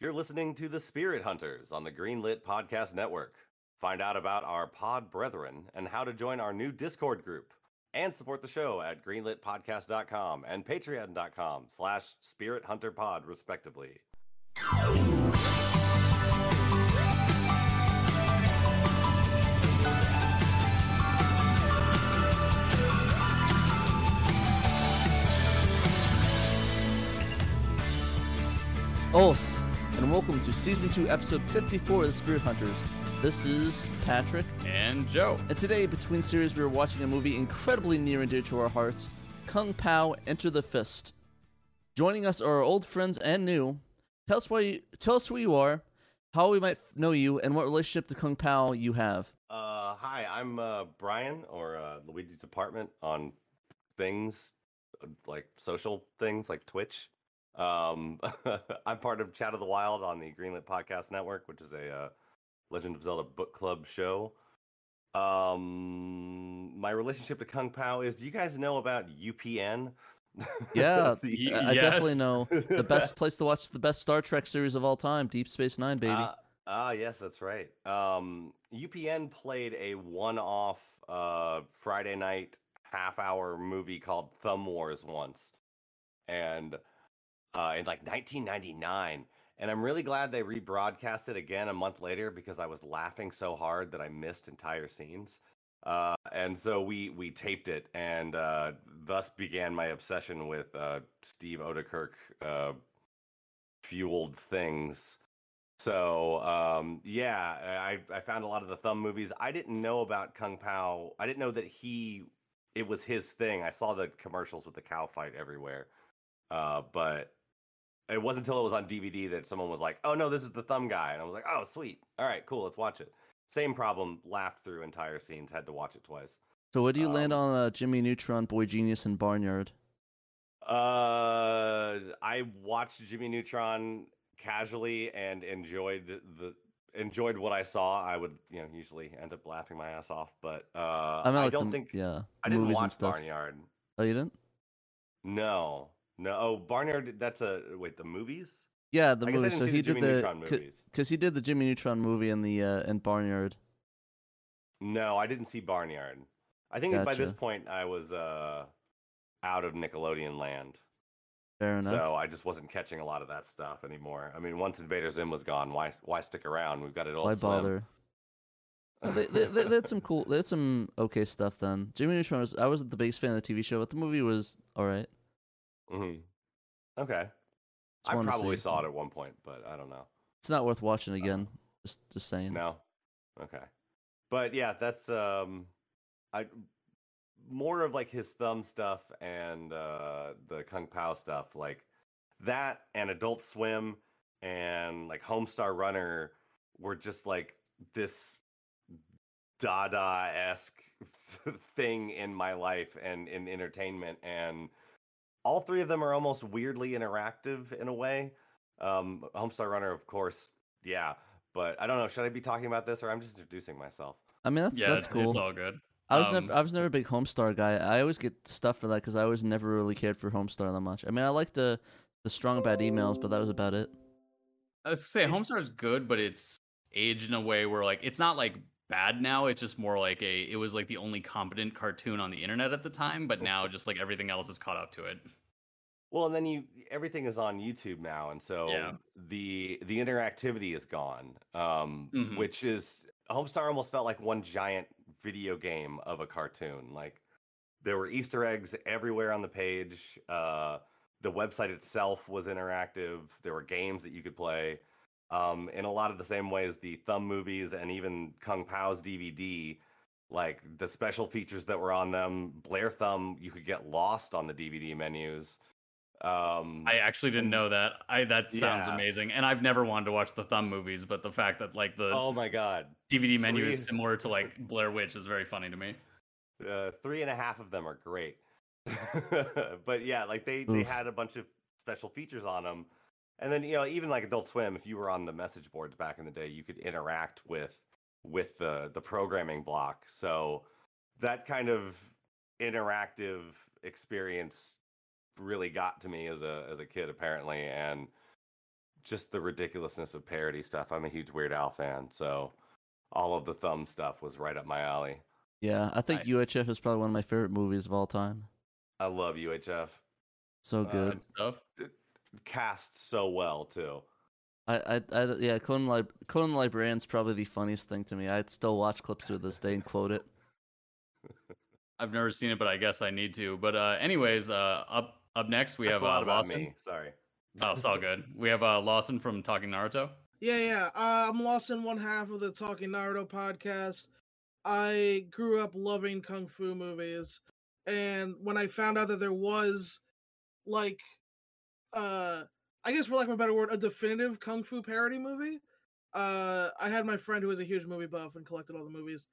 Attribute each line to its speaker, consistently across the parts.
Speaker 1: You're listening to The Spirit Hunters on the Greenlit Podcast Network. Find out about our pod brethren and how to join our new Discord group and support the show at greenlitpodcast.com and patreon.com slash Spirit Hunter Pod, respectively.
Speaker 2: Oath, and welcome to season two, episode 54 of the Spirit Hunters. This is Patrick,
Speaker 3: and Joe.
Speaker 2: and today, between series, we are watching a movie incredibly near and dear to our hearts Kung Pao Enter the Fist. Joining us are our old friends and new. Tell us, why you, tell us who you are, how we might f- know you, and what relationship to Kung Pao you have.
Speaker 1: Uh, hi, I'm uh, Brian or uh, Luigi's apartment on things uh, like social things like Twitch. Um, I'm part of Chat of the Wild on the Greenlit Podcast Network, which is a uh, Legend of Zelda book club show. Um, my relationship to Kung Pao is do you guys know about UPN?
Speaker 2: Yeah,
Speaker 1: The-
Speaker 2: I, I definitely
Speaker 3: Yes.
Speaker 2: know the best place to watch the best Star Trek series of all time, Deep Space Nine, baby.
Speaker 1: Ah, ah, yes, that's right. Um, UPN played a one-off uh, Friday night half-hour movie called Thumb Wars once, and uh, in like 1999. And I'm really glad they rebroadcast it again a month later because I was laughing so hard that I missed entire scenes. Uh, and so we we taped it, and uh, thus began my obsession with uh, Steve Odekirk uh, fueled things. So um, yeah, I, I found a lot of the thumb movies. I didn't know about Kung Pao. I didn't know that he it was his thing. I saw the commercials with the cow fight everywhere, uh, but it wasn't until it was on DVD that someone was like, "Oh no, this is the thumb guy," and I was like, "Oh sweet, all right, cool, let's watch it." Same problem. Laughed through entire scenes. Had to watch it twice.
Speaker 2: so, what do you land
Speaker 1: um,
Speaker 2: on uh, Jimmy Neutron, Boy Genius, and Barnyard?
Speaker 1: Uh, I watched Jimmy Neutron casually and enjoyed the enjoyed what I saw. I would, you know, usually end up laughing my ass off, but uh,
Speaker 2: meant,
Speaker 1: I
Speaker 2: like, the
Speaker 1: don't
Speaker 2: m-
Speaker 1: think
Speaker 2: yeah,
Speaker 1: I didn't
Speaker 2: movies and
Speaker 1: watch
Speaker 2: stuff.
Speaker 1: Barnyard.
Speaker 2: Oh, you didn't?
Speaker 1: No, no. Oh, Barnyard. That's a wait. The movies.
Speaker 2: Yeah, the
Speaker 1: I guess I didn't
Speaker 2: movie. So
Speaker 1: see
Speaker 2: he
Speaker 1: the Jimmy
Speaker 2: did
Speaker 1: Neutron
Speaker 2: the
Speaker 1: movies.
Speaker 2: because he did the Jimmy Neutron movie and the uh, and Barnyard.
Speaker 1: No, I didn't see Barnyard. I think that by this
Speaker 2: Gotcha.
Speaker 1: point I was uh out of Nickelodeon land.
Speaker 2: Fair enough.
Speaker 1: So I just wasn't catching a lot of that stuff anymore. I mean, once Invader Zim was gone, why why stick around? We've got it all.
Speaker 2: Why bother? Uh, they, they, they, they had some cool. They had some okay stuff then. Jimmy Neutron was. I wasn't the biggest fan of the TV show, but the movie was all right.
Speaker 1: hmm Okay.
Speaker 2: Just
Speaker 1: I
Speaker 2: wanted to
Speaker 1: probably
Speaker 2: see.
Speaker 1: saw it at one point, but I don't know.
Speaker 2: It's not worth watching again. Just just saying.
Speaker 1: No. Okay. But yeah, that's um I more of like his thumb stuff and uh the Kung Pao stuff, like that and Adult Swim and like Homestar Runner were just like this Dada esque thing in my life and in entertainment. And all three of them are almost weirdly interactive in a way. Um, Homestar Runner, of course, yeah. But I don't know. Should I be talking about this or I'm just introducing myself?
Speaker 2: I mean that's
Speaker 3: yeah,
Speaker 2: that's
Speaker 3: it's,
Speaker 2: cool.
Speaker 3: it's all good.
Speaker 2: I was
Speaker 3: um,
Speaker 2: never I was never a big Homestar guy. I always get stuff for that because I always never really cared for Homestar that much. I mean I liked the the strong bad emails, but that was about it.
Speaker 3: I was gonna say Homestar is good, but it's aged in a way where like it's not like bad now. It's just more like a it was like the only competent cartoon on the internet at the time, but now just like everything else is caught up to it.
Speaker 1: Well, and then you everything is on YouTube now, and so
Speaker 3: Yeah.
Speaker 1: the the interactivity is gone, um,
Speaker 3: Mhm.
Speaker 1: which is Homestar almost felt like one giant video game of a cartoon. Like there were Easter eggs everywhere on the page. Uh, the website itself was interactive. There were games that you could play. Um, in a lot of the same ways, the thumb movies and even Kung Pao's DVD, like the special features that were on them, Blair Thumb, you could get lost on the DVD menus. Um,
Speaker 3: I actually didn't know that. I that sounds
Speaker 1: Yeah.
Speaker 3: amazing, and I've never wanted to watch the thumb movies, but the fact that like the
Speaker 1: oh my god,
Speaker 3: DVD menu
Speaker 1: we-
Speaker 3: is similar to like Blair Witch is very funny to me.
Speaker 1: uh, three and a half of them are great. but yeah, like they they
Speaker 2: Oof.
Speaker 1: had a bunch of special features on them, and then you know even like Adult Swim, if you were on the message boards back in the day, you could interact with with the the programming block. So that kind of interactive experience really got to me as a as a kid apparently, and just the ridiculousness of parody stuff. I'm a huge Weird Al fan, so all of the thumb stuff was right up my alley.
Speaker 2: Yeah, I think
Speaker 3: Nice.
Speaker 2: UHF is probably one of my favorite movies of all time.
Speaker 1: I love UHF.
Speaker 2: So
Speaker 1: Uh,
Speaker 2: good.
Speaker 3: Good stuff.
Speaker 1: Cast so well too.
Speaker 2: I, I, I yeah, Conan, the Lib- Conan the Librarian's probably the funniest thing to me. I'd still watch clips to this day and quote it.
Speaker 3: I've never seen it, but I guess I need to. But uh, anyways, uh, up up next we
Speaker 1: That's
Speaker 3: have
Speaker 1: a lot
Speaker 3: uh,
Speaker 1: about
Speaker 3: Lawson.
Speaker 1: me. Sorry.
Speaker 3: Oh, it's all good. We have uh, Lawson from Talking Naruto.
Speaker 4: Yeah, yeah. Uh, I'm lost in one half of the Talking Naruto podcast. I grew up loving kung fu movies, and when I found out that there was, like, uh, I guess for lack of a better word, a definitive kung fu parody movie, uh, I had my friend who was a huge movie buff and collected all the movies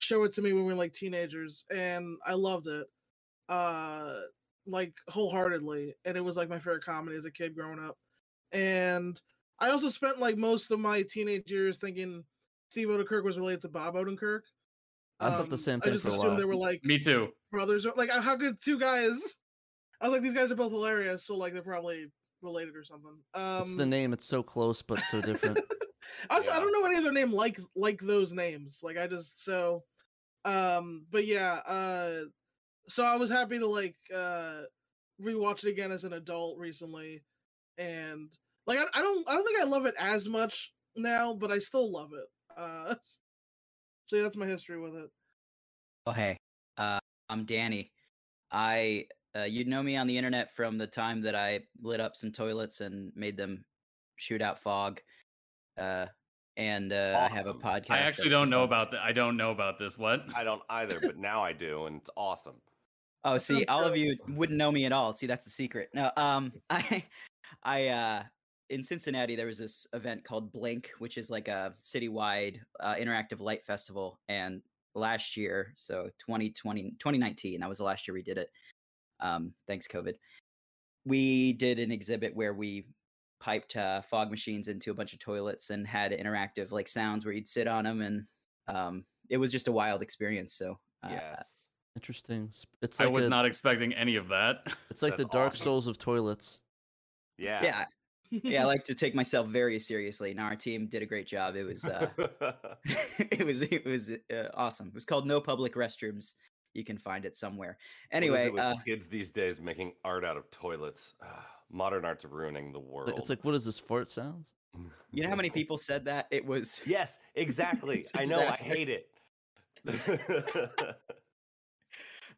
Speaker 4: show it to me when we were like teenagers, and I loved it, uh, like wholeheartedly, and it was like my favorite comedy as a kid growing up, and I also spent like most of my teenage years thinking Steve Odenkirk was related to Bob Odenkirk. um,
Speaker 2: I thought the same thing
Speaker 4: I just
Speaker 2: for a
Speaker 4: assumed they
Speaker 2: while.
Speaker 4: were like
Speaker 3: Me too.
Speaker 4: brothers. Or, like how could two guys? I was like, these guys are both hilarious, so like they're probably related or something. Um,
Speaker 2: it's the name. It's so close but so different.
Speaker 4: also, I
Speaker 1: Yeah.
Speaker 4: don't know any other name like like those names. Like I just so um but yeah, uh so I was happy to like uh rewatch it again as an adult recently and like I, I don't I don't think I love it as much now, but I still love it. Uh so yeah, that's my history with it.
Speaker 5: Oh hey, uh, I'm Danny. I uh, you'd know me on the internet from the time that I lit up some toilets and made them shoot out fog. Uh, and uh, I have a
Speaker 1: Awesome.
Speaker 5: podcast.
Speaker 3: I actually
Speaker 5: that's
Speaker 3: don't know about
Speaker 5: defunct.
Speaker 3: that. I don't know about this. What?
Speaker 1: I don't either, but now I do, and it's awesome.
Speaker 5: Oh, see,
Speaker 4: sounds
Speaker 5: all of
Speaker 4: terrible.
Speaker 5: you wouldn't know me at all. See, that's the secret. No, um, I, I, uh, in Cincinnati, there was this event called Blink, which is like a citywide uh, interactive light festival. And last year, so 2020, 2019, that was the last year we did it. Um, thanks, COVID. We did an exhibit where we piped uh, fog machines into a bunch of toilets and had interactive like sounds where you'd sit on them. And um, it was just a wild experience. So, uh,
Speaker 1: Yes.
Speaker 2: Interesting. S- It's
Speaker 3: I
Speaker 2: like
Speaker 3: was
Speaker 2: a-
Speaker 3: not expecting any of that.
Speaker 2: It's like the
Speaker 1: That's
Speaker 2: Dark
Speaker 1: awesome.
Speaker 2: Souls of toilets.
Speaker 1: Yeah.
Speaker 5: yeah, yeah, I like to take myself very seriously, and our team did a great job. It was, uh, it was, it was uh, awesome. It was called No Public Restrooms. You can find it somewhere.
Speaker 1: What is
Speaker 5: Anyway,
Speaker 1: it with
Speaker 5: uh,
Speaker 1: kids these days making art out of toilets. Modern art's ruining the world.
Speaker 2: Like- It's like what is this fart sounds?
Speaker 5: you know how many people said that it was.
Speaker 1: Yes, exactly.
Speaker 5: It's a
Speaker 1: I know. I
Speaker 5: disaster.
Speaker 1: hate it.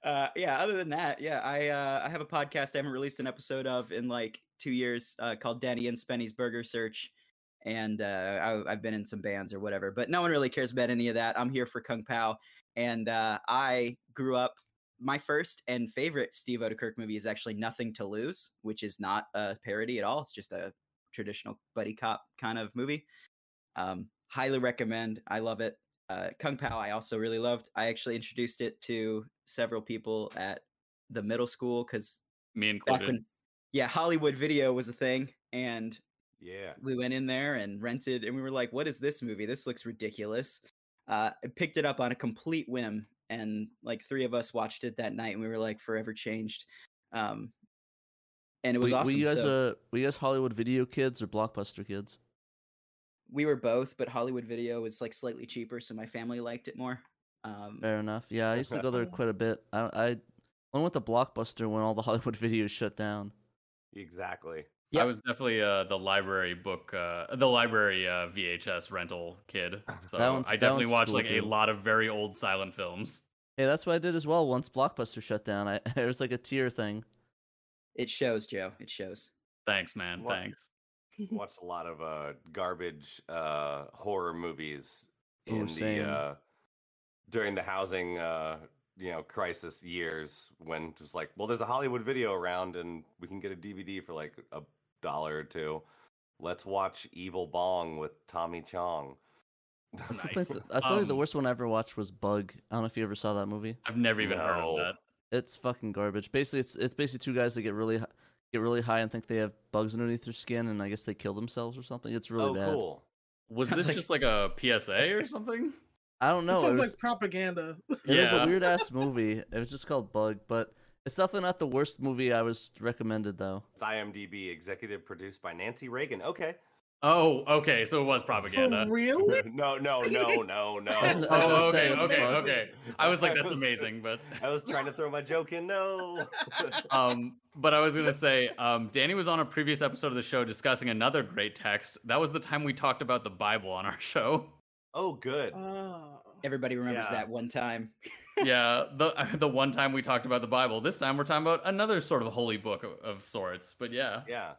Speaker 5: Uh, yeah. Other than that, yeah, I uh, I have a podcast I haven't released an episode of in like two years uh, called Danny and Spenny's Burger Search, and uh, I, I've been in some bands or whatever, but no one really cares about any of that. I'm here for Kung Pao, and uh, I grew up. My first and favorite Steve Odekirk movie is actually Nothing to Lose, which is not a parody at all. It's just a traditional buddy cop kind of movie. Um, highly recommend. I love it uh, Kung Pao, I also really loved. I actually introduced it to several people at the middle school because
Speaker 3: Me
Speaker 5: back
Speaker 3: included.
Speaker 5: when, yeah, Hollywood Video was a thing, and
Speaker 1: yeah.
Speaker 5: we went in there and rented, and we were like, "What is this movie? This looks ridiculous." Uh, I picked it up on a complete whim, and like three of us watched it that night, and we were like, "Forever changed." Um, and it was
Speaker 2: were,
Speaker 5: awesome.
Speaker 2: were you guys
Speaker 5: so-
Speaker 2: uh, were you guys Hollywood video kids or blockbuster kids?
Speaker 5: we were both, but Hollywood Video was like slightly cheaper, so my family liked it more. Um,
Speaker 2: Fair enough. Yeah, I used to go there quite a bit. I I I went to Blockbuster when all the Hollywood videos shut down.
Speaker 1: Exactly.
Speaker 5: Yep.
Speaker 3: I was definitely uh, the library book, uh, the library uh, VHS rental kid. So
Speaker 2: one's-
Speaker 3: I
Speaker 2: that
Speaker 3: definitely
Speaker 2: one's
Speaker 3: watched
Speaker 2: cool,
Speaker 3: like
Speaker 2: too.
Speaker 3: a lot of very old silent films.
Speaker 2: Hey, that's what I did as well. Once Blockbuster shut down, I it was like a tier thing.
Speaker 5: It shows, Joe. It shows.
Speaker 3: Thanks, man.
Speaker 1: What?
Speaker 3: Thanks.
Speaker 1: Watched a lot of uh, garbage uh, horror movies
Speaker 2: Ooh,
Speaker 1: in
Speaker 2: same.
Speaker 1: the uh, during the housing uh, you know crisis years when just like well there's a Hollywood video around and we can get a DVD for like a dollar or two. Let's watch Evil Bong with Tommy Chong.
Speaker 2: That's the
Speaker 3: Nice.
Speaker 2: thing that- I still think the
Speaker 3: Um,
Speaker 2: worst one I ever watched was Bug. I don't know if you ever saw that movie.
Speaker 3: I've never even heard
Speaker 1: No.
Speaker 3: of that.
Speaker 2: It's fucking garbage. Basically, it's it's basically two guys that get really hi- get really high and think they have bugs underneath their skin, and I guess they kill themselves or something. It's really
Speaker 1: oh,
Speaker 2: bad.
Speaker 1: cool.
Speaker 3: Was
Speaker 5: Sounds
Speaker 3: this
Speaker 5: like-
Speaker 3: just like a PSA or something?
Speaker 2: I don't know.
Speaker 4: it
Speaker 2: It
Speaker 4: sounds
Speaker 2: was,
Speaker 4: like propaganda.
Speaker 2: it was
Speaker 3: Yeah.
Speaker 2: a weird ass movie. It was just called Bug, but it's definitely not the worst movie I was recommended though.
Speaker 1: It's IMDb executive produced by Nancy Reagan. Okay.
Speaker 3: Oh, okay. So it was
Speaker 4: For
Speaker 3: propaganda.
Speaker 4: real?
Speaker 1: no, no, no, no, no.
Speaker 2: was gonna
Speaker 3: Oh,
Speaker 2: say,
Speaker 3: okay,
Speaker 2: what the
Speaker 3: okay,
Speaker 2: fuck?
Speaker 3: okay. I was like, that's
Speaker 1: was-
Speaker 3: amazing, but
Speaker 1: I was trying to throw my joke in. No.
Speaker 3: um, but I was gonna say, um, Danny was on a previous episode of the show discussing another great text. That was the time we talked about the Bible on our show.
Speaker 1: oh, good.
Speaker 4: Oh.
Speaker 5: Everybody remembers
Speaker 1: Yeah.
Speaker 5: that one time.
Speaker 3: yeah, the the one time we talked about the Bible. This time we're talking about another sort of holy book of, of sorts. But yeah.
Speaker 1: Yeah.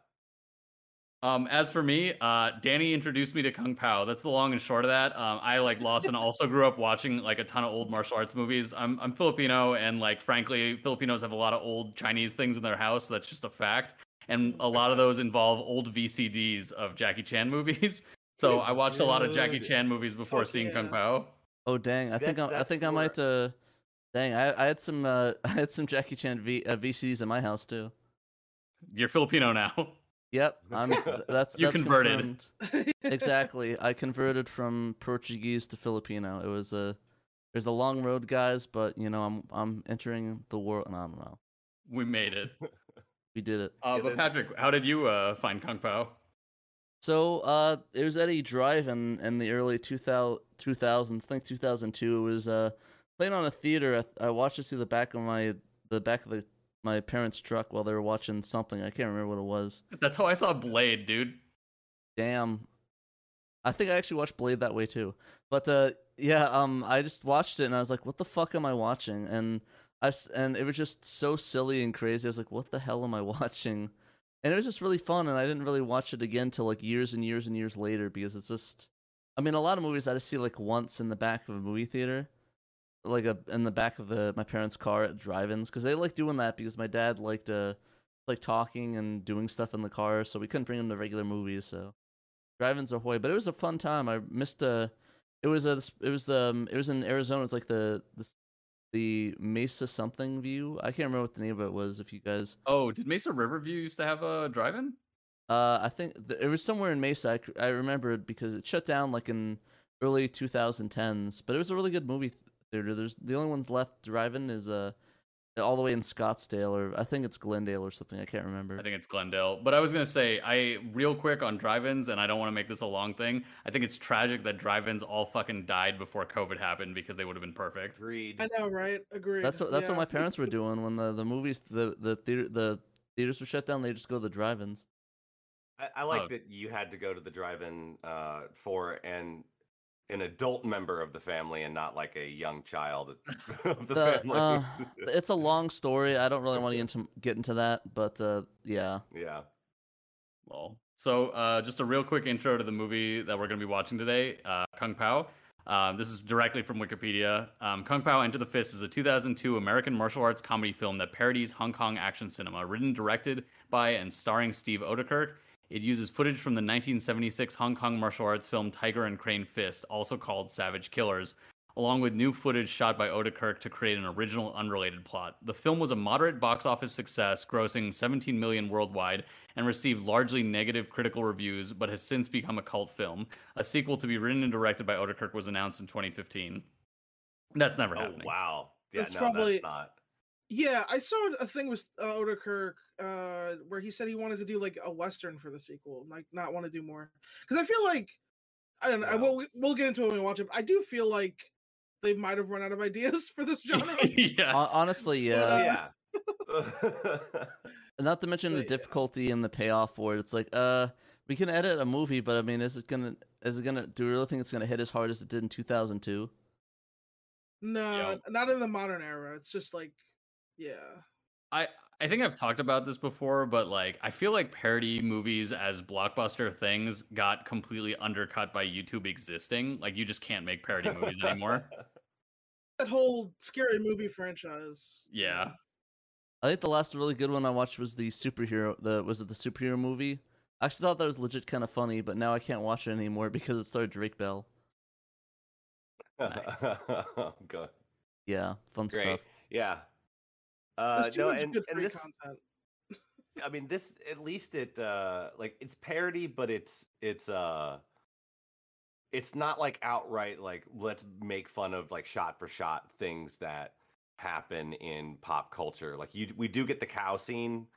Speaker 3: Um, as for me, uh, Danny introduced me to Kung Pao. That's the long and short of that. Um, I like Lawson also grew up watching like a ton of old martial arts movies. I'm I'm Filipino, and like frankly, Filipinos have a lot of old Chinese things in their house. That's just a fact, and a lot of those involve old VCDs of Jackie Chan movies. So I watched a lot of Jackie
Speaker 1: Dude.
Speaker 3: Chan movies before
Speaker 4: Fuck
Speaker 3: seeing Kung
Speaker 4: yeah.
Speaker 3: Pao.
Speaker 2: Oh dang! I think
Speaker 1: That's-
Speaker 2: I, I
Speaker 1: that's
Speaker 2: think I might. Uh, dang, I, I had some uh, I had some Jackie Chan v, uh, VCs in my house too.
Speaker 3: You're Filipino now.
Speaker 2: Yep, I'm. th- That's
Speaker 3: You
Speaker 2: that's
Speaker 3: converted.
Speaker 2: confirmed. exactly. I converted from Portuguese to Filipino. It was a there's a long road, guys, but you know I'm I'm entering the world. And I don't know.
Speaker 3: We made it.
Speaker 2: We did it.
Speaker 3: Uh,
Speaker 1: Yeah,
Speaker 3: but
Speaker 1: there's-
Speaker 3: Patrick, how did you uh, find Kung Pao?
Speaker 2: So uh, it was at a drive-in in the early 2000, 2000s, I think 2002. It was uh, playing on a theater. I, I watched it through the back of my the back of the my parents' truck while they were watching something. I can't remember what it was.
Speaker 3: That's how I saw Blade, dude.
Speaker 2: Damn. I think I actually watched Blade that way too. But uh yeah, um I just watched it and I was like, what the fuck am I watching? And I s- and it was just so silly and crazy. I was like, what the hell am I watching? And it was just really fun and I didn't really watch it again till like years and years and years later because it's just I mean, a lot of movies I just see like once in the back of a movie theater, like a in the back of the my parents' car at drive-ins cuz they like doing that because my dad liked uh like talking and doing stuff in the car, so we couldn't bring him to regular movies, so Drive-ins Ahoy, but it was a fun time. I missed a. It was a. It was um. It was in Arizona. It's like the the, the Mesa something view. I can't remember what the name of it was. If you guys,
Speaker 3: Oh, did Mesa Riverview used to have a drive-in?
Speaker 2: uh, I think th- it was somewhere in Mesa. I, c- I remember it because it shut down like in early 2010s. But it was a really good movie th- theater. There's the only ones left driving is uh all the way in Scottsdale or I think it's Glendale or something. I can't remember.
Speaker 3: I think it's Glendale. But I was gonna say, I real quick on drive-ins, and I don't want to make this a long thing. I think it's tragic that drive-ins all fucking died before COVID happened because they would have been perfect.
Speaker 1: Agreed.
Speaker 4: I know, right? Agreed.
Speaker 2: That's what that's
Speaker 4: yeah.
Speaker 2: what my parents were doing when the the movies the the theater the theaters were shut down. They just go to the drive-ins.
Speaker 1: I, I like
Speaker 3: Oh.
Speaker 1: that you had to go to the drive-in uh, for an an adult member of the family and not like a young child of the,
Speaker 2: The-
Speaker 1: family.
Speaker 2: uh, it's a long story. I don't really want to into, get into that, but uh, yeah.
Speaker 1: yeah.
Speaker 3: Lol. So, uh, just a real quick intro to the movie that we're gonna be watching today, uh, Kung Pao. Um, this is directly from Wikipedia. Um, Kung Pao Enter the Fist is a 2002 American martial arts comedy film that parodies Hong Kong action cinema, written, directed by, and starring Steve Odekirk. It uses footage from the 1976 Hong Kong martial arts film Tiger and Crane Fist, also called Savage Killers, along with new footage shot by Odekirk to create an original unrelated plot. The film was a moderate box office success, grossing 17 million worldwide and received largely negative critical reviews, but has since become a cult film. A sequel to be written and directed by Odekirk was announced in 2015. That's never
Speaker 1: Oh
Speaker 3: happening.
Speaker 1: wow. Yeah,
Speaker 4: That's
Speaker 1: no,
Speaker 4: probably-
Speaker 1: that's not.
Speaker 4: Yeah, I saw a thing with uh, Odekirk uh, where he said he wanted to do like a western for the sequel, like not want to do more. Because I feel like I don't know. I-
Speaker 1: Wow.
Speaker 4: We'll we'll get into it when we watch it. but I do feel like they might have run out of ideas for this genre.
Speaker 3: yes.
Speaker 2: Hon- honestly, yeah.
Speaker 1: yeah.
Speaker 2: Not to mention the
Speaker 4: But-
Speaker 2: difficulty and the payoff where it's like, uh, we can edit a movie, but I mean, is it gonna is it gonna do we really think it's gonna hit as hard as it did in 2002?
Speaker 4: no, not in the modern era. It's just like, yeah,
Speaker 3: I I think I've talked about this before, but like I feel like parody movies as blockbuster things got completely undercut by YouTube existing. Like you just can't make parody movies anymore.
Speaker 4: that whole scary movie franchise.
Speaker 3: Yeah.
Speaker 2: I think the last really good one I watched was the superhero. The was it the superhero movie? I actually thought that was legit kind of funny, but now I can't watch it anymore because it started Drake Bell.
Speaker 3: Nice.
Speaker 1: Good.
Speaker 2: Yeah, fun
Speaker 1: Great.
Speaker 2: stuff.
Speaker 1: Oh, Yeah. Uh,
Speaker 4: There's too
Speaker 1: no,
Speaker 4: much
Speaker 1: and,
Speaker 4: good
Speaker 1: and
Speaker 4: free
Speaker 1: this,
Speaker 4: content.
Speaker 1: I mean, this at least it uh like it's parody, but it's it's uh it's not like outright like let's make fun of like shot for shot things that happen in pop culture. Like you, we do get the cow scene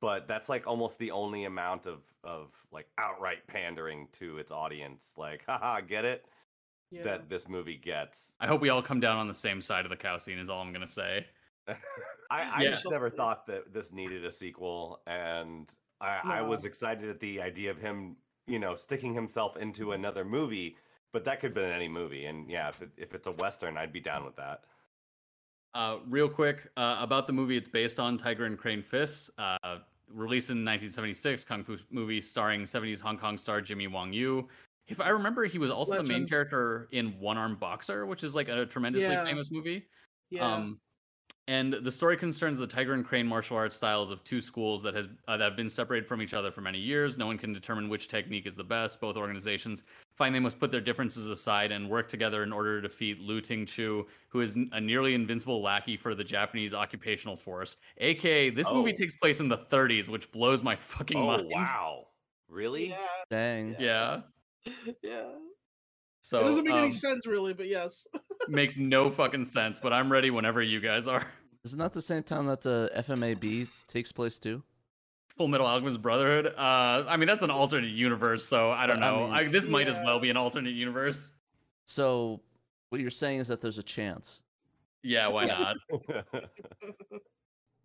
Speaker 1: but that's like almost the only amount of of like outright pandering to its audience like haha get it
Speaker 4: Yeah.
Speaker 1: that this movie gets
Speaker 3: I hope we all come down on the same side of the cow scene. Is all I'm gonna say.
Speaker 1: i, I
Speaker 3: Yeah.
Speaker 1: just never thought that this needed a sequel and I, I was excited at the idea of him you know sticking himself into another movie but that could have been any movie and yeah if, it, if it's a western i'd be down with that
Speaker 3: Uh, real quick uh, about the movie it's based on, Tiger and Crane Fists, uh, released in 1976, kung fu movie starring 70s Hong Kong star Jimmy Wong Yu. If I remember, he was also the main
Speaker 4: Legend.
Speaker 3: character in One Arm Boxer, which is like a tremendously
Speaker 4: Yeah.
Speaker 3: famous movie.
Speaker 4: yeah.
Speaker 3: Um, and the story concerns the tiger and crane martial arts styles of two schools that has uh, that have been separated from each other for many years. No one can determine which technique is the best. Both organizations find they must put their differences aside and work together in order to defeat Lu Ting Chu, who is n- a nearly invincible lackey for the Japanese occupational force. AKA, this movie
Speaker 1: Oh.
Speaker 3: takes place in the 30s, which blows my fucking
Speaker 1: oh
Speaker 3: mind.
Speaker 1: wow really
Speaker 4: yeah.
Speaker 2: Dang.
Speaker 3: Yeah.
Speaker 4: Yeah.
Speaker 3: So
Speaker 4: it doesn't make
Speaker 3: um,
Speaker 4: any sense really, but yes.
Speaker 3: makes no fucking sense, but I'm ready whenever you guys are.
Speaker 2: Isn't that the same time that uh, the FMAB takes place too?
Speaker 3: Full Metal Alchemist Brotherhood. Uh, I mean, that's an alternate universe, so I don't
Speaker 2: I
Speaker 3: know.
Speaker 2: mean-
Speaker 3: I, this might as
Speaker 4: Yeah.
Speaker 3: well be an alternate universe.
Speaker 2: So what you're saying is that there's a chance.
Speaker 3: Yeah, why
Speaker 5: Yes.
Speaker 3: not?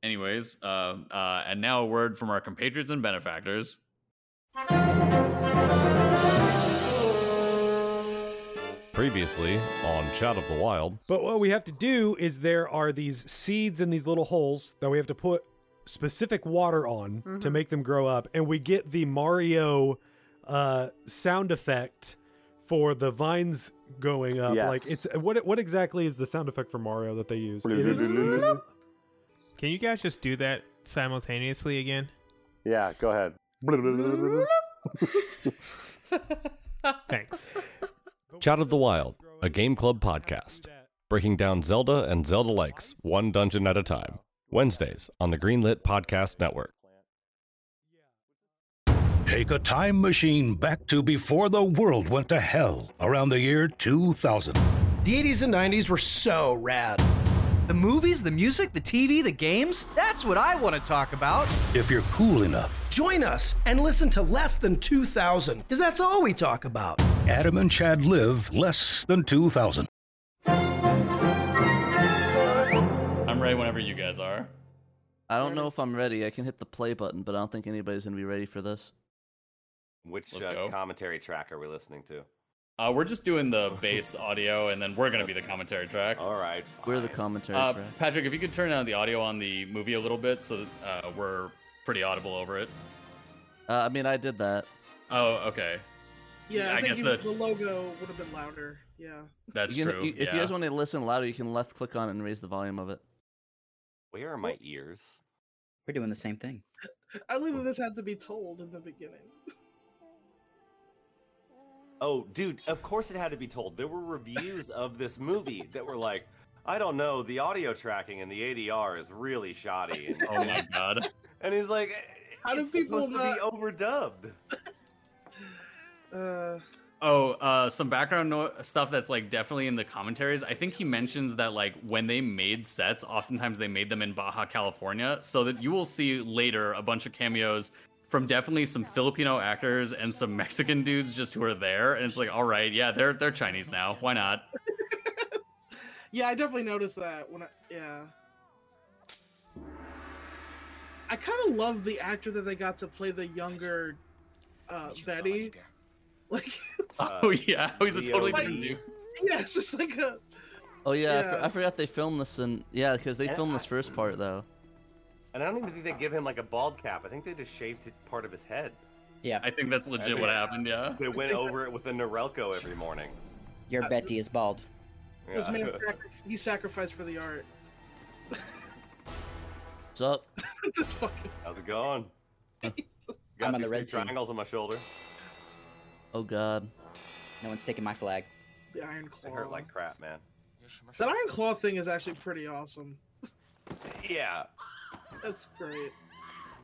Speaker 3: Anyways, uh, uh, and now a word from our compatriots and benefactors.
Speaker 1: previously on chat of the wild
Speaker 6: But what we have to do is there are these seeds in these little holes that we have to put specific water on to make them grow up, and we get the Mario uh, sound effect for the vines going up. Like
Speaker 7: Yes.
Speaker 6: it's what what exactly is the sound effect for Mario that they use? It is-
Speaker 8: Can you guys just do that simultaneously again?
Speaker 7: Yeah, go ahead.
Speaker 8: Thanks.
Speaker 1: Chat of the Wild, a Game Club podcast. Breaking down Zelda and Zelda likes, one dungeon at a time. Wednesdays on the Greenlit Podcast Network.
Speaker 9: Take a time machine back to before the world went to hell around the year 2000.
Speaker 10: The 80s and 90s were so rad. The movies, the music, the TV, the games that's what I want to talk about.
Speaker 9: If you're cool enough,
Speaker 10: Join us and listen to Less Than 2000, because that's all we talk about.
Speaker 9: Adam and Chad live less than 2000.
Speaker 3: I'm ready whenever you guys are.
Speaker 2: I don't know if I'm ready. I can hit the play button, but I don't think anybody's gonna be ready for this.
Speaker 1: Which
Speaker 3: Let's
Speaker 1: uh,
Speaker 3: go.
Speaker 1: commentary track are we listening to?
Speaker 3: Uh, we're just doing the bass audio, and then we're gonna be the commentary track.
Speaker 1: All right.
Speaker 2: We're the
Speaker 1: fine.
Speaker 2: commentary
Speaker 3: Uh,
Speaker 2: track.
Speaker 3: Patrick, if you could turn down the audio on the movie a little bit, so that, uh, we're pretty audible over it.
Speaker 2: Uh, I mean, I did that.
Speaker 3: Oh, okay,
Speaker 4: Yeah,
Speaker 3: I
Speaker 4: I, think
Speaker 3: guess
Speaker 4: you-
Speaker 3: that's-
Speaker 4: the logo would have been louder. Yeah.
Speaker 3: that's
Speaker 2: You can-
Speaker 3: true.
Speaker 2: you- if
Speaker 3: yeah.
Speaker 2: you guys want to listen louder, you can left click on it and raise the volume of it.
Speaker 1: Where are my ears?
Speaker 5: We're doing the same thing.
Speaker 4: I believe that this had to be told in the beginning.
Speaker 1: Oh, dude, of course it had to be told. There were reviews of this movie that were like, I don't know, the audio tracking and the ADR is really shoddy. And,
Speaker 3: oh my god,
Speaker 1: and he's like,
Speaker 4: How do
Speaker 1: it's
Speaker 4: people
Speaker 1: supposed to be overdubbed.
Speaker 4: Uh,
Speaker 3: Oh, uh, some background no- stuff that's like definitely in the commentaries. I think he mentions that like when they made sets, oftentimes they made them in Baja California, so that you will see later a bunch of cameos from definitely some Filipino actors and some Mexican dudes just who are there. And it's like, all right, yeah, they're they're Chinese now. Why not?
Speaker 4: yeah, I definitely noticed that when I yeah. I kind of love the actor that they got to play the younger uh, Betty. Like,
Speaker 1: Uh,
Speaker 3: oh yeah, he's a
Speaker 1: Leo
Speaker 3: totally
Speaker 1: Lee.
Speaker 3: different dude.
Speaker 4: yeah, it's just like a
Speaker 2: Oh yeah, I for-
Speaker 4: Yeah.
Speaker 2: I forgot they filmed this in yeah, because they
Speaker 1: And
Speaker 2: filmed
Speaker 1: I-
Speaker 2: this first part though.
Speaker 1: And I don't even think they give him like a bald cap. I think they just shaved it- part of his head.
Speaker 3: I think that's legit what
Speaker 1: Yeah.
Speaker 3: happened. Yeah.
Speaker 1: They went over it with a Norelco every morning.
Speaker 5: Your
Speaker 1: Uh,
Speaker 5: Betty is bald.
Speaker 4: this
Speaker 1: Yeah.
Speaker 4: man sacri- he sacrificed for the art.
Speaker 2: What's up?
Speaker 4: this fucking
Speaker 1: How's it going?
Speaker 5: I'm
Speaker 1: Got
Speaker 5: on the
Speaker 1: these
Speaker 5: red
Speaker 1: big
Speaker 5: team.
Speaker 1: triangles on my shoulder.
Speaker 2: Oh god.
Speaker 5: No one's taking my flag.
Speaker 4: the Iron
Speaker 1: They
Speaker 4: Claw.
Speaker 1: hurt like crap, man.
Speaker 4: that Iron Claw thing is actually pretty awesome.
Speaker 1: Yeah,
Speaker 4: That's great.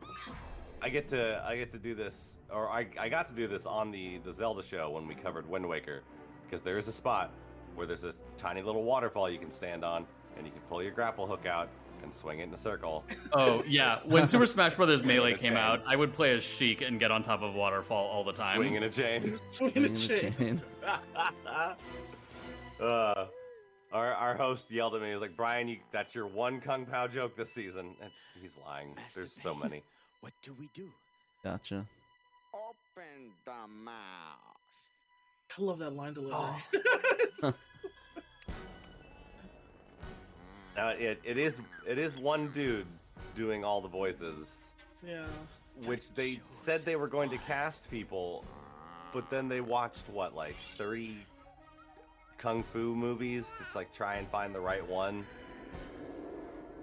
Speaker 1: I get to I get to do this, or I, I got to do this on the the Zelda show when we covered Wind Waker, because there is a spot where there's this tiny little waterfall you can stand on, and you can pull your grapple hook out, and swing it in a circle.
Speaker 3: Oh yeah, when Super Smash Brothers
Speaker 1: Swing
Speaker 3: Melee
Speaker 1: in a
Speaker 3: came out,
Speaker 1: chain.
Speaker 3: I would play as Sheik and get on top of Waterfall all the time.
Speaker 1: Swing in a chain.
Speaker 4: Swing and shake.
Speaker 1: uh, our, our host yelled at me. He was like, Brian, you, that's your one Kung Pao joke this season. It's, he's lying.
Speaker 7: Master
Speaker 1: There's so
Speaker 7: Pain.
Speaker 1: many.
Speaker 7: What do we do?
Speaker 2: Gotcha.
Speaker 7: Open the mouth.
Speaker 4: I love that line delivery.
Speaker 1: Oh. Uh, it, it is it is one dude doing all the voices,
Speaker 4: yeah.
Speaker 1: which they said they were going to cast people, but then they watched what like 30 kung fu movies to like try and find the right one.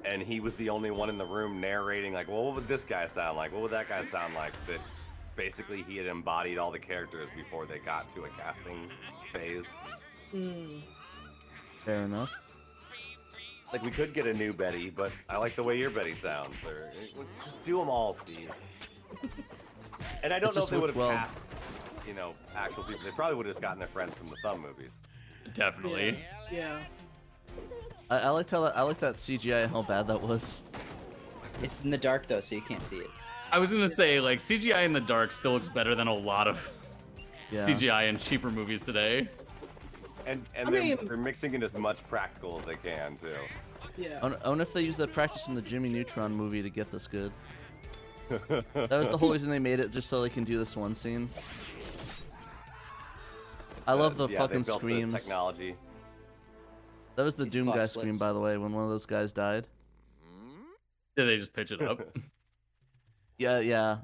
Speaker 1: And he was the only one in the room narrating like, well, what would this guy sound like? What would that guy sound like? That basically he had embodied all the characters before they got to a casting phase.
Speaker 4: Mm.
Speaker 2: Fair enough.
Speaker 1: Like we could get a new Betty, but I like the way your Betty sounds. Or eh, just do them all, Steve. And I don't
Speaker 2: It
Speaker 1: know
Speaker 2: just
Speaker 1: if they would have
Speaker 2: worked well.
Speaker 1: cast, you know, actual people. They probably would have just gotten their friends from the Thumb movies.
Speaker 3: Definitely.
Speaker 4: Yeah.
Speaker 2: I, I like how I like that CGI and how bad that was.
Speaker 5: It's in the dark though, so you can't see it.
Speaker 3: I was gonna say like CGI in the dark still looks better than a lot of
Speaker 2: Yeah.
Speaker 3: CGI in cheaper movies today.
Speaker 1: And and
Speaker 4: I
Speaker 1: they're,
Speaker 4: mean-
Speaker 1: they're mixing in as much practical as they can too.
Speaker 2: I
Speaker 4: Yeah.
Speaker 1: Oh,
Speaker 2: wonder- I wonder if they used that practice from the Jimmy Neutron movie to get this good. that was the whole reason they made it, just so they can do this one scene. I love the
Speaker 1: yeah,
Speaker 2: fucking
Speaker 1: they built
Speaker 2: screams.
Speaker 1: The technology.
Speaker 2: that was the
Speaker 5: These
Speaker 2: Doom
Speaker 5: claw
Speaker 2: guy
Speaker 5: splits.
Speaker 2: scream, by the way, when one of those guys died.
Speaker 3: Did they just pitch it up?
Speaker 2: Yeah, yeah.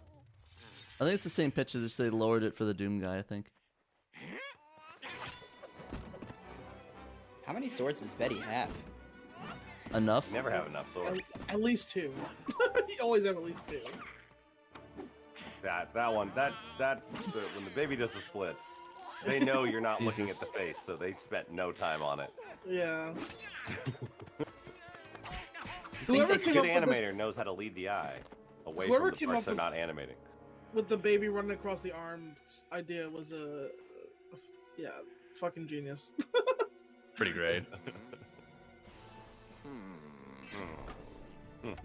Speaker 2: I think it's the same picture, just they lowered it for the Doom guy, I think.
Speaker 5: How many swords does Betty have?
Speaker 2: Enough?
Speaker 1: You never have enough
Speaker 4: At,
Speaker 1: swords.
Speaker 4: at least two. you always have at least two.
Speaker 1: That that one that that the, when the baby does the splits, they know you're not looking at
Speaker 2: Jesus.
Speaker 1: the face, so they spent no time on it.
Speaker 4: Yeah.
Speaker 1: A
Speaker 4: Whoever
Speaker 1: good
Speaker 4: came up with this
Speaker 1: animator knows how to lead the eye away from
Speaker 4: Whoever
Speaker 1: the
Speaker 4: came
Speaker 1: parts
Speaker 4: up
Speaker 1: they're
Speaker 4: with-
Speaker 1: not animating.
Speaker 4: with the baby running across the arms idea was a, a- yeah fucking genius
Speaker 3: Pretty great.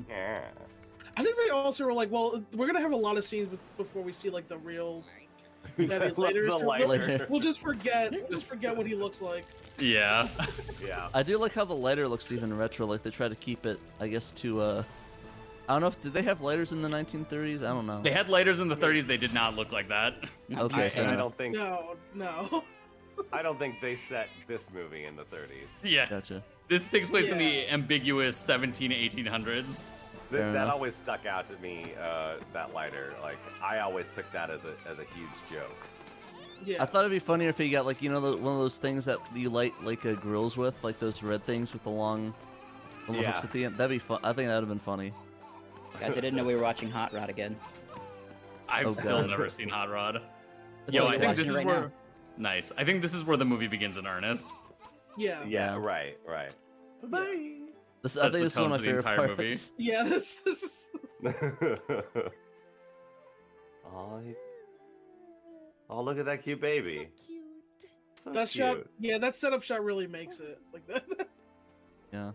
Speaker 1: Yeah.
Speaker 4: i think they also were like well we're gonna have a lot of scenes be- before we see like the real Betty
Speaker 1: Love
Speaker 4: later,
Speaker 1: the
Speaker 4: so
Speaker 1: lighter.
Speaker 2: Later.
Speaker 4: we'll just forget we'll just forget what he looks like
Speaker 3: Yeah.
Speaker 1: Yeah.
Speaker 2: I do like how the lighter looks even retro, like they try to keep it, I guess, to, uh... I don't know if, did they have lighters in the 1930s? I don't know.
Speaker 3: They had lighters in the 30s. They did not look like that.
Speaker 5: Not
Speaker 2: Okay,
Speaker 5: Beyonce.
Speaker 1: And I
Speaker 2: Yeah.
Speaker 1: don't think
Speaker 4: no no
Speaker 1: I don't think they set this movie in the 30s.
Speaker 3: Yeah.
Speaker 2: Gotcha.
Speaker 3: This takes place in the
Speaker 4: Yeah.
Speaker 3: ambiguous 17, 1800s.
Speaker 1: Th-
Speaker 2: Fair
Speaker 1: that
Speaker 2: enough.
Speaker 1: always stuck out to me. Uh, that lighter, like I always took that as a as a huge joke.
Speaker 4: yeah
Speaker 2: I thought it'd be funnier if he got like you know the, one of those things that you light like uh, grills with, like those red things with the long, the long hooks
Speaker 1: Yeah.
Speaker 2: at the end. That'd be fun. I think that'd have been funny.
Speaker 5: Guys, I didn't know we were watching Hot Rod again.
Speaker 3: I've
Speaker 2: Oh,
Speaker 3: still
Speaker 2: God.
Speaker 3: never seen Hot Rod.
Speaker 2: It's
Speaker 3: Yo,
Speaker 2: like watching
Speaker 3: I think this
Speaker 5: it
Speaker 3: is
Speaker 5: right
Speaker 3: where.
Speaker 5: now.
Speaker 3: Nice. I think this is where the movie begins in earnest.
Speaker 4: yeah
Speaker 1: Yeah.
Speaker 2: Yeah.
Speaker 1: Right. Right.
Speaker 2: This,
Speaker 3: sets
Speaker 2: I think
Speaker 3: the
Speaker 2: this is one
Speaker 3: tone
Speaker 2: of
Speaker 3: for
Speaker 2: my
Speaker 3: the
Speaker 2: favorite
Speaker 3: entire
Speaker 2: parts.
Speaker 3: movie.
Speaker 4: yeah this this is
Speaker 1: Aw, he- Oh, look at that cute baby. So
Speaker 4: that shot
Speaker 1: cute.
Speaker 4: yeah that setup shot really makes it like that
Speaker 2: Yeah.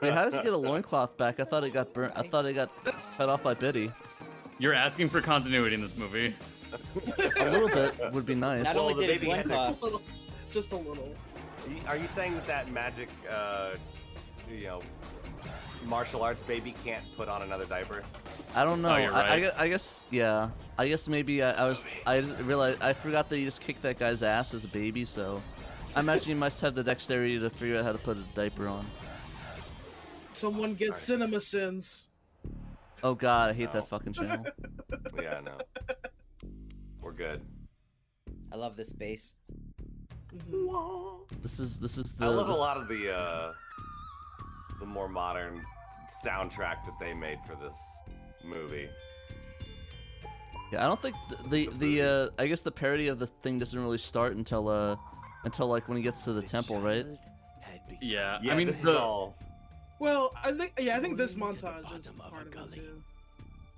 Speaker 2: Wait, how does he get a loincloth back? I thought it got burnt. I thought it got cut off by Biddy.
Speaker 3: You're asking for continuity in this movie.
Speaker 2: A little bit would be nice.
Speaker 5: Not
Speaker 1: Well,
Speaker 5: only
Speaker 1: the
Speaker 5: did his
Speaker 1: baby
Speaker 5: one
Speaker 1: had
Speaker 5: claw,
Speaker 4: a little, just a little
Speaker 1: Y- Are you saying that that magic, uh, you know, martial arts baby can't put on another diaper?
Speaker 2: I don't know.
Speaker 3: Oh, you're
Speaker 2: I- I,
Speaker 3: right.
Speaker 2: gue- I guess yeah. I guess maybe I, I was. I just realized I forgot that you just kicked that guy's ass as a baby. So, I imagine you must have the dexterity to figure out how to put a diaper on.
Speaker 4: someone gets cinema sins
Speaker 2: Oh god, I hate
Speaker 1: No.
Speaker 2: that fucking channel.
Speaker 1: Yeah, I know. We're good.
Speaker 5: I love this bass.
Speaker 2: This is this is the.
Speaker 1: I love a
Speaker 2: this-
Speaker 1: lot of the uh, the more modern soundtrack that they made for this movie.
Speaker 2: Yeah, I don't think th- the the uh, I guess the parody of the thing doesn't really start until uh until like when he gets to the temple, right?
Speaker 3: Yeah.
Speaker 1: Yeah,
Speaker 3: I mean,
Speaker 1: this
Speaker 3: the,
Speaker 1: is all.
Speaker 4: well i think yeah i think this
Speaker 7: Going to the
Speaker 4: montage is
Speaker 7: bottom of a
Speaker 4: part of it
Speaker 7: gully.
Speaker 4: too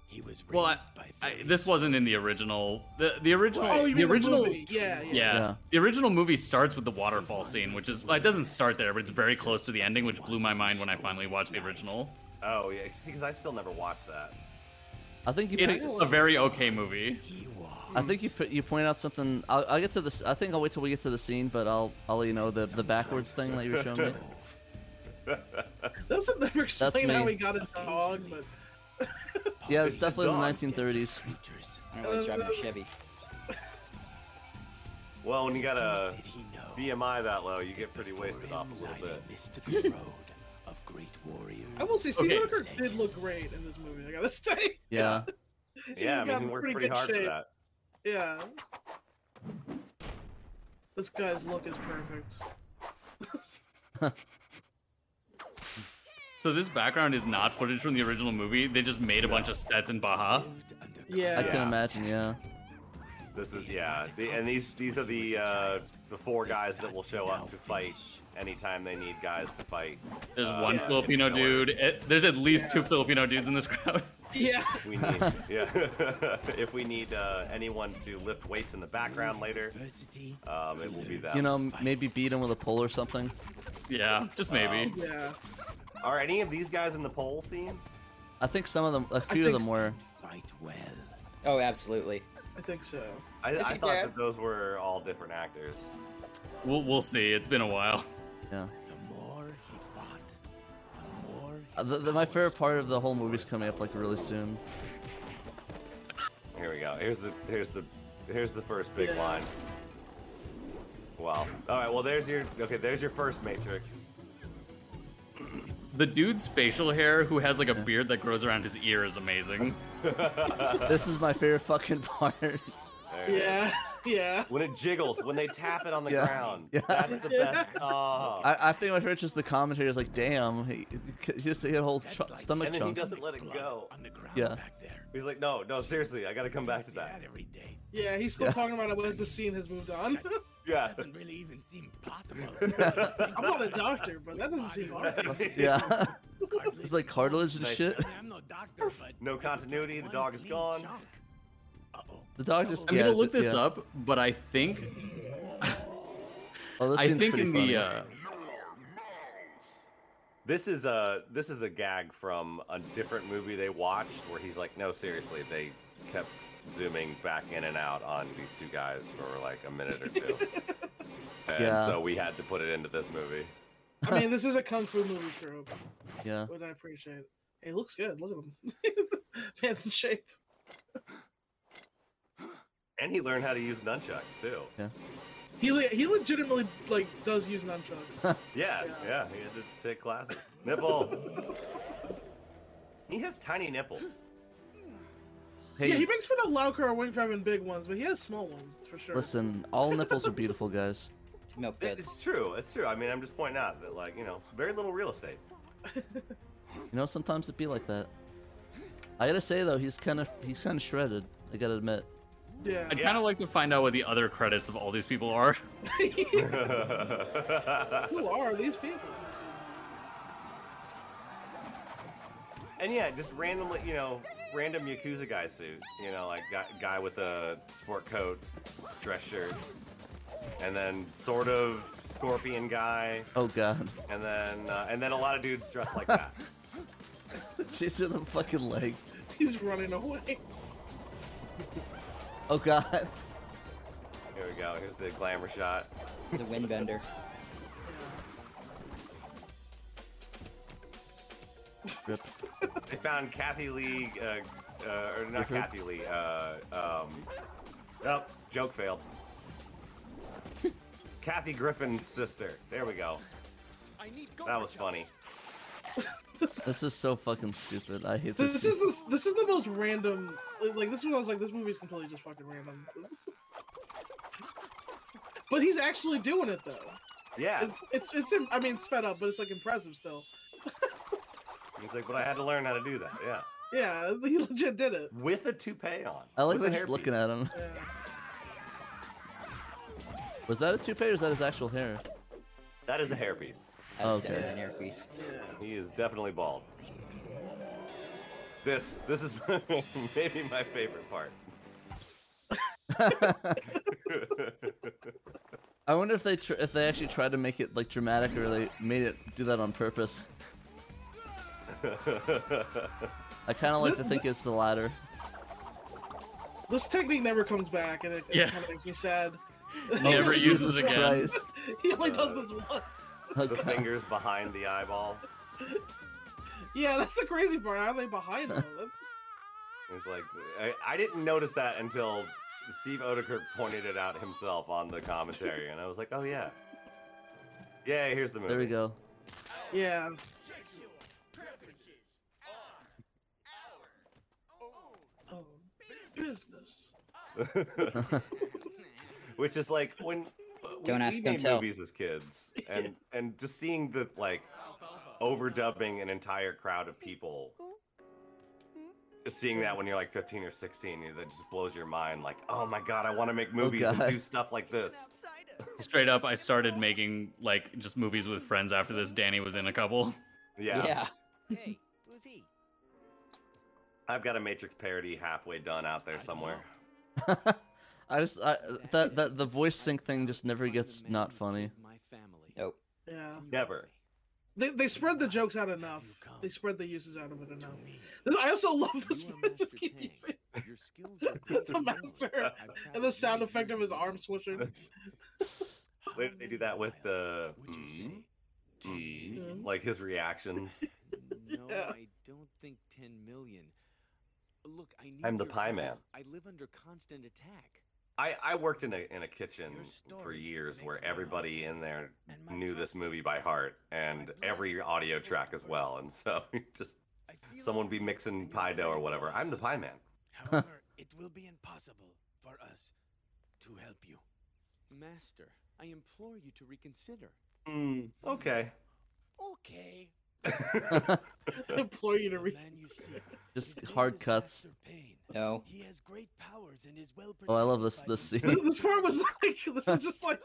Speaker 7: He was raised
Speaker 3: Well, I,
Speaker 7: by
Speaker 3: I, this wasn't in the original. The the original.
Speaker 4: Oh,
Speaker 3: the
Speaker 4: you mean the
Speaker 3: original.
Speaker 4: movie. Yeah, yeah.
Speaker 3: Yeah.
Speaker 2: Yeah.
Speaker 3: the original movie starts with the waterfall scene, which is well, it doesn't start there, but it's very close to the ending, which blew my mind when I finally watched the original.
Speaker 1: Oh yeah, because I still never watched that.
Speaker 2: I think you.
Speaker 3: It's
Speaker 2: pick-
Speaker 3: a very okay movie.
Speaker 2: I think you put, you point out something. I'll, I'll get to this. I think I'll wait till we get to the scene, but I'll I'll let you know the the backwards thing that you were showing me.
Speaker 4: Doesn't never explain how
Speaker 2: me.
Speaker 4: he got his dog, but
Speaker 2: Yeah,
Speaker 1: It's
Speaker 2: it's
Speaker 1: his
Speaker 2: definitely
Speaker 1: dog.
Speaker 2: the 1930s.
Speaker 5: I always drive
Speaker 1: Uh,
Speaker 5: a Chevy.
Speaker 1: Well, when you got a
Speaker 7: Did he know
Speaker 1: BMI that low, you get
Speaker 7: that
Speaker 1: pretty
Speaker 7: before
Speaker 1: wasted
Speaker 7: him
Speaker 1: off a little
Speaker 7: lied
Speaker 1: bit.
Speaker 7: mystical road of great warriors?
Speaker 4: I will say Steve
Speaker 3: Okay.
Speaker 4: Rooker did look great in this movie. I gotta say,
Speaker 2: Yeah.
Speaker 4: He
Speaker 1: Yeah, I
Speaker 4: got
Speaker 1: mean, he worked pretty
Speaker 4: pretty good
Speaker 1: hard for
Speaker 4: shape.
Speaker 1: that.
Speaker 4: yeah. This guy's look is perfect.
Speaker 3: So this background is not footage from the original movie. They just made a bunch of sets in Baja.
Speaker 2: I
Speaker 4: Yeah,
Speaker 2: can
Speaker 1: Yeah.
Speaker 2: imagine. Yeah.
Speaker 1: This is yeah, the, and these these are the uh, the four guys that will show up to fight anytime they need guys to fight.
Speaker 3: There's
Speaker 1: Uh,
Speaker 3: one
Speaker 1: yeah,
Speaker 3: Filipino
Speaker 1: it's killer.
Speaker 3: dude. Eh, There's at least two Filipino dudes in this crowd.
Speaker 4: yeah.
Speaker 1: We need yeah, if we need uh, anyone to lift weights in the background later, um, it will be that.
Speaker 2: You know, m- maybe beat him with a pole or something.
Speaker 3: yeah, just maybe.
Speaker 4: Yeah.
Speaker 1: are any of these guys in the pole scene?
Speaker 2: I think some of them, a few of
Speaker 4: think
Speaker 2: them were.
Speaker 7: Fight well.
Speaker 5: Oh, absolutely.
Speaker 4: I think so.
Speaker 1: I,
Speaker 5: Yes,
Speaker 1: I
Speaker 5: you
Speaker 1: thought
Speaker 5: can.
Speaker 1: that those were all different actors.
Speaker 3: We'll we'll see. It's been a while.
Speaker 2: Yeah.
Speaker 7: The more he fought, the more.
Speaker 2: Uh, The, the, my favorite part of the whole movie's coming up like really soon.
Speaker 1: Here we go. Here's the here's the here's the first big
Speaker 4: Yeah.
Speaker 1: line. Wow. All right. Well, there's your okay. There's your first Matrix.
Speaker 3: The dude's facial hair, who has like a beard that grows around his ear, is amazing.
Speaker 2: This is my favorite fucking part.
Speaker 1: There it is.
Speaker 4: Yeah. Yeah.
Speaker 1: When it jiggles, when they tap it on the
Speaker 2: Yeah.
Speaker 1: ground.
Speaker 2: Yeah.
Speaker 1: That's the best. Oh.
Speaker 2: I, I think my favorite is just the commentator is like, damn, he, he just hit a whole chu- stomach
Speaker 1: and then he
Speaker 2: chunk.
Speaker 1: doesn't let it go.
Speaker 7: On the ground
Speaker 2: Yeah.
Speaker 7: back there.
Speaker 1: He's like, no, no, seriously, I gotta come back to
Speaker 7: See
Speaker 1: that.
Speaker 7: that every day.
Speaker 4: Yeah, he's still talking about it as the scene has moved on.
Speaker 1: Yeah.
Speaker 7: Doesn't really even seem possible.
Speaker 4: I'm not a doctor, but that doesn't seem hard.
Speaker 2: Yeah. it's like cartilage and
Speaker 1: Nice.
Speaker 2: shit.
Speaker 7: I mean, I'm no doctor, but
Speaker 1: No continuity, the dog is gone.
Speaker 7: Uh oh.
Speaker 2: The dog just.
Speaker 3: I'm
Speaker 2: yeah,
Speaker 3: gonna look
Speaker 2: d-
Speaker 3: this
Speaker 2: yeah.
Speaker 3: up, but I think
Speaker 2: Oh, this
Speaker 3: I
Speaker 2: scene's
Speaker 3: think
Speaker 2: pretty
Speaker 3: in
Speaker 2: funny.
Speaker 3: the uh,
Speaker 1: This is a this is a gag from a different movie they watched where he's like, no, seriously, they kept zooming back in and out on these two guys for like a minute or two. and
Speaker 2: Yeah.
Speaker 1: so we had to put it into this movie.
Speaker 4: I mean, this is a kung fu movie trope,
Speaker 2: yeah.
Speaker 4: but I appreciate it. He looks good. Look at him. Man's in shape.
Speaker 1: And he learned how to use nunchucks too.
Speaker 4: He le- he legitimately like does use nunchucks.
Speaker 1: Yeah, yeah, he had to take classes. Nipple. he has tiny nipples.
Speaker 2: Hey,
Speaker 4: Yeah, he makes fun of Lauker or Wing for having big ones, but he has small ones for sure.
Speaker 2: listen, all nipples are beautiful, guys.
Speaker 5: Milk
Speaker 1: It-
Speaker 5: duds.
Speaker 1: It's true. It's true. I mean, I'm just pointing out that, like, you know, very little real estate.
Speaker 2: You know, sometimes it be like that. I gotta say though, he's kind of he's kind of shredded. I gotta admit.
Speaker 4: Yeah.
Speaker 3: I'd kind of like to find out what the other credits of all these people are.
Speaker 4: Who are these people?
Speaker 1: And yeah, just randomly, you know, random yakuza guy suit. You know, like guy, guy with a sport coat, dress shirt, and then sort of scorpion guy,
Speaker 2: Oh god,
Speaker 1: and then uh, and then a lot of dudes dressed like that.
Speaker 2: chasing the fucking leg.
Speaker 4: He's running away.
Speaker 2: Oh god.
Speaker 1: Here we go. Here's the glamour shot.
Speaker 5: It's a wind bender.
Speaker 1: They found Kathy Lee, uh, uh, or not Kathy Lee. Uh, um, oh, joke failed. Kathy Griffin's sister. There we go.
Speaker 7: I need
Speaker 1: That was funny.
Speaker 2: This is so fucking stupid. I hate this.
Speaker 4: This is the, this is the most random. Like, like this one, I was like, this movie's completely just fucking random. but he's actually doing it though.
Speaker 1: Yeah.
Speaker 4: It's it's, it's im- I mean sped up, but it's like impressive still.
Speaker 1: He's like, but I had to leararn how to do that. Yeah.
Speaker 4: Yeah, he legit did it.
Speaker 1: With a toupee on.
Speaker 2: I like
Speaker 1: With a
Speaker 2: that just
Speaker 1: hairpiece.
Speaker 2: looking at him.
Speaker 4: Yeah.
Speaker 2: Was that a toupee or is that his actual hair?
Speaker 1: That is a hairpiece.
Speaker 5: That's
Speaker 2: Okay.
Speaker 5: definitely an air piece.
Speaker 1: He is definitely bald. This this is maybe my favorite part.
Speaker 2: I wonder if they tr- if they actually tried to make it like dramatic or they made it do that on purpose. I kind of like to think it's the latter.
Speaker 4: This technique never comes back, and it, it
Speaker 2: Yeah.
Speaker 4: kind of makes me sad.
Speaker 3: Never uses
Speaker 2: Oh, Jesus
Speaker 3: again.
Speaker 2: Christ.
Speaker 4: he only does this once.
Speaker 2: Oh,
Speaker 1: the fingers behind the eyeballs.
Speaker 4: Yeah, that's the crazy part. How are they behind him? That's
Speaker 1: It's like I, I didn't notice that until Steve Odekirk pointed it out himself on the commentary, and I was like, oh yeah, yeah. Here's the movie.
Speaker 2: There we go.
Speaker 4: yeah. Oh, business.
Speaker 1: Which is like when uh, we-
Speaker 5: Don't
Speaker 1: we
Speaker 5: ask, don't
Speaker 1: made
Speaker 5: tell.
Speaker 1: movies as kids, and and just seeing the like overdubbing an entire crowd of people, seeing that when you're like 15 or 16, you- that just blows your mind. Like, oh my god, I want to make movies and
Speaker 2: God.
Speaker 1: do stuff like this.
Speaker 3: Straight up, I started making like just movies with friends after this. Danny was in a couple.
Speaker 1: Yeah,
Speaker 5: Yeah.
Speaker 11: Hey, who's he?
Speaker 1: I've got a Matrix parody halfway done out there somewhere.
Speaker 2: I just I, uh, that that the voice sync thing just never gets not funny.
Speaker 11: My family.
Speaker 5: Nope.
Speaker 4: Yeah.
Speaker 1: Never.
Speaker 4: They, they spread the jokes out enough. They spread the uses out of it enough. This- I also love this
Speaker 11: You are
Speaker 4: one. Just
Speaker 11: Master
Speaker 4: keep
Speaker 11: Tang.
Speaker 4: using
Speaker 11: Your skills are
Speaker 4: the master and the sound effect of his arm switching.
Speaker 1: They, they do that with the
Speaker 11: Would you
Speaker 1: "Hmm?
Speaker 11: say?
Speaker 1: D,
Speaker 4: Mhm.
Speaker 1: like his reactions.
Speaker 11: No,
Speaker 4: Yeah.
Speaker 11: I don't think 10 million. Look, I need
Speaker 1: I'm the
Speaker 11: your
Speaker 1: pie
Speaker 11: help.
Speaker 1: man.
Speaker 11: I live under constant attack.
Speaker 1: I, I worked in a in a kitchen
Speaker 11: Your
Speaker 1: for
Speaker 11: story
Speaker 1: years
Speaker 11: makes
Speaker 1: where
Speaker 11: me
Speaker 1: everybody
Speaker 11: hot.
Speaker 1: in there
Speaker 11: And my
Speaker 1: knew this
Speaker 11: trust
Speaker 1: movie
Speaker 11: is
Speaker 1: by
Speaker 11: gone.
Speaker 1: heart and
Speaker 11: blood
Speaker 1: every
Speaker 11: is
Speaker 1: audio
Speaker 11: pouring
Speaker 1: track as
Speaker 11: first.
Speaker 1: well. And so you just
Speaker 11: I feel
Speaker 1: someone
Speaker 11: your
Speaker 1: be
Speaker 11: heat
Speaker 1: mixing
Speaker 11: and your
Speaker 1: pie dough or
Speaker 11: brain
Speaker 1: whatever. I'm the
Speaker 11: waves.
Speaker 1: pie man.
Speaker 11: However, it will be impossible for us to help you. Master, I implore you to reconsider.
Speaker 4: Hmm,
Speaker 1: okay.
Speaker 11: Okay.
Speaker 4: I implore you to
Speaker 11: The
Speaker 4: read.
Speaker 11: man you
Speaker 4: this.
Speaker 11: seek.
Speaker 2: Just
Speaker 11: His name
Speaker 2: hard
Speaker 11: is
Speaker 2: cuts.
Speaker 11: Master Pain.
Speaker 5: No.
Speaker 11: He has great powers and is well
Speaker 2: Oh, I love this
Speaker 11: protected
Speaker 2: this
Speaker 11: by
Speaker 2: scene.
Speaker 4: This part was like this is just like.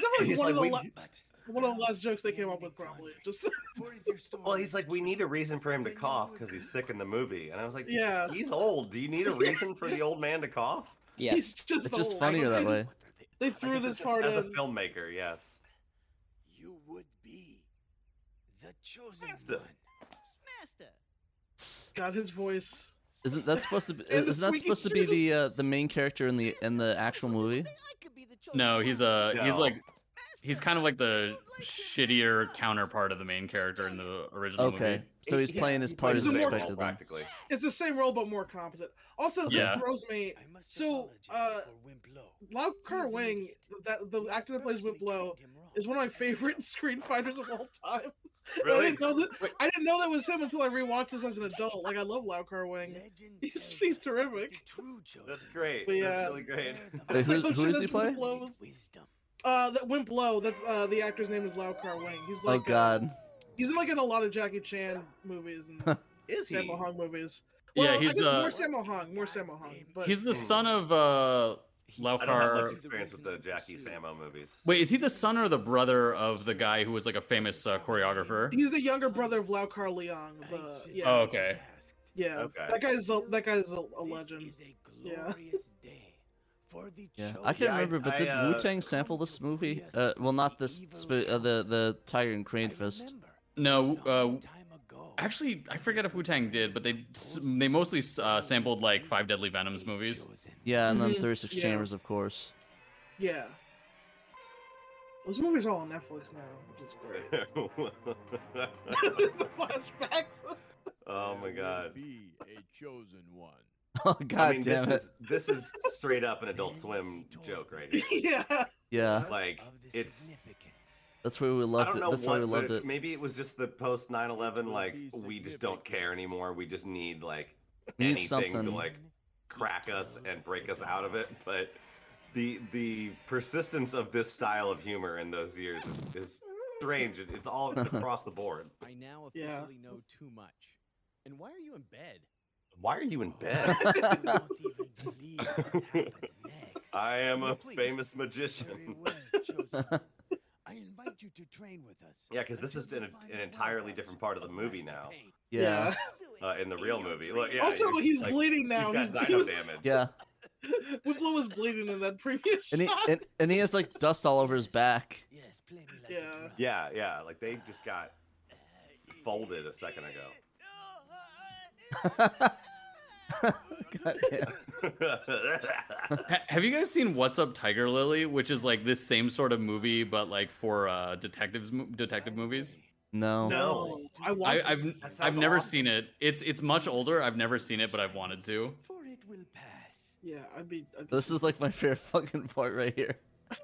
Speaker 1: And
Speaker 4: definitely
Speaker 1: he's
Speaker 4: one, of the
Speaker 1: like,
Speaker 4: la-
Speaker 1: we-
Speaker 11: evil. But
Speaker 4: one of the last jokes they came up with, probably. Just
Speaker 11: for your story,
Speaker 1: Well, he's like, we need a reason for him to cough because he's sick in the movie. And I was like,
Speaker 4: Yeah.
Speaker 1: he's old. Do you need a reason for the old man to cough?
Speaker 5: Yes.
Speaker 4: he's just
Speaker 2: It's just
Speaker 4: old.
Speaker 2: funnier
Speaker 4: They
Speaker 2: that
Speaker 4: just-
Speaker 2: way.
Speaker 4: They
Speaker 1: I
Speaker 4: threw
Speaker 1: guess as-
Speaker 4: this part
Speaker 1: as a
Speaker 4: in.
Speaker 1: filmmaker. Yes.
Speaker 11: you would be the chosen
Speaker 1: Master.
Speaker 11: one. Master.
Speaker 4: God, his voice.
Speaker 2: Isn't that supposed to be?
Speaker 4: And the
Speaker 2: Isn't that
Speaker 4: squeaky
Speaker 2: supposed to be
Speaker 4: shoes.
Speaker 2: the uh, the main character in the in the actual movie?
Speaker 3: No, he's a he's
Speaker 1: No.
Speaker 3: like he's kind of like the shittier counterpart of the main character in the original
Speaker 2: Okay,
Speaker 3: movie.
Speaker 2: so he's
Speaker 1: He-
Speaker 2: playing his part
Speaker 1: plays
Speaker 2: as
Speaker 4: the
Speaker 1: his
Speaker 4: same role,
Speaker 2: expected. Then.
Speaker 1: practically.
Speaker 4: It's the same role, but more competent. Also, this
Speaker 3: Yeah.
Speaker 4: throws me.
Speaker 11: I must
Speaker 4: So,
Speaker 11: apologize
Speaker 4: uh,
Speaker 11: for Wimp Low.
Speaker 4: Lau Kar
Speaker 11: He's an
Speaker 4: Wing,
Speaker 11: idiot.
Speaker 4: that the
Speaker 11: We
Speaker 4: actor that plays
Speaker 11: purposely
Speaker 4: Wiplow,
Speaker 11: trained him wrong.
Speaker 4: is one of my favorite screen fighters of all time. I
Speaker 1: Really?
Speaker 4: didn't know that. I didn't know that was him until I rewatched this as an adult. Like I love Lau Kar Wing.
Speaker 11: Legend
Speaker 4: He's-
Speaker 11: tells
Speaker 4: he's
Speaker 11: us that
Speaker 4: terrific.
Speaker 11: the true
Speaker 1: That's
Speaker 11: chosen
Speaker 1: great.
Speaker 4: But,
Speaker 1: That's
Speaker 4: uh,
Speaker 1: really great.
Speaker 11: bear the
Speaker 2: Wait,
Speaker 11: mark
Speaker 2: who's-
Speaker 4: I'm
Speaker 2: who
Speaker 4: sure
Speaker 2: is
Speaker 4: that's
Speaker 2: he playing?
Speaker 4: Wiplow was-
Speaker 11: of wisdom.
Speaker 4: Uh, that Wimp Low. That's uh, the actor's name is Lau Kar Wing. He's
Speaker 2: Oh
Speaker 4: like, uh,
Speaker 2: God,
Speaker 4: he's in like in a lot of Jackie Chan movies and
Speaker 1: Is he?
Speaker 4: Sammo Hung movies.
Speaker 3: Yeah,
Speaker 4: Well, I
Speaker 3: he's,
Speaker 4: guess
Speaker 3: uh,
Speaker 4: more hmm. Sammo Hung, more Sammo Hung. But
Speaker 3: He's the son of uh
Speaker 1: I don't have
Speaker 3: Laukar.
Speaker 1: much experience with the Jackie Samo movies.
Speaker 3: Wait, is he the son or the brother of the guy who was like a famous uh, choreographer?
Speaker 4: he's the younger brother of Lau Kar Leong.
Speaker 11: I
Speaker 4: The
Speaker 11: should
Speaker 4: yeah,
Speaker 3: Oh, okay.
Speaker 11: have asked.
Speaker 4: yeah.
Speaker 1: Okay.
Speaker 4: That guy's a, that guy's a, a
Speaker 11: This
Speaker 4: legend.
Speaker 11: is a
Speaker 4: Yeah.
Speaker 11: glorious day for the
Speaker 2: yeah, I
Speaker 1: Yeah,
Speaker 2: can't
Speaker 1: I-
Speaker 2: remember. But did
Speaker 1: I, uh,
Speaker 2: Wu Tang sample this movie?
Speaker 11: Yes,
Speaker 2: Uh, well, not this.
Speaker 11: evil
Speaker 2: Sp- uh, the the Tiger and Crane Fist.
Speaker 3: No, uh,
Speaker 11: time ago,
Speaker 3: actually, I forget if Wu Tang did, but they s- they mostly uh, sampled like Five Deadly Venoms movies.
Speaker 2: Yeah, and then
Speaker 4: Mhm,
Speaker 2: Thirty Six
Speaker 4: yeah.
Speaker 2: Chambers, of course.
Speaker 4: Yeah. Those movies are all on Netflix now, which is great. the flashbacks.
Speaker 1: oh my god.
Speaker 11: Be a chosen one.
Speaker 2: Oh God
Speaker 1: I mean,
Speaker 2: damn it!
Speaker 1: this is this is straight up an Adult Swim joke right here.
Speaker 4: yeah.
Speaker 2: Yeah,
Speaker 1: Like,
Speaker 11: Of the
Speaker 1: it's-
Speaker 11: significance.
Speaker 2: that's where we
Speaker 1: I
Speaker 2: loved
Speaker 1: don't
Speaker 2: it.
Speaker 1: know
Speaker 2: That's why
Speaker 1: what.
Speaker 2: we
Speaker 1: the-
Speaker 2: loved it.
Speaker 1: Maybe it was just the post 9/11. Like we just don't care anymore. We just need like
Speaker 2: We need
Speaker 1: anything to
Speaker 2: something.
Speaker 1: like crack us and break us out of it. But the the persistence of this style of humor in those years is, is strange. It- It's all across the board.
Speaker 11: I now
Speaker 4: Yeah.
Speaker 11: officially know too much. And why are you in bed?
Speaker 1: Why are you in
Speaker 11: Oh,
Speaker 1: bed?
Speaker 11: I won't even believe what happened next.
Speaker 1: I am
Speaker 11: Well,
Speaker 1: a
Speaker 11: please,
Speaker 1: famous
Speaker 11: Very
Speaker 1: magician.
Speaker 11: well, chosen one. I invite you to
Speaker 7: train with us.
Speaker 1: Yeah, because this
Speaker 7: until
Speaker 1: is
Speaker 7: you
Speaker 1: an,
Speaker 7: find
Speaker 1: an
Speaker 7: out
Speaker 1: entirely
Speaker 7: why.
Speaker 1: different part of the movie
Speaker 7: Master
Speaker 1: now.
Speaker 7: Pain.
Speaker 2: Yeah.
Speaker 1: Uh, in the real movie, look, yeah,
Speaker 4: also,
Speaker 1: you-
Speaker 4: he's
Speaker 1: like,
Speaker 4: bleeding now.
Speaker 1: He's got dino
Speaker 4: he's,
Speaker 1: damage.
Speaker 2: Yeah.
Speaker 4: Winslow was bleeding in that previous
Speaker 2: And he
Speaker 4: shot.
Speaker 2: and, and he has like dust all over his back.
Speaker 7: Yes, play me like
Speaker 4: Yeah.
Speaker 7: a drum. Ah,
Speaker 1: Yeah, yeah. Like they just got folded a second
Speaker 2: God damn.
Speaker 1: ago.
Speaker 3: Ha- Have you guys seen What's Up Tiger Lily, which is like this same sort of movie, but like for uh, detectives, mo- detective movies?
Speaker 2: No.
Speaker 4: No, I
Speaker 3: I,
Speaker 4: want. to.
Speaker 3: I've
Speaker 1: That sounds
Speaker 3: I've never
Speaker 1: awesome.
Speaker 3: seen it. It's it's much older. I've never seen it, but I've wanted to.
Speaker 7: For it will pass.
Speaker 4: Yeah, I'd be. I'd be
Speaker 2: This is like my favorite fucking part right here.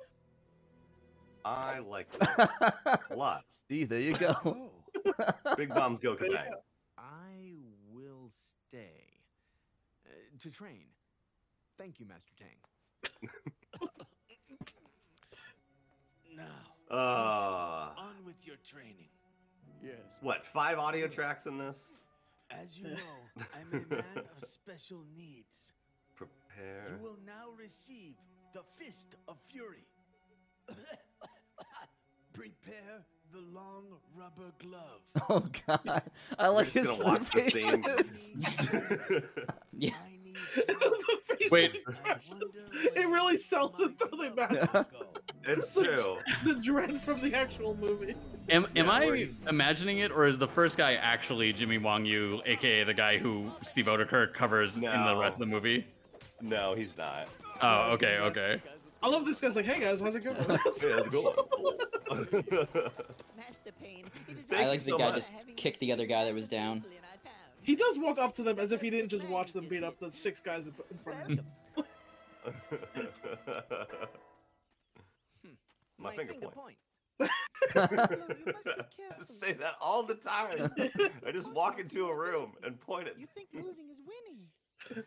Speaker 1: I like that a lot.
Speaker 2: See, there you go.
Speaker 7: Oh,
Speaker 1: Big bombs go tonight.
Speaker 7: I will stay uh, to train. Thank you, Master Tang. now,
Speaker 1: Uh,
Speaker 7: on with your training. Yes.
Speaker 1: what? Five audio tracks in this?
Speaker 7: As you know, I'm a man of special needs. You
Speaker 1: Prepare.
Speaker 7: will now receive the Fist of Fury. Prepare the long rubber glove.
Speaker 2: Oh god. I like
Speaker 1: We're
Speaker 2: his
Speaker 1: just gonna watch the same.
Speaker 2: faces.
Speaker 5: Yeah.
Speaker 7: I need
Speaker 4: the facial
Speaker 3: Wait.
Speaker 4: expressions. It really sells it though they matter.
Speaker 1: it's true.
Speaker 4: the dread from the actual movie.
Speaker 3: Am am
Speaker 1: Yeah,
Speaker 3: I
Speaker 1: where he's-
Speaker 3: imagining it, or is the first guy actually Jimmy Wong Yu, aka the guy who Steve Odekirk covers in the
Speaker 1: No.
Speaker 3: rest of the movie?
Speaker 1: No, he's not.
Speaker 3: Oh, okay, okay.
Speaker 4: I love this guy's like, hey guys, how's it going?
Speaker 1: Yeah, that's a good one. Cool.
Speaker 11: Master Pain, it is
Speaker 1: Thank
Speaker 5: I
Speaker 1: you
Speaker 5: like the
Speaker 1: so
Speaker 5: guy
Speaker 1: much.
Speaker 5: just kicked the other guy that was down.
Speaker 4: he does walk up to them as if he didn't just watch them beat up the six guys in front of him.
Speaker 1: My finger points. Say
Speaker 11: Say
Speaker 1: that all the time. I just walk into a room and point
Speaker 11: You
Speaker 1: at.
Speaker 11: think losing is winning?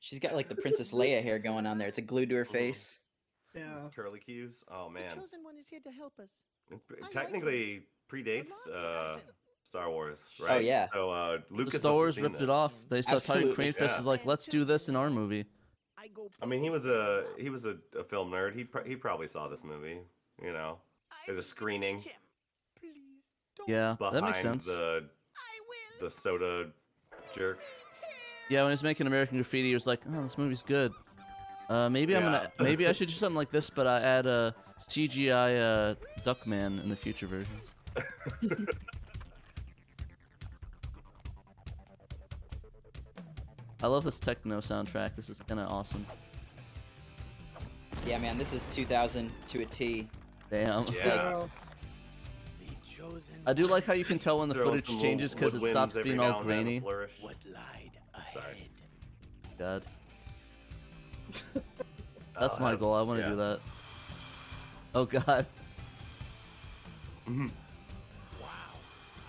Speaker 5: She's got like the Princess Leia hair going on there. It's a glued to her face.
Speaker 4: Yeah.
Speaker 1: Those curly cues. Oh
Speaker 11: The
Speaker 1: man.
Speaker 11: chosen one is here to help us.
Speaker 1: It p- it
Speaker 11: I like it.
Speaker 1: technically predates
Speaker 11: Come on,
Speaker 1: uh,
Speaker 11: Horizon.
Speaker 1: Star Wars, right?
Speaker 5: yeah.
Speaker 1: So uh, Lucas
Speaker 2: Oh, the Star
Speaker 1: must have
Speaker 2: Wars
Speaker 1: seen
Speaker 2: ripped
Speaker 1: this.
Speaker 2: it off. They saw Tiger
Speaker 5: Absolutely.
Speaker 2: Crane Fist
Speaker 1: Yeah.
Speaker 2: is like, let's do this in our movie.
Speaker 11: I go.
Speaker 1: I mean, he was a he was a, a film nerd. He pr- he probably saw this movie, you know,
Speaker 11: I
Speaker 1: there's a
Speaker 11: will
Speaker 1: screening.
Speaker 11: fetch him. Please don't.
Speaker 2: Yeah,
Speaker 1: behind
Speaker 2: that makes sense.
Speaker 1: the
Speaker 11: I will.
Speaker 1: the soda jerk.
Speaker 2: Yeah, when he's making American Graffiti, he was like, "Oh, this movie's good. Uh, maybe I'm gonna,
Speaker 1: Yeah.
Speaker 2: maybe I should do something like this, but I add a CGI uh, Duckman in the future versions." I love this techno soundtrack. This is kind of awesome.
Speaker 5: Yeah, man, this is 2000 to a T.
Speaker 2: Damn.
Speaker 1: Yeah.
Speaker 7: The chosen.
Speaker 2: I do like how you can tell when the
Speaker 1: Throwing
Speaker 2: footage
Speaker 1: some little
Speaker 2: changes because it
Speaker 1: woodwinds
Speaker 2: stops
Speaker 1: every
Speaker 2: being
Speaker 1: now
Speaker 2: all
Speaker 1: and then,
Speaker 2: grainy.
Speaker 1: flourish.
Speaker 7: What lied ahead?
Speaker 1: Sorry.
Speaker 2: God, that's my
Speaker 1: Uh,
Speaker 2: goal. Oh, I want to
Speaker 1: yeah.
Speaker 2: do that. Oh God.
Speaker 7: Wow.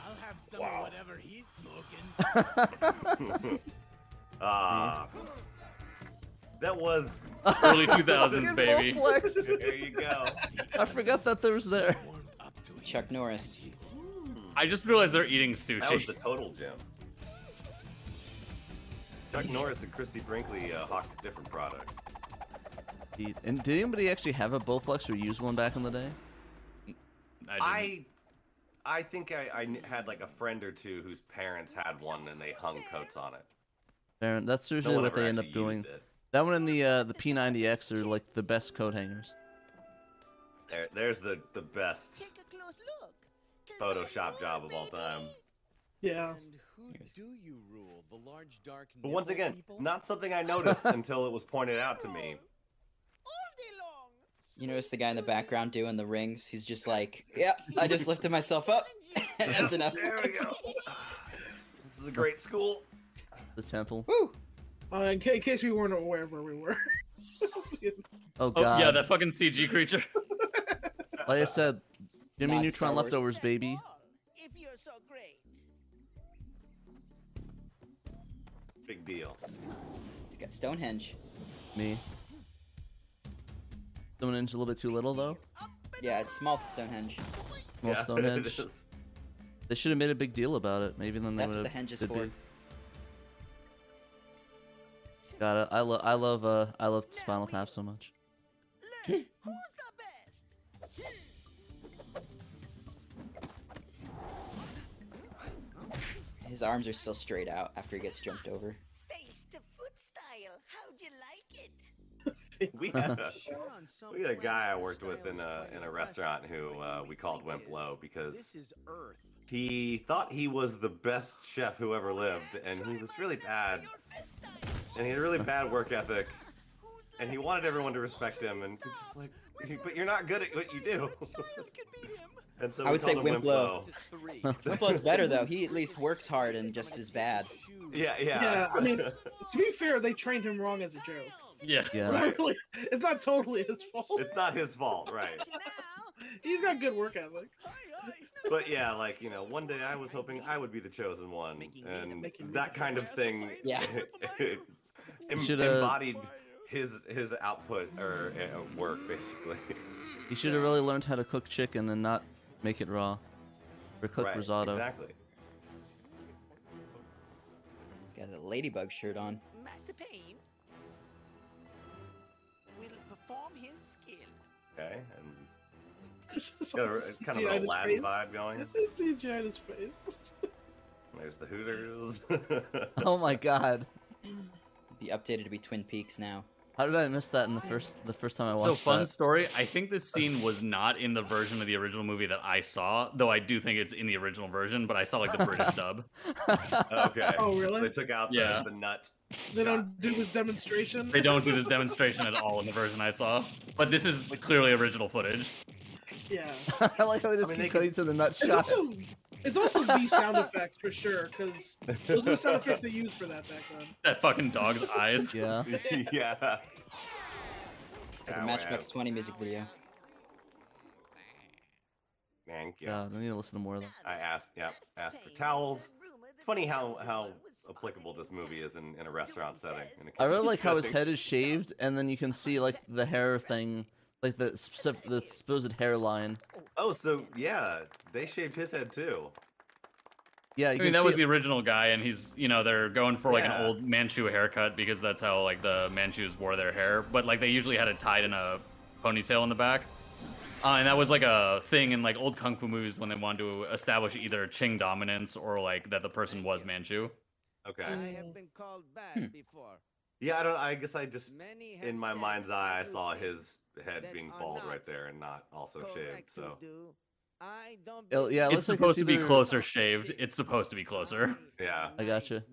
Speaker 7: I'll have some
Speaker 1: Wow.
Speaker 7: of whatever he's smoking.
Speaker 1: Ah. That was.
Speaker 3: Early 2000s,
Speaker 2: Fucking
Speaker 3: baby.
Speaker 2: ball flex.
Speaker 1: There you go.
Speaker 2: I forgot that there was there.
Speaker 7: Warmed up to it.
Speaker 5: Chuck Norris.
Speaker 3: I just realized they're eating sushi.
Speaker 1: That was the total gem. Chuck Norris and Christy Brinkley uh, hawked a different product.
Speaker 2: Indeed. And did anybody actually have a Bowflex or use one back in the day?
Speaker 3: I, didn't-
Speaker 1: I, I think I, I kn- had like a friend or two whose parents had one and they hung coats on it.
Speaker 2: Baron, that's
Speaker 1: No
Speaker 2: usually
Speaker 1: one
Speaker 2: what
Speaker 1: ever
Speaker 2: they end up
Speaker 1: actually
Speaker 2: doing.
Speaker 1: used it.
Speaker 2: That one and the uh, the P90X are like the best coat hangers.
Speaker 1: There, there's the the best.
Speaker 11: Take a close look. 'cause I
Speaker 1: Photoshop
Speaker 11: rule,
Speaker 1: job of all
Speaker 11: baby.
Speaker 1: time.
Speaker 4: Yeah.
Speaker 7: And who
Speaker 5: Yes.
Speaker 7: do you rule? The large dark.
Speaker 1: But once
Speaker 7: nimble
Speaker 1: again,
Speaker 7: people?
Speaker 1: not something I noticed until it was pointed out to me.
Speaker 11: All day long.
Speaker 5: You notice the guy in the
Speaker 11: Sweet Susie.
Speaker 5: background doing the rings? He's just like, yeah, I just lifted myself up. That's enough.
Speaker 1: There we go. This is a great school.
Speaker 2: The temple.
Speaker 5: Woo!
Speaker 4: Uh, in, ca- in case we weren't aware of where we were.
Speaker 2: Oh
Speaker 3: oh,
Speaker 2: god.
Speaker 3: yeah, that fucking CG creature.
Speaker 2: Like I said, Jimmy
Speaker 5: Not Star
Speaker 2: Neutron
Speaker 5: Wars.
Speaker 2: leftovers,
Speaker 11: That
Speaker 2: baby.
Speaker 11: wall, If you're so great.
Speaker 1: Big deal.
Speaker 5: He's got Stonehenge.
Speaker 2: Me. Stone inch a little bit too little though.
Speaker 11: Up and
Speaker 5: Yeah, it's small to Stonehenge.
Speaker 2: Small
Speaker 1: Yeah,
Speaker 2: stone
Speaker 1: it
Speaker 2: Stonehenge.
Speaker 1: is.
Speaker 2: They should have made a big deal about it. Maybe then they
Speaker 5: That's what
Speaker 2: would
Speaker 5: the henge is
Speaker 2: it'd
Speaker 5: for.
Speaker 2: be- God, I, I love I love uh I love Spinal Tap so much.
Speaker 11: Learn who's the best.
Speaker 5: His arms are still straight out after he gets jumped over.
Speaker 11: Face to foot style. How'd you like it?
Speaker 1: we had a, we had a guy I worked with in a in a restaurant who uh, we called Wimp Low because he thought he was the best chef who ever lived, and he was really bad, and he had a really bad work ethic, and he wanted everyone to respect him, and it's just like, but you're not good at what you do. and so
Speaker 5: I
Speaker 1: we
Speaker 5: would say
Speaker 1: called him Wimp
Speaker 5: Wimplow.
Speaker 1: Low.
Speaker 5: Wimplow's better though. He at least works hard and just is bad.
Speaker 1: Yeah,
Speaker 4: I mean, to be fair, they trained him wrong as a joke.
Speaker 3: Yeah.
Speaker 4: It's not really, it's not totally his fault.
Speaker 1: It's not his fault, right?
Speaker 4: He's got good work ethic.
Speaker 1: but yeah, like you know, one day I was hoping I would be the chosen one, and that kind of thing.
Speaker 5: Yeah.
Speaker 1: em-
Speaker 2: Shoulda-
Speaker 1: embodied his his output or uh, work basically.
Speaker 2: You should have really learned how to cook chicken and not make it raw. Or cook
Speaker 1: Right,
Speaker 2: risotto.
Speaker 1: Exactly.
Speaker 5: He's got a ladybug shirt on.
Speaker 11: Master Payne will perform his skill.
Speaker 1: Okay, and got a, uh, kind of a Latin vibe going.
Speaker 4: This CGI on his face.
Speaker 1: There's the Hooters.
Speaker 2: Oh my god.
Speaker 5: Be updated to be Twin Peaks now.
Speaker 2: How did I miss that in the first the first time I watched
Speaker 3: So fun
Speaker 2: that?
Speaker 3: story. I think this scene was not in the version of the original movie that I saw, though I do think it's in the original version. But I saw like the British dub.
Speaker 1: okay.
Speaker 4: Oh, really?
Speaker 1: They took out the,
Speaker 3: Yeah.
Speaker 1: the nut.
Speaker 4: They don't do this demonstration.
Speaker 3: They don't do this demonstration at all in the version I saw. But this is clearly original footage.
Speaker 4: Yeah.
Speaker 2: I like how they just
Speaker 1: mean,
Speaker 2: keep
Speaker 1: they
Speaker 2: cutting to the nut
Speaker 4: It's
Speaker 2: shot.
Speaker 4: also, it's also the sound effects for sure, because those are the sound effects they used for that back then.
Speaker 3: That fucking dog's eyes.
Speaker 2: Yeah.
Speaker 1: yeah.
Speaker 5: It's like a Matchbox 20 music video.
Speaker 1: Thank you.
Speaker 2: God, I need to listen to more of that.
Speaker 1: I asked, yeah, asked for towels. It's funny how how applicable this movie is in, in a restaurant setting. In a
Speaker 2: I really
Speaker 1: kitchen
Speaker 2: like how his
Speaker 1: setting.
Speaker 2: head is shaved, and then you can see like the hair thing, like the specif- the supposed hairline.
Speaker 1: Oh, so yeah, they shaved his head too.
Speaker 2: Yeah,
Speaker 3: I
Speaker 2: you
Speaker 3: mean,
Speaker 2: can
Speaker 3: that
Speaker 2: see
Speaker 3: was the original guy, and he's, you know, they're going for like
Speaker 1: Yeah.
Speaker 3: an old Manchu haircut because that's how like the Manchus wore their hair. But like they usually had it tied in a ponytail in the back, uh, and that was like a thing in like old kung fu movies when they wanted to establish either Qing dominance or like that the person was Manchu.
Speaker 1: Okay.
Speaker 11: I
Speaker 2: Hmm.
Speaker 11: have been called back before.
Speaker 1: Yeah, I don't. I guess I just
Speaker 11: Many have
Speaker 1: in my
Speaker 11: said
Speaker 1: mind's eye I
Speaker 11: do
Speaker 1: saw
Speaker 11: things
Speaker 1: his head
Speaker 11: that
Speaker 1: being
Speaker 11: are
Speaker 1: bald right
Speaker 11: not
Speaker 1: there and not also shaved.
Speaker 11: correct to
Speaker 1: So
Speaker 11: do. I don't
Speaker 2: It'll- yeah, it
Speaker 11: believe
Speaker 3: it's
Speaker 2: looks like it's
Speaker 3: supposed to be
Speaker 2: either-
Speaker 3: closer shaved. It's supposed to be closer.
Speaker 1: yeah,
Speaker 2: I gotcha.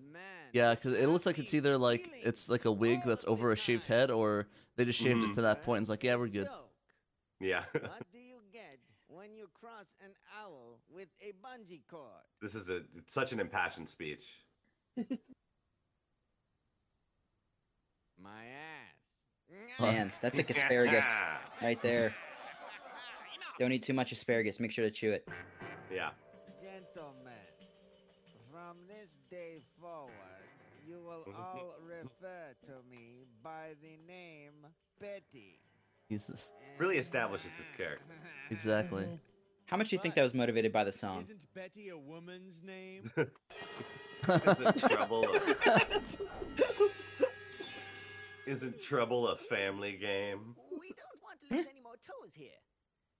Speaker 2: Yeah, because it looks like it's either like it's like a wig that's over a shaved head, or they just shaved
Speaker 1: Mhm.
Speaker 11: Mm-hmm.
Speaker 2: it to that point and it's like, yeah, we're good.
Speaker 11: joke.
Speaker 1: yeah.
Speaker 11: what do you get when you cross an owl with a bungee cord?
Speaker 1: this is a such an impassioned speech.
Speaker 11: My ass.
Speaker 5: Man, that's like asparagus right there.
Speaker 11: Enough,
Speaker 5: Don't eat too much asparagus. Make sure to chew it.
Speaker 1: Yeah.
Speaker 11: Gentlemen, from this day forward, you will all refer to me by the name Betty.
Speaker 2: Jesus,
Speaker 1: Really establishes his character.
Speaker 2: exactly.
Speaker 5: How much do you think that was motivated by the song?
Speaker 7: Isn't Betty a woman's name?
Speaker 1: Isn't trouble? A, isn't trouble a family game?
Speaker 11: We don't want to lose any more toes here.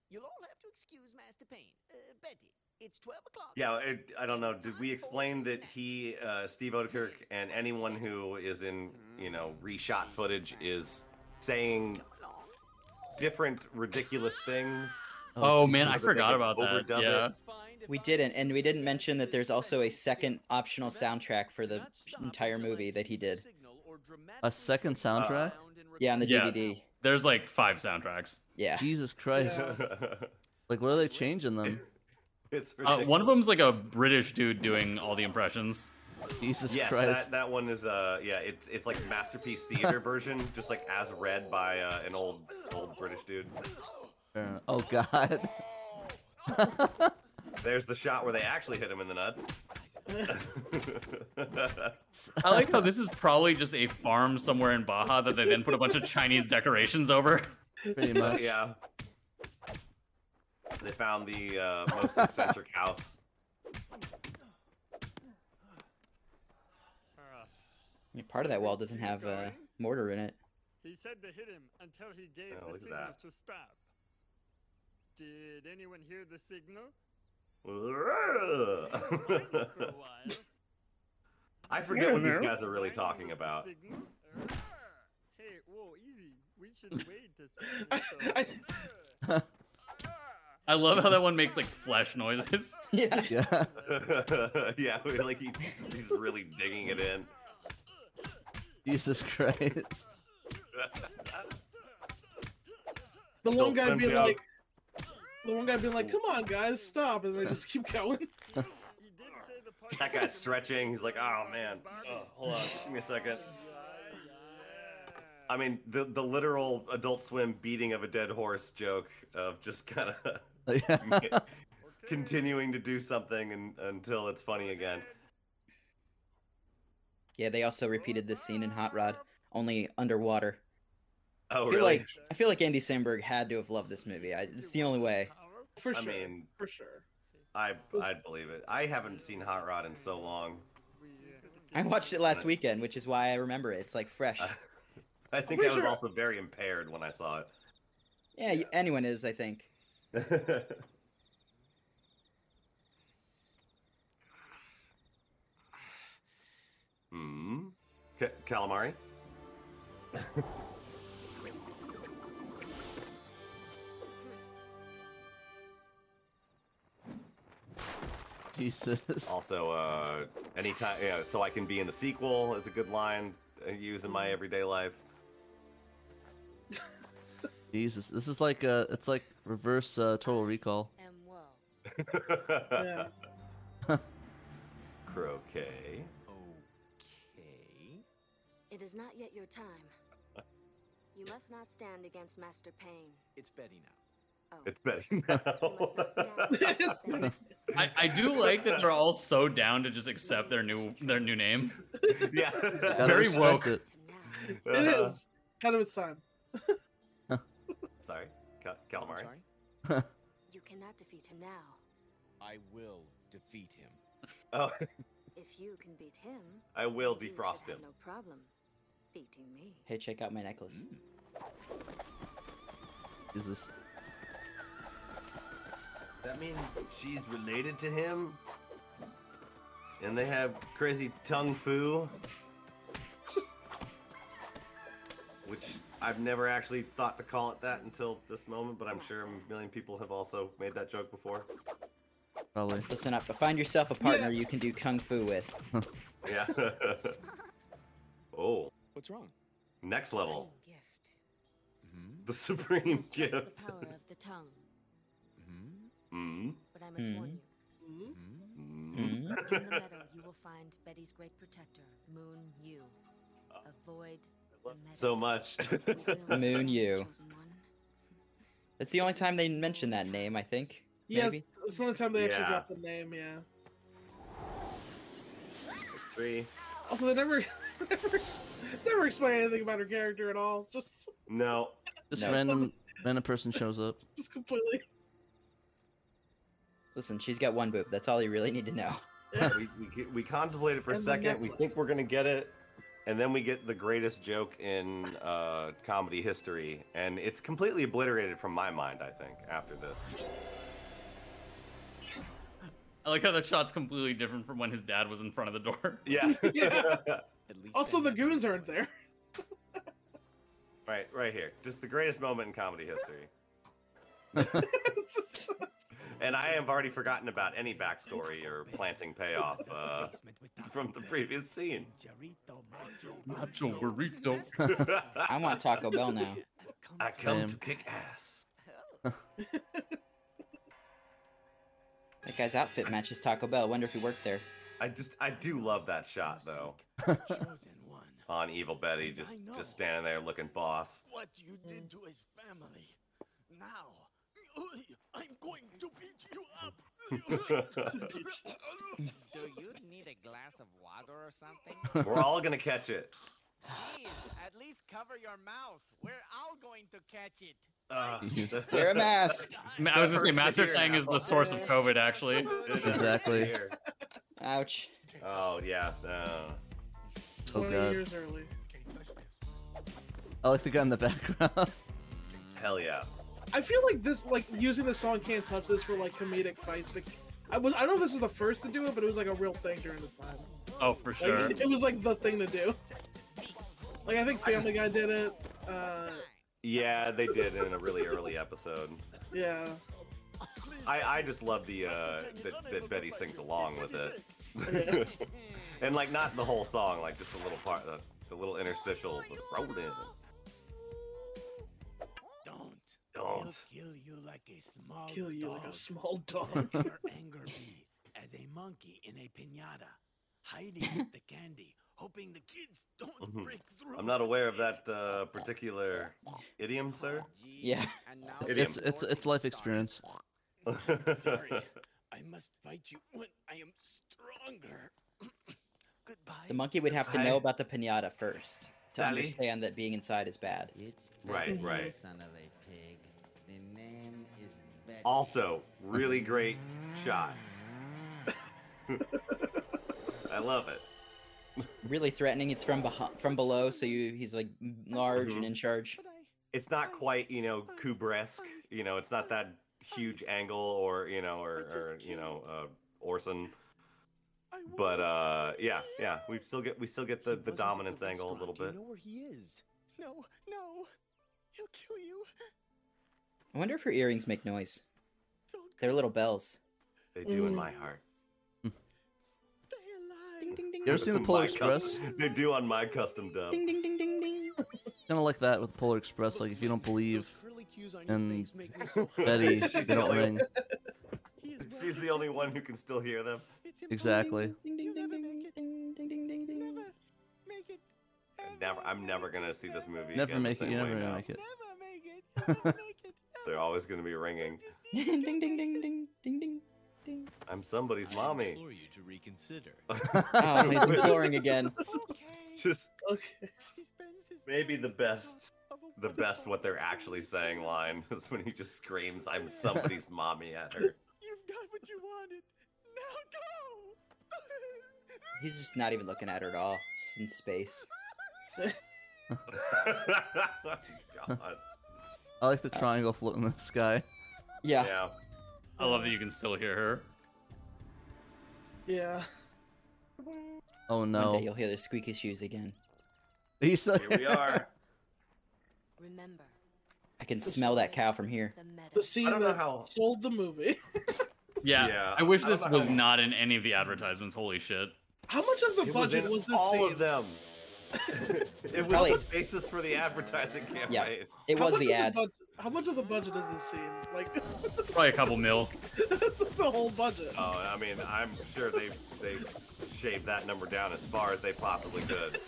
Speaker 11: You'll all have to excuse Master Payne. Uh, Betty, it's 12 o'clock.
Speaker 1: Yeah, it, I don't know. Did we explain that he, uh, Steve Odekirk, and anyone who is in, you know, reshot footage is saying different ridiculous things?
Speaker 3: Oh,
Speaker 2: Jesus.
Speaker 3: man, I
Speaker 1: So that they
Speaker 3: forgot
Speaker 1: can
Speaker 3: about that.
Speaker 1: overdub
Speaker 3: Yeah.
Speaker 1: it?
Speaker 5: We didn't, and we didn't mention that there's also a second optional soundtrack for the entire movie that he did.
Speaker 2: a second soundtrack.
Speaker 5: Yeah, on the
Speaker 3: Yeah.
Speaker 5: DVD.
Speaker 3: There's like five soundtracks.
Speaker 5: Uh, Yeah.
Speaker 2: Jesus Christ! Like, what are they changing them?
Speaker 1: it's
Speaker 3: Uh, one of
Speaker 1: ridiculous.
Speaker 3: them's like a British dude doing all the impressions.
Speaker 2: Jesus
Speaker 1: Yes,
Speaker 2: Christ!
Speaker 1: that, that one is uh yeah, it's it's like masterpiece theater version, just like as read by uh, an old old British dude.
Speaker 2: Fair enough. Oh God.
Speaker 1: There's the shot where they actually hit him in the nuts.
Speaker 3: I like how this is probably just a farm somewhere in Baja that they then put a bunch of Chinese decorations over.
Speaker 2: Pretty
Speaker 1: But
Speaker 2: much.
Speaker 1: yeah. They found the uh, most eccentric house.
Speaker 5: Yeah, Part of that wall doesn't have uh, mortar in it.
Speaker 12: He said to hit him until he gave
Speaker 1: Oh,
Speaker 12: the
Speaker 1: look at
Speaker 12: signal
Speaker 1: that.
Speaker 12: to stop. Did anyone hear the signal? Quiet for a while.
Speaker 1: I forget what these guys are really talking about.
Speaker 12: Hey, whoa, easy. We should wait to see.
Speaker 3: I love how that one makes like flesh noises.
Speaker 5: Yeah.
Speaker 2: Yeah.
Speaker 1: yeah, we- like he, he's really digging it in.
Speaker 2: Jesus Christ.
Speaker 4: The one
Speaker 1: Don't
Speaker 4: guy
Speaker 1: send
Speaker 4: being
Speaker 1: me out.
Speaker 4: like, the one guy being like, "Come on, guys, stop!" and they just keep going.
Speaker 1: that guy's stretching. He's like, oh man, Ugh, hold on, give me a second. I mean, the the literal Adult Swim beating of a dead horse joke of just kind of continuing to do something and, until it's funny again.
Speaker 5: Yeah, they also repeated this scene in Hot Rod, only underwater.
Speaker 1: Oh,
Speaker 5: I feel
Speaker 1: really?
Speaker 5: like I feel like Andy Samberg had to have loved this movie. I, it's the only way.
Speaker 4: For
Speaker 1: I
Speaker 4: sure.
Speaker 1: mean,
Speaker 4: for sure.
Speaker 1: I I'd believe it. I haven't seen Hot Rod in so long.
Speaker 12: uh,
Speaker 5: I watched it last weekend, which is why I remember it. It's like fresh.
Speaker 1: I think I
Speaker 5: pretty
Speaker 1: was
Speaker 5: sure-
Speaker 1: also very impaired when I saw it.
Speaker 5: Yeah, y- anyone is, I think.
Speaker 1: Hmm. Ca calamari.
Speaker 2: Jesus.
Speaker 1: Also, uh, anytime, you know, so I can be in the sequel is a good line I use in
Speaker 5: Hmm.
Speaker 1: my everyday life.
Speaker 2: Jesus. This is like uh it's like reverse uh, total recall.
Speaker 1: Croquet.
Speaker 7: Okay.
Speaker 13: It is not yet your time. You must not stand against Master Pain.
Speaker 7: It's Betty now.
Speaker 4: Oh.
Speaker 1: It's Betty now.
Speaker 3: I, I do like that they're all so down to just accept their new their new name.
Speaker 1: Yeah, uh,
Speaker 4: gotta
Speaker 3: very
Speaker 4: respect
Speaker 3: woke.
Speaker 2: it.
Speaker 4: It is ahead of its time.
Speaker 1: Sorry,
Speaker 4: Oh,
Speaker 1: Cal- calamari.
Speaker 7: sorry?
Speaker 13: You cannot defeat him now.
Speaker 7: I will defeat him.
Speaker 1: Oh,
Speaker 13: If you can beat him,
Speaker 1: I will
Speaker 13: you should
Speaker 1: defrost
Speaker 13: have
Speaker 1: him.
Speaker 13: No problem beating me.
Speaker 5: Hey, check out my necklace.
Speaker 2: Jesus.
Speaker 1: That mean she's related to him, and they have crazy tung fu, which I've never actually thought to call it that until this moment. But I'm sure a million people have also made that joke before.
Speaker 2: Probably.
Speaker 5: Listen up, but find yourself a partner you can do kung fu with.
Speaker 1: Yeah. oh,
Speaker 7: What's wrong?
Speaker 1: next level.
Speaker 13: Gift.
Speaker 1: The supreme gift.
Speaker 13: Trust the power of the tongue,
Speaker 1: Mm.
Speaker 13: but I
Speaker 5: Hmm.
Speaker 13: must warn
Speaker 12: Mm-hmm.
Speaker 13: you.
Speaker 5: Mm-hmm.
Speaker 1: Mm.
Speaker 13: In the meadow, you will find Betty's great protector, Moon Yu. Avoid
Speaker 1: So much.
Speaker 5: Moon you. That's the only time they mention that name, I think.
Speaker 4: Yeah,
Speaker 5: Maybe.
Speaker 4: it's- it's the only time they actually
Speaker 5: Yeah.
Speaker 4: drop the name. Yeah.
Speaker 1: Three.
Speaker 4: Also, they never, never, never explain anything about her character at all. Just,
Speaker 1: No.
Speaker 2: This
Speaker 5: No.
Speaker 2: random random person shows up.
Speaker 4: just completely.
Speaker 5: Listen, she's got one boob. That's all you really need to know.
Speaker 1: Yeah, we, we, c- we contemplate it for a
Speaker 5: And the
Speaker 1: second. We
Speaker 5: necklace.
Speaker 1: think we're gonna get it, and then we get the greatest joke in uh, comedy history, and it's completely obliterated from my mind. I think after this.
Speaker 3: I like how that shot's completely different from when his dad was in front of the door.
Speaker 1: Yeah.
Speaker 4: Also, the goons aren't there.
Speaker 1: right, right here. Just the greatest moment in comedy history. and I have already forgotten about any backstory or planting payoff uh, from the previous scene.
Speaker 3: Nacho burrito.
Speaker 5: I want Taco Bell now.
Speaker 1: I come
Speaker 5: Damn.
Speaker 1: to kick ass.
Speaker 5: That guy's outfit matches Taco Bell. Wonder if he worked there.
Speaker 1: I just I do love that shot though. On Evil Betty just just standing there looking boss.
Speaker 7: What you
Speaker 1: Mm.
Speaker 7: did to his family. Now, I'm going to beat you up.
Speaker 11: Do you need a glass of water or something?
Speaker 1: We're all gonna catch it.
Speaker 11: Please, at least cover your mouth. We're all going to catch it.
Speaker 1: Uh,
Speaker 5: Wear a mask.
Speaker 3: Ma- I was gonna say
Speaker 1: First
Speaker 3: Master
Speaker 1: year
Speaker 3: Tang is the
Speaker 1: now.
Speaker 3: source of COVID, actually.
Speaker 2: Exactly.
Speaker 5: Ouch.
Speaker 1: Oh yeah. Uh,
Speaker 2: Oh
Speaker 4: Twenty
Speaker 2: god.
Speaker 4: years early.
Speaker 2: I like the guy in the background.
Speaker 1: hell yeah.
Speaker 4: I feel like this, like using the song "Can't Touch This" for like comedic fights. But I was, I don't know if this is the first to do it, but it was like a real thing during this time.
Speaker 3: Oh, for
Speaker 4: Like,
Speaker 3: sure.
Speaker 4: it was like the thing to do. Like I think
Speaker 1: I just-
Speaker 4: Family Guy did it. Uh,
Speaker 1: Yeah, they did in a really early episode.
Speaker 4: yeah.
Speaker 1: I, I just love the uh, that, that Betty sings along with it, and like not the whole song, like just the little part, the, the little interstitial. The road in.
Speaker 7: Don't.
Speaker 1: Don't.
Speaker 7: He'll kill you like a small
Speaker 4: Kill you
Speaker 7: dog.
Speaker 4: like a small dog.
Speaker 7: Let your anger be as a monkey in a pinata, hiding with the candy, hoping the kids don't
Speaker 1: Mhm.
Speaker 7: break through.
Speaker 1: I'm not aware of that uh, particular idiom, sir.
Speaker 5: Yeah.
Speaker 1: Idiom.
Speaker 2: It's it's it's life experience.
Speaker 7: Sorry, I must fight you when I am stronger.
Speaker 5: The monkey would have to
Speaker 7: Hi.
Speaker 5: know about the pinata first to
Speaker 7: Sally?
Speaker 5: understand that being inside is bad.
Speaker 1: Right, right.
Speaker 11: Son of a pig. The name is Betty.
Speaker 1: Also, really great shot. I love it.
Speaker 5: Really threatening. It's from behind, from below, so you he's like m- large and
Speaker 4: Mm-hmm.
Speaker 1: Mhm.
Speaker 5: in charge.
Speaker 1: It's not quite, you know, Kubresque. You know, it's not that huge angle, or you know, or, or you know, uh, Orson. But uh, yeah, yeah, we still get we still get the, the dominance angle a little
Speaker 7: Do you
Speaker 1: bit.
Speaker 7: know where he is? No, no. He'll kill you.
Speaker 5: I wonder if her earrings make noise. They're little bells.
Speaker 1: They do in my heart.
Speaker 2: You ever seen the
Speaker 1: My
Speaker 2: Polar
Speaker 1: custom-
Speaker 2: Express?
Speaker 1: They do on my custom dub.
Speaker 5: ding ding ding ding.
Speaker 2: Kind of like that with Polar Express. Like if you don't believe in Betty,
Speaker 1: She's
Speaker 2: you
Speaker 1: the
Speaker 2: don't
Speaker 1: only-
Speaker 2: ring.
Speaker 1: She's the only one who can still hear them.
Speaker 2: Exactly.
Speaker 5: Ding ding ding ding ding ding ding ding ding.
Speaker 1: Never, I'm never gonna see this movie.
Speaker 2: Never
Speaker 1: again the
Speaker 2: make it,
Speaker 1: same
Speaker 2: you
Speaker 1: way
Speaker 2: never
Speaker 1: now.
Speaker 2: make it.
Speaker 1: They're always gonna be ringing.
Speaker 5: ding ding ding ding ding ding ding ding.
Speaker 1: I'm somebody's mommy.
Speaker 7: implore you to reconsider.
Speaker 5: Oh, he's imploring again.
Speaker 1: Just maybe the best, the best what they're actually saying line is when he just screams, "I'm somebody's mommy" at her.
Speaker 7: You've got what you wanted.
Speaker 5: He's just not even looking at her at all. Just in space.
Speaker 1: God.
Speaker 2: I like the triangle floating in the sky.
Speaker 5: Yeah.
Speaker 3: I love that you can still hear her.
Speaker 4: Yeah.
Speaker 2: Oh
Speaker 5: One
Speaker 2: no.
Speaker 5: day you'll hear the squeaky shoes again.
Speaker 2: He's still
Speaker 1: Here we are.
Speaker 13: Remember,
Speaker 5: I can smell that cow from here.
Speaker 4: The scene that sold the movie.
Speaker 3: Yeah.
Speaker 1: Yeah,
Speaker 3: I wish
Speaker 1: I don't
Speaker 3: this
Speaker 1: know
Speaker 3: was
Speaker 1: how-
Speaker 3: not in any of the advertisements. Holy shit.
Speaker 4: How much of the
Speaker 1: It was
Speaker 4: budget
Speaker 1: in
Speaker 4: was, this
Speaker 1: all
Speaker 4: scene?
Speaker 1: of them. it was
Speaker 5: Probably-
Speaker 1: the basis for the advertising campaign.
Speaker 5: Yeah, it
Speaker 4: How
Speaker 5: was
Speaker 4: much of
Speaker 5: the ad.
Speaker 4: budget- how much of the budget is this scene? Like this
Speaker 3: Probably a couple mil.
Speaker 4: is the whole budget.
Speaker 1: Oh, I mean, I'm sure they they shaved that number down as far as they possibly could.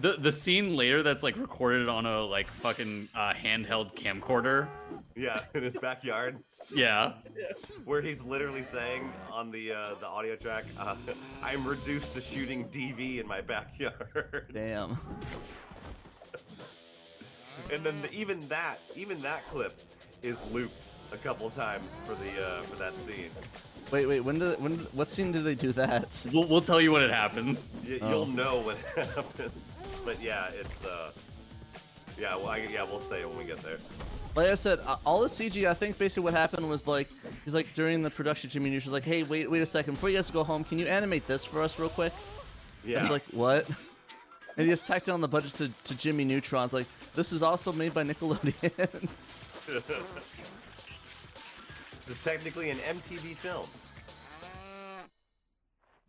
Speaker 3: The the scene later that's like recorded on a like fucking uh, handheld camcorder.
Speaker 1: Yeah, in his backyard,
Speaker 3: Yeah.
Speaker 1: where he's literally saying on the uh, the audio track, uh, "I'm reduced to shooting DV in my backyard."
Speaker 2: Damn.
Speaker 1: And then the, even that even that clip is looped a couple times for the uh, for that scene.
Speaker 2: Wait, wait. When did when? What scene did they do that?
Speaker 3: We'll, we'll tell you when it happens.
Speaker 1: Y-
Speaker 2: Oh.
Speaker 1: You'll know when it happens. But yeah, it's uh, yeah, well, I, yeah, we'll say it when we get there.
Speaker 2: Like I said, uh, all the CG. I think basically what happened was like he's like during the production team meeting, she's like, "Hey, wait, wait a second. Before you guys go home, can you animate this for us real quick?"
Speaker 1: Yeah.
Speaker 2: It's like what? And he just tacked on the budget to, to Jimmy Neutron's like, "This is also made by Nickelodeon."
Speaker 1: this is technically an MTV film.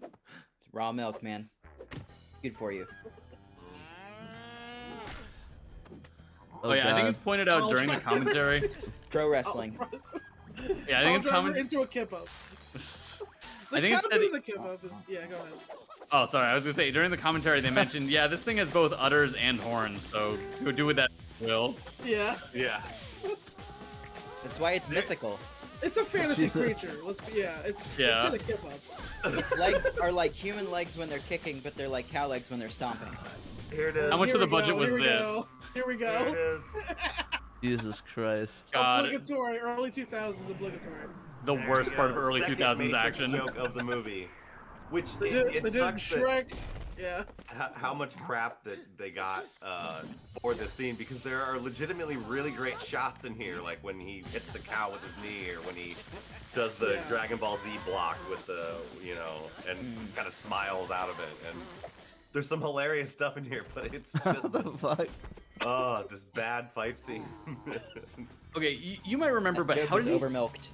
Speaker 5: It's raw milk, man. Good for you.
Speaker 3: Oh, yeah, I think it's pointed out during the commentary.
Speaker 5: Pro wrestling.
Speaker 3: Yeah, I think it's
Speaker 4: I'll drive her
Speaker 3: comment.
Speaker 4: into a kippo. The
Speaker 3: I think it's
Speaker 4: caterpillar
Speaker 3: said-
Speaker 4: of the kippo is yeah. Go ahead.
Speaker 3: Oh, sorry. I was gonna say during the commentary they mentioned, yeah, this thing has both udders and horns, so go do with that, what you will.
Speaker 4: Yeah,
Speaker 1: Yeah.
Speaker 5: That's why it's mythical.
Speaker 4: it's a fantasy
Speaker 5: She's a-
Speaker 4: creature. Let's be, yeah, it's
Speaker 3: Yeah.
Speaker 4: it's in a kippo.
Speaker 5: Its legs are like human legs when they're kicking, but they're like cow legs when they're stomping.
Speaker 1: Here it is.
Speaker 3: How much
Speaker 4: Here
Speaker 3: of the
Speaker 4: we
Speaker 3: budget
Speaker 4: go,
Speaker 3: was
Speaker 4: here we
Speaker 3: this?
Speaker 4: go, Here we
Speaker 1: Here it
Speaker 4: go.
Speaker 1: is.
Speaker 2: Jesus Christ.
Speaker 3: God,
Speaker 4: Obligatory, early 2000s obligatory.
Speaker 3: the worst part of early
Speaker 1: Second
Speaker 3: 2000s
Speaker 1: Matrix
Speaker 3: action.
Speaker 1: joke of the movie. Which
Speaker 4: They
Speaker 1: it,
Speaker 4: did-
Speaker 1: it
Speaker 4: they did
Speaker 1: sucks that-
Speaker 4: Shrek. Yeah.
Speaker 1: how, how much crap that they got uh, for this scene because there are legitimately really great shots in here, like when he hits the cow with his knee or when he does the
Speaker 4: Yeah.
Speaker 1: Dragon Ball Z block with the, you know, and kind of smiles out of it. And there's some hilarious stuff in here, but it's just the
Speaker 2: fuck.
Speaker 1: Oh, this bad fight scene.
Speaker 3: Okay, you, you might remember,
Speaker 1: That
Speaker 3: but
Speaker 1: joke
Speaker 3: how
Speaker 1: was
Speaker 3: did he? s-
Speaker 1: overmilked.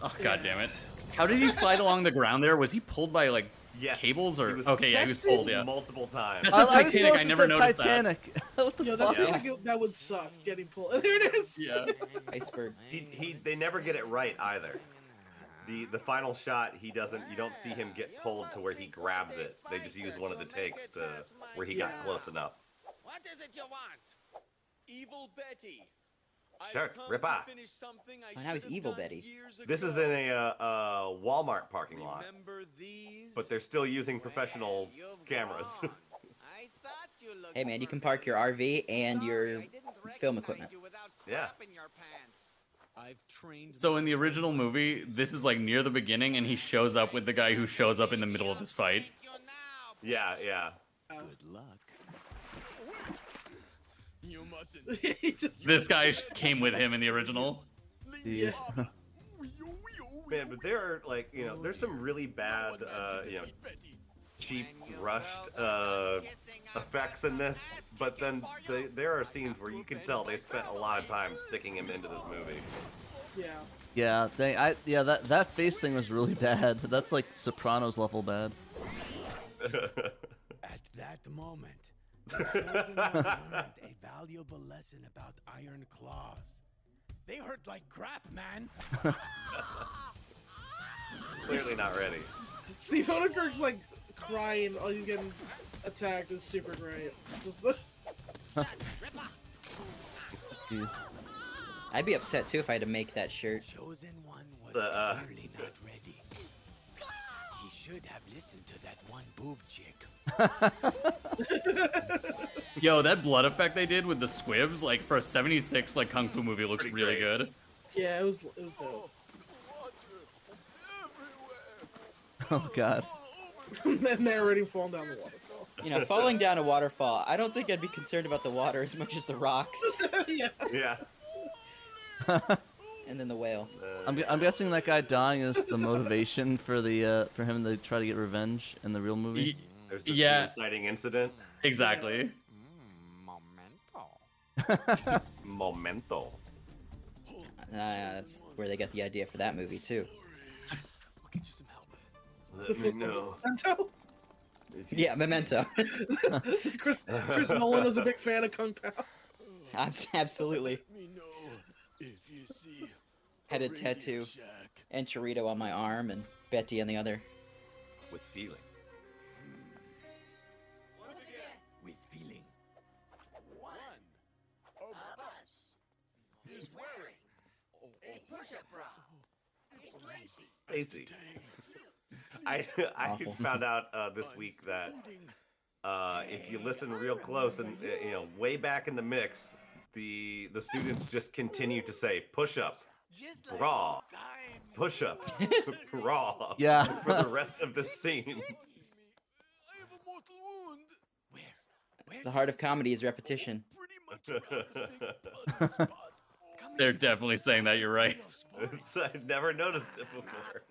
Speaker 3: Oh god damn it! How did he slide along the ground there? Was he pulled by like cables or? okay, yeah, he was
Speaker 1: That's
Speaker 3: pulled.
Speaker 1: it.
Speaker 3: Yeah,
Speaker 1: multiple times.
Speaker 3: That's just Titanic. I never noticed
Speaker 2: Titanic. what the
Speaker 4: Yo, that
Speaker 3: fuck?
Speaker 4: seemed like it- that would suck getting pulled. There it is.
Speaker 3: Yeah.
Speaker 5: Iceberg.
Speaker 1: He, he they never get it right either. The the final shot he doesn't you don't see him get pulled to where he grabs it. They just use one of the takes to where he got close enough.
Speaker 7: What is it you want? Evil Betty.
Speaker 1: Sure, rip off.
Speaker 7: Finish something I
Speaker 5: Oh, now he's evil, Betty.
Speaker 1: This is in a uh, uh, Walmart parking lot,
Speaker 7: remember these.
Speaker 1: but they're still using professional cameras.
Speaker 5: Hey man, you can park your RV and your film equipment.
Speaker 1: yeah.
Speaker 7: I've trained
Speaker 3: So in the original movie, this is like near the beginning, and he shows up with the guy who shows up in the middle of this fight.
Speaker 1: Yeah, yeah.
Speaker 7: Good luck. You mustn't.
Speaker 3: This guy sh- came with him in the original.
Speaker 1: Man, but there are like you know, there's some really bad, uh, you know, cheap rushed uh, effects in this. But then they, there are scenes where you can tell they spent a lot of time sticking him into this movie.
Speaker 4: Yeah.
Speaker 2: Yeah, dang, I yeah that that face thing was really bad. That's like Sopranos level bad.
Speaker 7: At that moment, the children learned a valuable lesson about iron claws. They hurt like crap, man.
Speaker 1: Clearly not ready.
Speaker 4: Steve Odenkirk's like crying while he's getting attacked is super great. Just the
Speaker 5: I'd be upset too if I had to make that shirt.
Speaker 1: The, uh,
Speaker 7: Clearly not ready. He should have listened to that one boob chick.
Speaker 3: Yo, that blood effect they did with the squibs, like for a '76 like kung fu movie, looks really good.
Speaker 4: yeah, it was it was dope.
Speaker 2: Oh god.
Speaker 4: and they're already falling down the waterfall.
Speaker 5: You know, falling down a waterfall. I don't think I'd be concerned about the water as much as the rocks.
Speaker 4: yeah.
Speaker 1: Yeah.
Speaker 5: And then the whale.
Speaker 2: I'm, gu- I'm guessing that guy dying is the motivation for the uh, for him to try to get revenge in the real movie.
Speaker 1: There's this
Speaker 3: Yeah.
Speaker 1: inciting incident.
Speaker 3: Exactly.
Speaker 1: Momento.
Speaker 5: Uh, that's where they got the idea for that movie too.
Speaker 1: Let me know.
Speaker 4: Memento?
Speaker 1: if you
Speaker 5: Yeah,
Speaker 1: see-
Speaker 5: Memento.
Speaker 4: Chris Chris Nolan was a big fan of Kung Pao.
Speaker 5: Abs- Absolutely. Had a tattoo and Chorito on my arm and Betty on the other.
Speaker 1: With feeling.
Speaker 7: With feeling.
Speaker 11: One of us is wearing a push-up bra. It's lacy.
Speaker 1: Lazy. I I
Speaker 7: Awful.
Speaker 1: found out uh, this week that uh, if you listen real close and uh, you know way back in the mix, the the students just continue to say push up, raw, push up, raw.
Speaker 2: Yeah.
Speaker 1: For the rest of the scene.
Speaker 5: The heart of comedy is repetition.
Speaker 7: Oh,
Speaker 3: They're definitely saying that. You're right.
Speaker 1: It's- I've never noticed it before.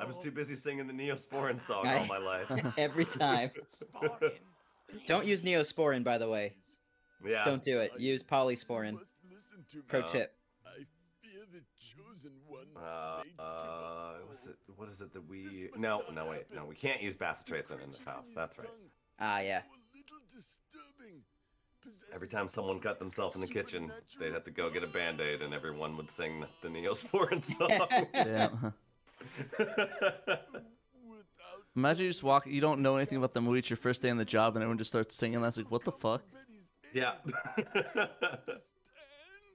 Speaker 1: I was too busy singing the Neosporin song all my life.
Speaker 5: Every time. Don't use Neosporin, by the way.
Speaker 1: Yeah.
Speaker 5: Just don't do it. Use Polysporin. Pro
Speaker 1: Uh,
Speaker 5: tip.
Speaker 1: Uh, uh, was it, what is it that we? No, no, wait, no, we can't use bacitracin in this house. That's right.
Speaker 5: Ah, yeah.
Speaker 1: Every time someone cut themselves in the kitchen, they'd have to go get a band aid, and everyone would sing the Neosporin song.
Speaker 2: Yeah. Imagine you just walk, you don't know anything about the movie. It's your first day on the job, and everyone just starts singing. That's like, what the fuck?
Speaker 1: yeah.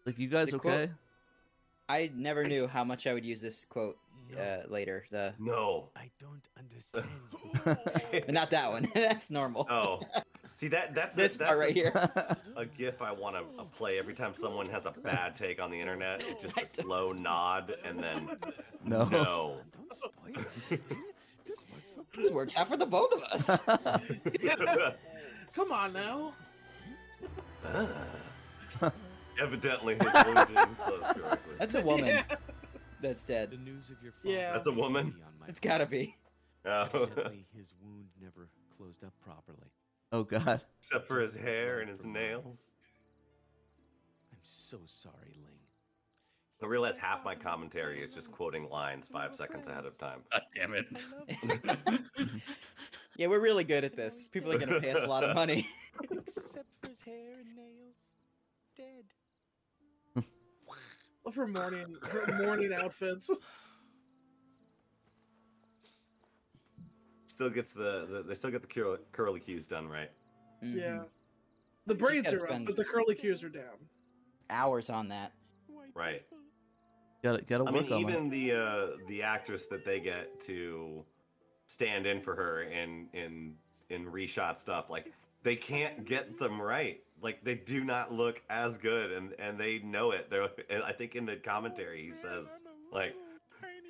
Speaker 2: Like, you guys
Speaker 5: The quote-
Speaker 2: okay?
Speaker 5: I never knew how much I would use this quote uh, later. The
Speaker 1: no,
Speaker 7: I don't understand.
Speaker 5: not that one. That's normal.
Speaker 1: Oh, see that that's
Speaker 5: This
Speaker 1: a,
Speaker 5: part
Speaker 1: that's
Speaker 5: right
Speaker 1: a,
Speaker 5: here.
Speaker 1: A gif I want to play every time someone has a bad take on the internet. It's just a slow nod and then
Speaker 2: No.
Speaker 1: no.
Speaker 5: This works out for the both of us.
Speaker 4: Come on now.
Speaker 1: Ah. Evidently, his wound didn't close correctly.
Speaker 5: That's a woman.
Speaker 1: Yeah.
Speaker 5: That's dead. The
Speaker 14: news of your
Speaker 5: Yeah.
Speaker 1: That's a woman.
Speaker 5: It's gotta be.
Speaker 1: Oh.
Speaker 14: Evidently, his wound never closed up properly.
Speaker 2: Oh God.
Speaker 1: Except for his hair and his nails.
Speaker 14: I'm so sorry, Ling.
Speaker 1: I realize half my commentary is just quoting lines five seconds ahead of time.
Speaker 3: God damn it.
Speaker 5: Yeah, we're really good at this. People are gonna pay us a lot of money.
Speaker 14: Except for his hair and nails. Dead.
Speaker 4: Love her morning her morning outfits.
Speaker 1: Still gets the, the they still get the curly, curly cues done right.
Speaker 5: Mm-hmm.
Speaker 4: Yeah. The
Speaker 5: just
Speaker 4: braids
Speaker 5: gotta
Speaker 4: are up,
Speaker 5: spend-
Speaker 4: but the curly cues are down.
Speaker 5: Hours on that.
Speaker 1: Right.
Speaker 2: Gotta gotta
Speaker 1: I
Speaker 2: work
Speaker 1: mean,
Speaker 2: on
Speaker 1: even
Speaker 2: it.
Speaker 1: the uh, the actress that they get to stand in for her in in in reshot stuff, like they can't get them right. Like they do not look as good, and and they know it. They're, and I think in the commentary he says, like,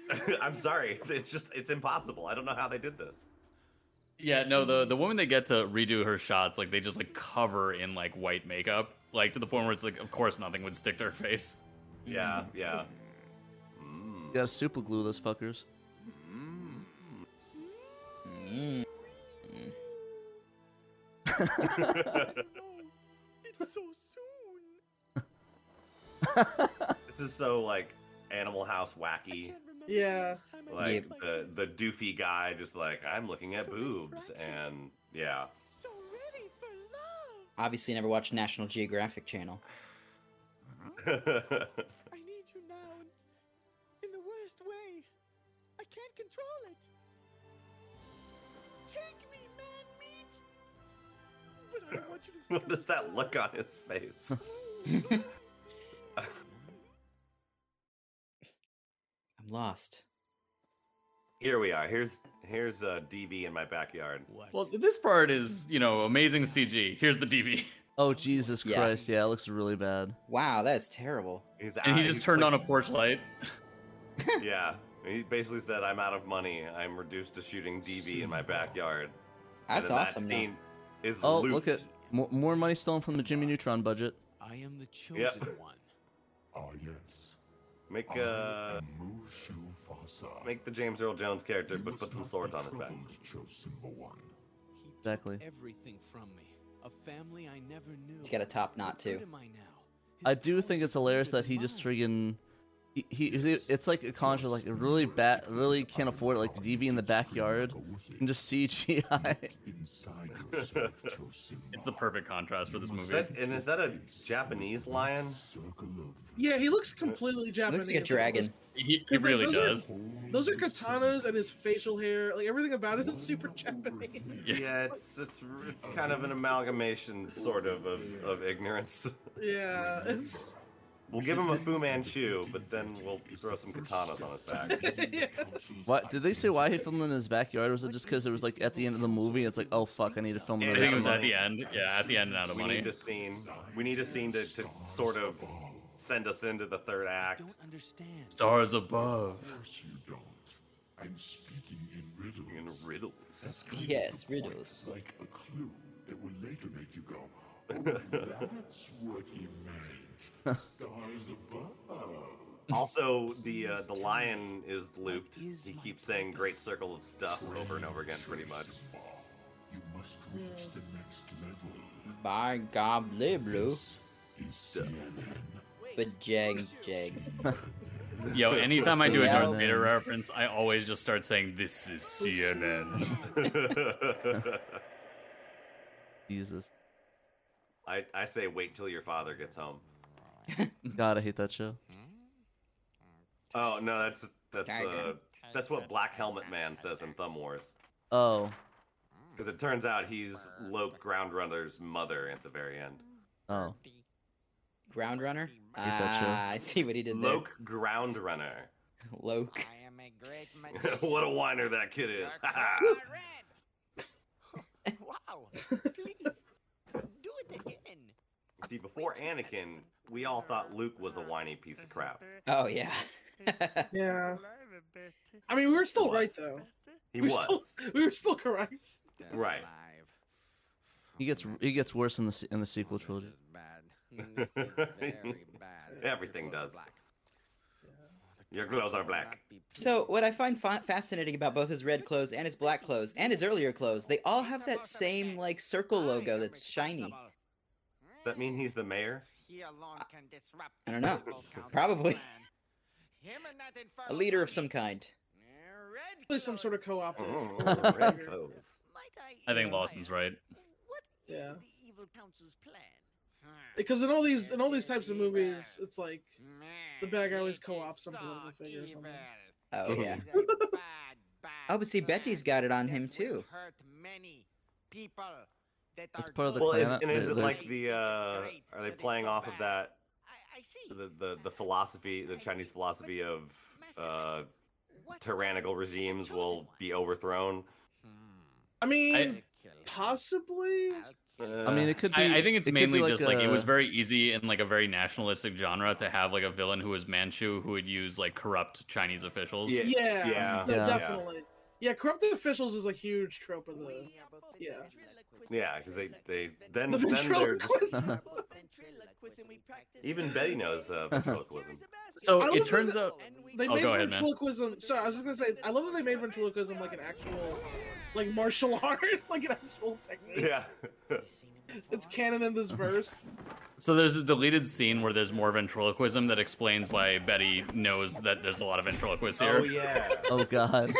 Speaker 1: I'm sorry, it's just it's impossible. I don't know how they did this.
Speaker 3: Yeah, no, the the woman they get to redo her shots, like they just like cover in like white makeup, like to the point where it's like, of course, nothing would stick to her face.
Speaker 1: Yeah, yeah. Mm.
Speaker 2: Gotta super glue those fuckers.
Speaker 14: Mm.
Speaker 5: Mm.
Speaker 14: It's so soon.
Speaker 1: This is so like Animal House wacky.
Speaker 4: Yeah.
Speaker 1: Like the the doofy guy, just like I'm looking at boobs, and yeah.
Speaker 5: Obviously, never watched National Geographic Channel.
Speaker 14: I need you now in, in the worst way. I can't control it. Take me, man meat. But I don't want you to think
Speaker 1: what does that look on his face?
Speaker 5: I'm lost.
Speaker 1: Here we are. Here's here's uh, DV in my backyard. What?
Speaker 3: Well, this part is, you know, amazing CG. Here's the DV.
Speaker 2: Oh Jesus
Speaker 3: Yeah.
Speaker 2: Christ! Yeah, it looks really bad.
Speaker 5: Wow, that's terrible.
Speaker 3: And
Speaker 1: Ah,
Speaker 3: he just turned on a porch light.
Speaker 1: yeah. He basically said, "I'm out of money. I'm reduced to shooting DV in my backyard." And
Speaker 2: That's
Speaker 1: then
Speaker 2: awesome,
Speaker 1: That
Speaker 2: though.
Speaker 1: scene is
Speaker 2: Oh
Speaker 1: looped.
Speaker 2: look at more, more money stolen from the Jimmy Neutron budget.
Speaker 14: I am the chosen
Speaker 1: Yep.
Speaker 14: one.
Speaker 1: Oh yes. Make uh. Make the James Earl Jones character, but put some swords on his back.
Speaker 2: Exactly.
Speaker 14: Everything from me. A family I never knew.
Speaker 5: He's got a top knot
Speaker 14: Good
Speaker 5: too.
Speaker 14: am I now?
Speaker 2: I do think it's hilarious that he just friggin' he, he he- it's like a conjure like a really bad really can't afford it like DV in the backyard and just CGI.
Speaker 3: It's the perfect contrast for this
Speaker 1: Is
Speaker 3: movie.
Speaker 1: that, and is that a Japanese lion?
Speaker 4: Yeah, he looks completely Japanese.
Speaker 3: He, he
Speaker 4: It's like,
Speaker 3: really
Speaker 4: those
Speaker 3: does.
Speaker 4: are- those are katanas and his facial hair, like everything about it is super Japanese.
Speaker 1: Yeah, it's, it's r- it's kind of an amalgamation, sort of, of, of ignorance.
Speaker 4: Yeah, it's
Speaker 1: We'll give him a Fu Manchu, but then we'll throw some katanas on his back.
Speaker 2: What did they say? Why he filmed in his backyard? Was it just because it was like at the end of the movie? It's like oh fuck, I need to film
Speaker 3: I
Speaker 2: in
Speaker 3: think it
Speaker 2: the
Speaker 3: was at the end. Yeah, at the end, out of
Speaker 1: we
Speaker 3: money.
Speaker 1: need a scene. We need a scene to, to sort of send us into the third act.
Speaker 14: Understand.
Speaker 3: Stars above.
Speaker 15: I'm speaking in riddles.
Speaker 1: In riddles.
Speaker 15: That's kind of
Speaker 5: Yes,
Speaker 15: the point,
Speaker 5: riddles.
Speaker 15: Like a clue that will later make you go, oh, that's what he meant. Stars above.
Speaker 1: Also, the uh, the lion is looped. He keeps saying "Great Circle of Stuff" over and over again, pretty much.
Speaker 15: You must reach the next level.
Speaker 5: By Goblin Blue. But Jag Jag.
Speaker 3: Yo, anytime I do a
Speaker 5: Yeah.
Speaker 3: Darth Vader reference, I always just start saying, "This is CNN."
Speaker 2: Jesus,
Speaker 1: I I say, wait till your father gets home.
Speaker 2: God, I hate that show.
Speaker 1: Oh no, that's that's uh, that's what Black Helmet Man says in Thumb Wars.
Speaker 2: Oh,
Speaker 1: Because it turns out he's Lope Groundrunner's mother at the very end.
Speaker 2: oh,
Speaker 5: Ground Runner.
Speaker 1: hate that show.
Speaker 5: Ah, I see what he did there.
Speaker 1: Loke Groundrunner.
Speaker 5: Loke.
Speaker 1: what a whiner that kid is.
Speaker 14: Wow.
Speaker 1: See, before Anakin, we all thought Luke was a whiny piece of crap.
Speaker 5: Oh yeah.
Speaker 4: yeah. I mean, we were still right though.
Speaker 1: He
Speaker 4: we
Speaker 1: was.
Speaker 4: Were still, we were still correct.
Speaker 1: Right.
Speaker 2: He gets he gets worse in the se- in the sequel trilogy.
Speaker 1: Everything does. Your gloves are black.
Speaker 5: So what I find fa- fascinating about both his red clothes and his black clothes and his earlier clothes, they all have that same like circle logo that's shiny.
Speaker 1: That mean he's the mayor?
Speaker 11: He alone can disrupt
Speaker 5: I don't know.
Speaker 11: the local council
Speaker 5: Probably.
Speaker 11: plan. Him and that
Speaker 5: A
Speaker 11: infernal
Speaker 5: leader of
Speaker 11: monkey.
Speaker 5: some kind.
Speaker 4: Play some sort of co-op.
Speaker 5: Oh, red clothes.
Speaker 3: I think Lawson's right.
Speaker 4: yeah.
Speaker 11: evil council's plan.
Speaker 4: Because in all these in all these types of movies, it's like the bad guy always co-ops some political figure or something.
Speaker 5: Oh yeah. oh, but see, Betty's got it on him too.
Speaker 11: Hurt many people that
Speaker 2: That's
Speaker 11: are
Speaker 2: part of the
Speaker 11: doing
Speaker 1: Well, is,
Speaker 2: planet
Speaker 1: and is
Speaker 2: that
Speaker 1: it
Speaker 2: they're-
Speaker 1: like the? uh Are they playing off of that? The the the philosophy, the Chinese philosophy of uh tyrannical regimes will be overthrown.
Speaker 4: I mean, possibly.
Speaker 3: I
Speaker 2: mean, it could be.
Speaker 3: I, think it's
Speaker 2: it could be
Speaker 3: mainly
Speaker 2: like
Speaker 3: just like it was
Speaker 2: a-
Speaker 3: very easy in like a very nationalistic genre to have like a villain who was Manchu who would use like corrupt Chinese officials.
Speaker 4: Yeah. Yeah. no, Definitely. Yeah, corrupted officials is a huge trope in the. Yeah.
Speaker 1: Yeah, because they they then
Speaker 4: The
Speaker 1: then they're
Speaker 4: ventriloquist.
Speaker 1: just even Betty knows uh, ventriloquism.
Speaker 3: So
Speaker 4: I
Speaker 3: it
Speaker 4: love
Speaker 3: turns
Speaker 4: that
Speaker 3: out.
Speaker 4: They
Speaker 3: oh,
Speaker 4: made
Speaker 3: go ahead, man.
Speaker 4: ventriloquism. Sorry, I was just gonna say, I love that they made ventriloquism like an actual, like martial art, like an actual technique.
Speaker 1: Yeah.
Speaker 2: Oh,
Speaker 4: It's canon in this verse.
Speaker 3: So there's a deleted scene where there's more ventriloquism that explains why Betty knows that there's a lot of ventriloquists here.
Speaker 1: Oh yeah.
Speaker 2: Oh god.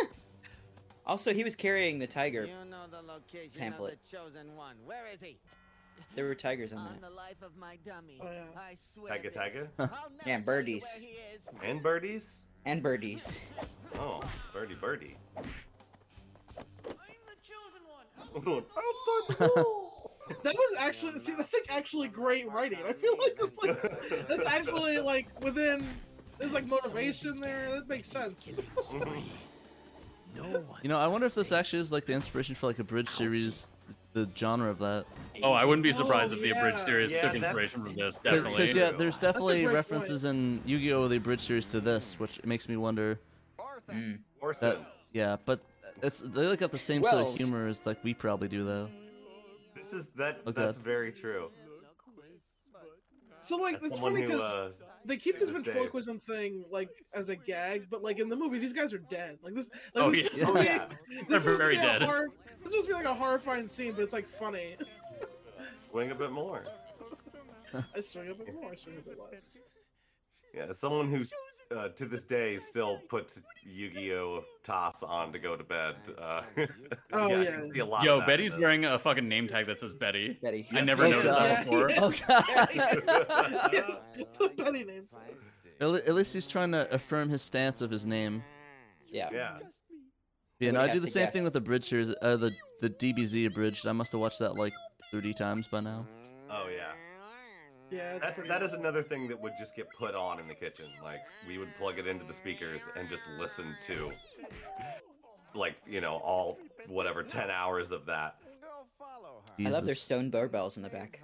Speaker 5: Also, he was carrying the tiger.
Speaker 11: You know the location
Speaker 5: Pamphlet.
Speaker 11: of the chosen one. Where is he?
Speaker 5: There were tigers on
Speaker 11: On the life of my dummy.
Speaker 4: Oh,
Speaker 11: I swear.
Speaker 1: Tiger,
Speaker 11: this.
Speaker 1: tiger,
Speaker 5: that. yeah, birdies
Speaker 1: and birdies.
Speaker 5: and birdies.
Speaker 1: Oh, birdie, birdie.
Speaker 4: That was actually see, that's like actually great writing. I feel like that's like that's actually like within. There's like motivation there. That makes sense.
Speaker 2: You know, I wonder if this actually is like the inspiration for like a bridge series, the genre of that.
Speaker 3: Oh, I wouldn't be surprised
Speaker 4: Oh,
Speaker 3: if the abridged
Speaker 4: yeah.
Speaker 3: series
Speaker 4: Yeah,
Speaker 3: took
Speaker 4: that's-
Speaker 3: inspiration from this.
Speaker 2: Because-
Speaker 3: Definitely.
Speaker 2: Because yeah, there's
Speaker 4: That's a
Speaker 2: definitely
Speaker 4: great
Speaker 2: references in Yu-Gi-Oh! the Bridge series to this, which makes me wonder.
Speaker 5: Mm.
Speaker 1: Mm. Orson.
Speaker 2: that- yeah, but it's they look at the same sort of
Speaker 1: Wells.
Speaker 2: humor as like we probably do though.
Speaker 1: This is that.
Speaker 2: Oh,
Speaker 1: that's
Speaker 2: God.
Speaker 1: very true.
Speaker 4: So like
Speaker 1: As
Speaker 4: it's
Speaker 1: someone
Speaker 4: funny
Speaker 1: who,
Speaker 4: because
Speaker 1: uh,
Speaker 4: they keep this
Speaker 1: to this day-
Speaker 4: ventriloquism thing like as a gag, but like in the movie, these guys are dead. Like this. Like,
Speaker 3: Oh,
Speaker 4: this
Speaker 3: yeah.
Speaker 4: is supposed to be-
Speaker 3: Yeah.
Speaker 4: this
Speaker 3: They're
Speaker 4: is supposed to
Speaker 3: very
Speaker 4: be a
Speaker 3: dead.
Speaker 4: horror- this is supposed to be like a horrifying scene, but it's like funny.
Speaker 1: uh, Swing a bit more.
Speaker 4: I swing a bit more, I swing a bit less.
Speaker 1: Yeah, as someone who uh, to this day still puts Yu-Gi-Oh! Toss on to go to bed. Uh,
Speaker 4: Oh,
Speaker 1: I
Speaker 4: yeah.
Speaker 1: can see a lot
Speaker 3: Yo,
Speaker 1: of that in
Speaker 3: Betty's
Speaker 1: this.
Speaker 3: wearing a fucking name tag that says Betty.
Speaker 5: Betty.
Speaker 3: I never
Speaker 2: Oh,
Speaker 3: noticed that
Speaker 2: God.
Speaker 3: before.
Speaker 2: Oh, God.
Speaker 4: The Betty name.
Speaker 2: At le- at least he's trying to affirm his stance of his name.
Speaker 5: Yeah.
Speaker 1: Yeah.
Speaker 2: Yeah, no,
Speaker 5: Nobody
Speaker 2: I do
Speaker 5: has
Speaker 2: the
Speaker 5: to
Speaker 2: same
Speaker 5: guess.
Speaker 2: thing with the bridge series, uh, the the DBZ abridged. I must have watched that like 30 times by now.
Speaker 1: Oh yeah.
Speaker 4: Yeah, it's
Speaker 1: That's
Speaker 4: pretty
Speaker 1: that is another thing that would just get put on in the kitchen. Like we would plug it into the speakers and just listen to, like you know, all whatever ten hours of that.
Speaker 5: I love their
Speaker 2: Jesus.
Speaker 5: stone barbells in the back.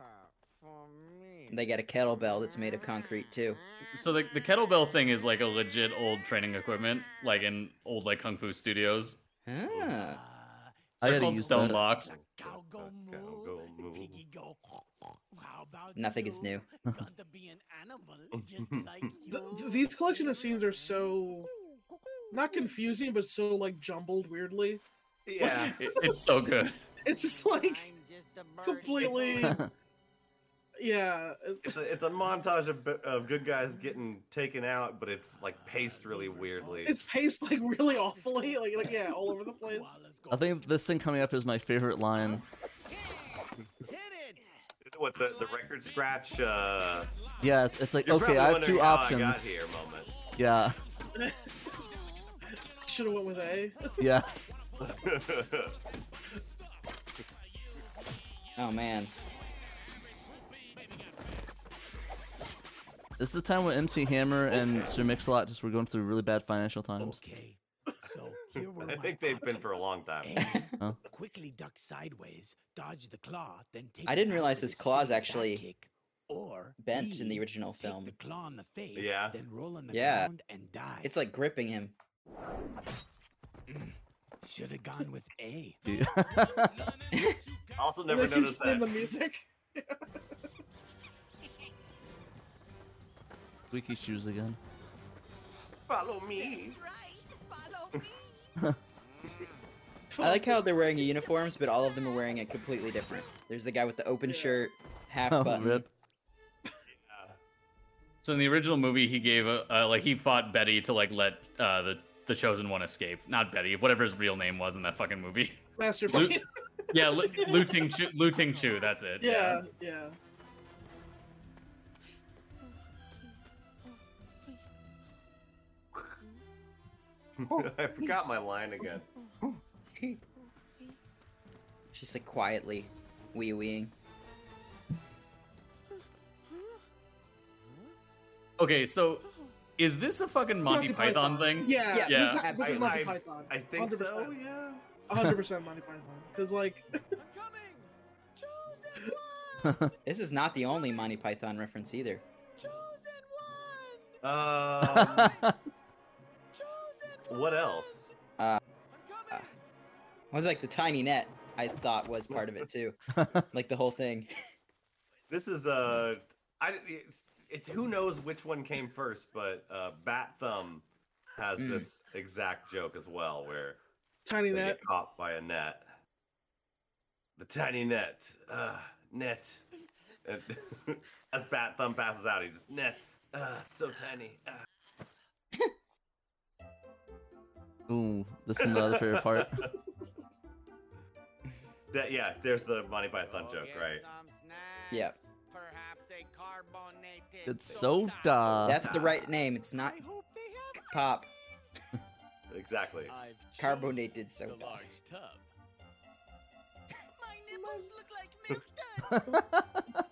Speaker 5: And they got a kettlebell that's made of concrete too.
Speaker 3: So the, the kettlebell thing is like a legit old training equipment, like in old like kung fu studios.
Speaker 5: Ah.
Speaker 2: I
Speaker 3: They're
Speaker 2: gotta
Speaker 3: called
Speaker 2: use
Speaker 3: stone
Speaker 2: that.
Speaker 3: locks.
Speaker 5: Nothing is new.
Speaker 4: Th- th- these collection of scenes are so not confusing, but so like jumbled weirdly.
Speaker 1: Yeah,
Speaker 3: It- it's so good.
Speaker 4: It's just like completely. yeah,
Speaker 1: it's a, it's a montage of, b- of good guys getting taken out, but it's like paced really weirdly.
Speaker 4: it's paced like really awfully. Like, like yeah, all over the place.
Speaker 2: I think this thing coming up is my favorite line.
Speaker 1: what the, the record scratch. Uh,
Speaker 2: Yeah, it's, it's like
Speaker 1: You're
Speaker 2: okay,
Speaker 1: probably
Speaker 2: I have
Speaker 1: wondering
Speaker 2: two
Speaker 1: how I
Speaker 2: options.
Speaker 1: got here moment.
Speaker 2: Yeah,
Speaker 4: Should have went with A.
Speaker 2: yeah.
Speaker 5: Oh man.
Speaker 2: This is the time when MC Hammer and Sir Mix-a-Lot just were going through really bad financial times.
Speaker 7: So here were
Speaker 1: I
Speaker 7: Oh my
Speaker 1: think they've been for a long time.
Speaker 2: Huh?
Speaker 7: quickly duck sideways, dodge the claw, then take.
Speaker 5: I
Speaker 7: it
Speaker 5: didn't
Speaker 7: back
Speaker 5: realize
Speaker 7: with a
Speaker 5: his claws
Speaker 7: straight back
Speaker 5: actually
Speaker 7: kick, or
Speaker 5: bent in the
Speaker 7: B,
Speaker 5: original
Speaker 7: take
Speaker 5: film.
Speaker 7: The claw in the face,
Speaker 1: Yeah.
Speaker 7: then roll on the
Speaker 5: Yeah.
Speaker 7: ground and die.
Speaker 5: It's like gripping him.
Speaker 7: Should have gone with A.
Speaker 1: I also never noticed that.
Speaker 4: music.
Speaker 2: Squeaky shoes again.
Speaker 1: Follow me.
Speaker 5: I like how they're wearing uniforms, but all of them are wearing it completely different. There's the guy with the open shirt, half
Speaker 3: Oh,
Speaker 5: button.
Speaker 3: rip. So in the original movie, he gave a, uh, like he fought Betty to like let uh, the the chosen one escape. Not Betty, whatever his real name was in that fucking movie.
Speaker 4: Master
Speaker 3: Lu-
Speaker 4: Plan.
Speaker 3: yeah, Lu, Lu Ting Chu. Lu Ting Chu. That's it.
Speaker 4: yeah, yeah.
Speaker 1: I forgot my line again.
Speaker 5: She's like quietly wee weeing.
Speaker 3: Okay, so is this a fucking Monty,
Speaker 4: Monty
Speaker 3: Python,
Speaker 4: Python.
Speaker 3: thing?
Speaker 4: Yeah,
Speaker 3: yeah.
Speaker 4: this is- this is Monty
Speaker 1: I-
Speaker 4: Python.
Speaker 1: I think so,
Speaker 4: 100%.
Speaker 1: yeah.
Speaker 4: 100% Monty Python. Because, like,
Speaker 5: this is not the only Monty Python reference either.
Speaker 1: Um, what else?
Speaker 5: Uh, uh, I was like the tiny net. I thought was part of it too, like the whole thing.
Speaker 1: This is uh, I it's, it's who knows which one came first, but uh, Bat Thumb has
Speaker 4: Mm.
Speaker 1: this exact joke as well, where
Speaker 4: Tiny
Speaker 1: they
Speaker 4: net.
Speaker 1: get caught by a net. The tiny net, uh, net. And as Bat Thumb passes out, he just net, uh, so tiny. Uh.
Speaker 2: Ooh, this is another favorite part.
Speaker 1: That yeah, there's the Monty
Speaker 11: Oh,
Speaker 1: Python joke, right?
Speaker 5: Yeah.
Speaker 2: It's so dumb.
Speaker 5: That's the right name. It's not pop
Speaker 1: Exactly.
Speaker 5: carbonated soda.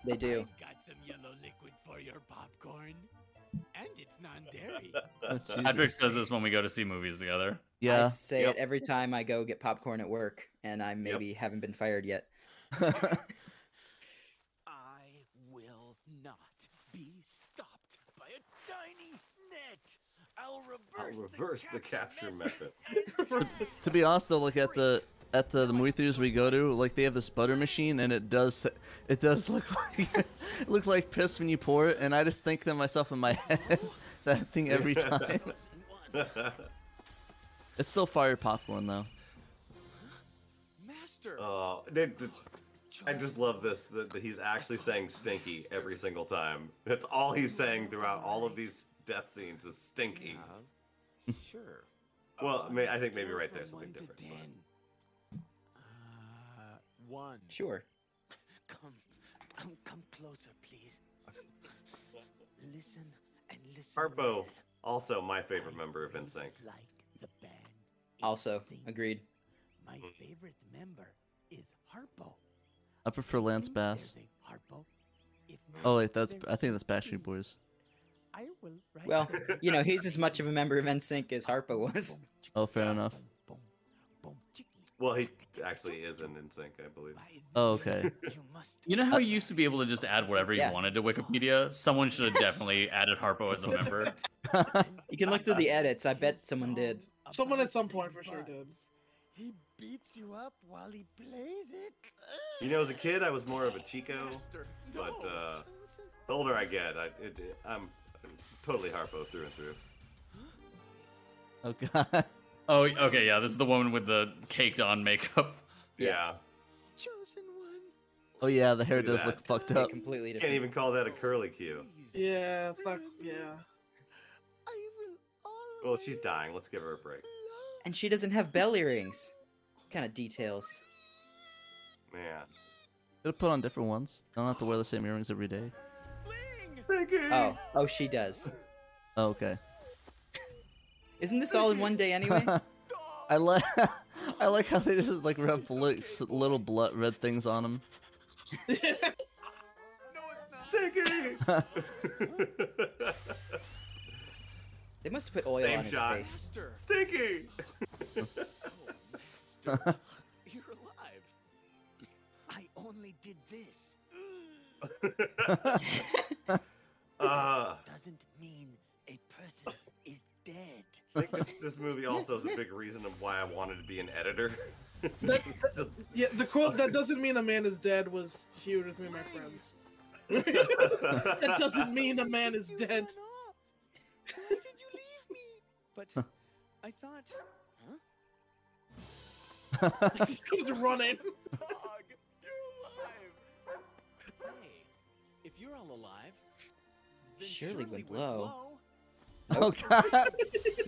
Speaker 5: They do.
Speaker 7: Got some yellow liquid for your popcorn, and it's non-dairy.
Speaker 3: Patrick says this when we go to see movies together.
Speaker 5: I say it every time I go get popcorn at work, and I maybe haven't been fired yet.
Speaker 7: I will not be stopped by a tiny net. I'll reverse,
Speaker 1: I'll reverse the capture method.
Speaker 2: to be honest though, like at the at the, the movie theaters we go to, like they have this butter machine, and it does it does look like look like piss when you pour it, and I just think to myself in my head that thing every time. it's still fire popcorn though.
Speaker 7: Master.
Speaker 1: Oh, they- they- I just love this that, that he's actually saying stinky every single time. That's all he's saying throughout all of these death scenes is stinky.
Speaker 7: Sure.
Speaker 1: Well, I, mean, I think maybe right there's something different. but-
Speaker 7: Uh, one.
Speaker 5: Sure.
Speaker 7: Come, come, come closer, please. Listen and listen.
Speaker 1: Harpo, also my favorite member of NSYNC.
Speaker 5: Also, agreed.
Speaker 7: My favorite member is Harpo.
Speaker 2: I prefer Lance Bass.
Speaker 7: Harpo. If not,
Speaker 2: Oh wait, that's
Speaker 7: there
Speaker 2: I think that's Backstreet Boys.
Speaker 7: I will write
Speaker 5: Well,
Speaker 7: them
Speaker 5: you know, he's as much of a member of NSYNC as Harpo was.
Speaker 2: Oh, fair enough.
Speaker 1: Well, he actually is in NSYNC, I believe.
Speaker 2: Oh, okay.
Speaker 3: You
Speaker 7: Uh,
Speaker 3: know how you used to be able to just add whatever you
Speaker 5: Uh, Yeah.
Speaker 3: wanted to Wikipedia? Someone should have definitely added Harpo as a member.
Speaker 5: You can look through the edits. I bet someone did.
Speaker 4: someone at some point for sure did.
Speaker 7: He beats you up while he plays it.
Speaker 1: You know, as a kid, I was more of a Chico, but uh, the older I get, I, it, I'm totally Harpo through and through.
Speaker 2: Oh god.
Speaker 3: Oh, okay, yeah. This is the woman with the caked on makeup.
Speaker 1: Yeah.
Speaker 2: Oh yeah, the hair
Speaker 1: Look at
Speaker 2: does
Speaker 1: that.
Speaker 2: look fucked up.
Speaker 5: Completely
Speaker 1: Can't even call that a curly cue.
Speaker 4: Yeah, it's not. Yeah.
Speaker 1: Well, she's dying. Let's give her a break.
Speaker 5: And she doesn't have bell earrings. What kind of details?
Speaker 1: Man.
Speaker 2: Gotta put on different ones. I don't have to wear the same earrings every day.
Speaker 5: Oh, oh, she does.
Speaker 2: Oh, okay.
Speaker 5: Isn't this all in one day anyway?
Speaker 2: I like I like how they just like rub bl- s- little blood red things on them.
Speaker 1: Sticky!
Speaker 5: They must have put oil
Speaker 1: Same
Speaker 5: on his
Speaker 1: shot.
Speaker 5: face.
Speaker 1: Sticky!
Speaker 7: You're alive. I only did this.
Speaker 1: Uh, Uh,
Speaker 7: Doesn't mean a person is dead.
Speaker 1: I think this, this this movie also is a big reason of why I wanted to be an editor.
Speaker 4: Yeah, the quote that doesn't mean a man is dead was huge with me and my friends. that doesn't mean a man is dead.
Speaker 12: But I thought, huh?
Speaker 4: just comes running.
Speaker 12: Dog, you're alive.
Speaker 14: Hey, if you're all alive, then
Speaker 5: Surely would blow. Oh God!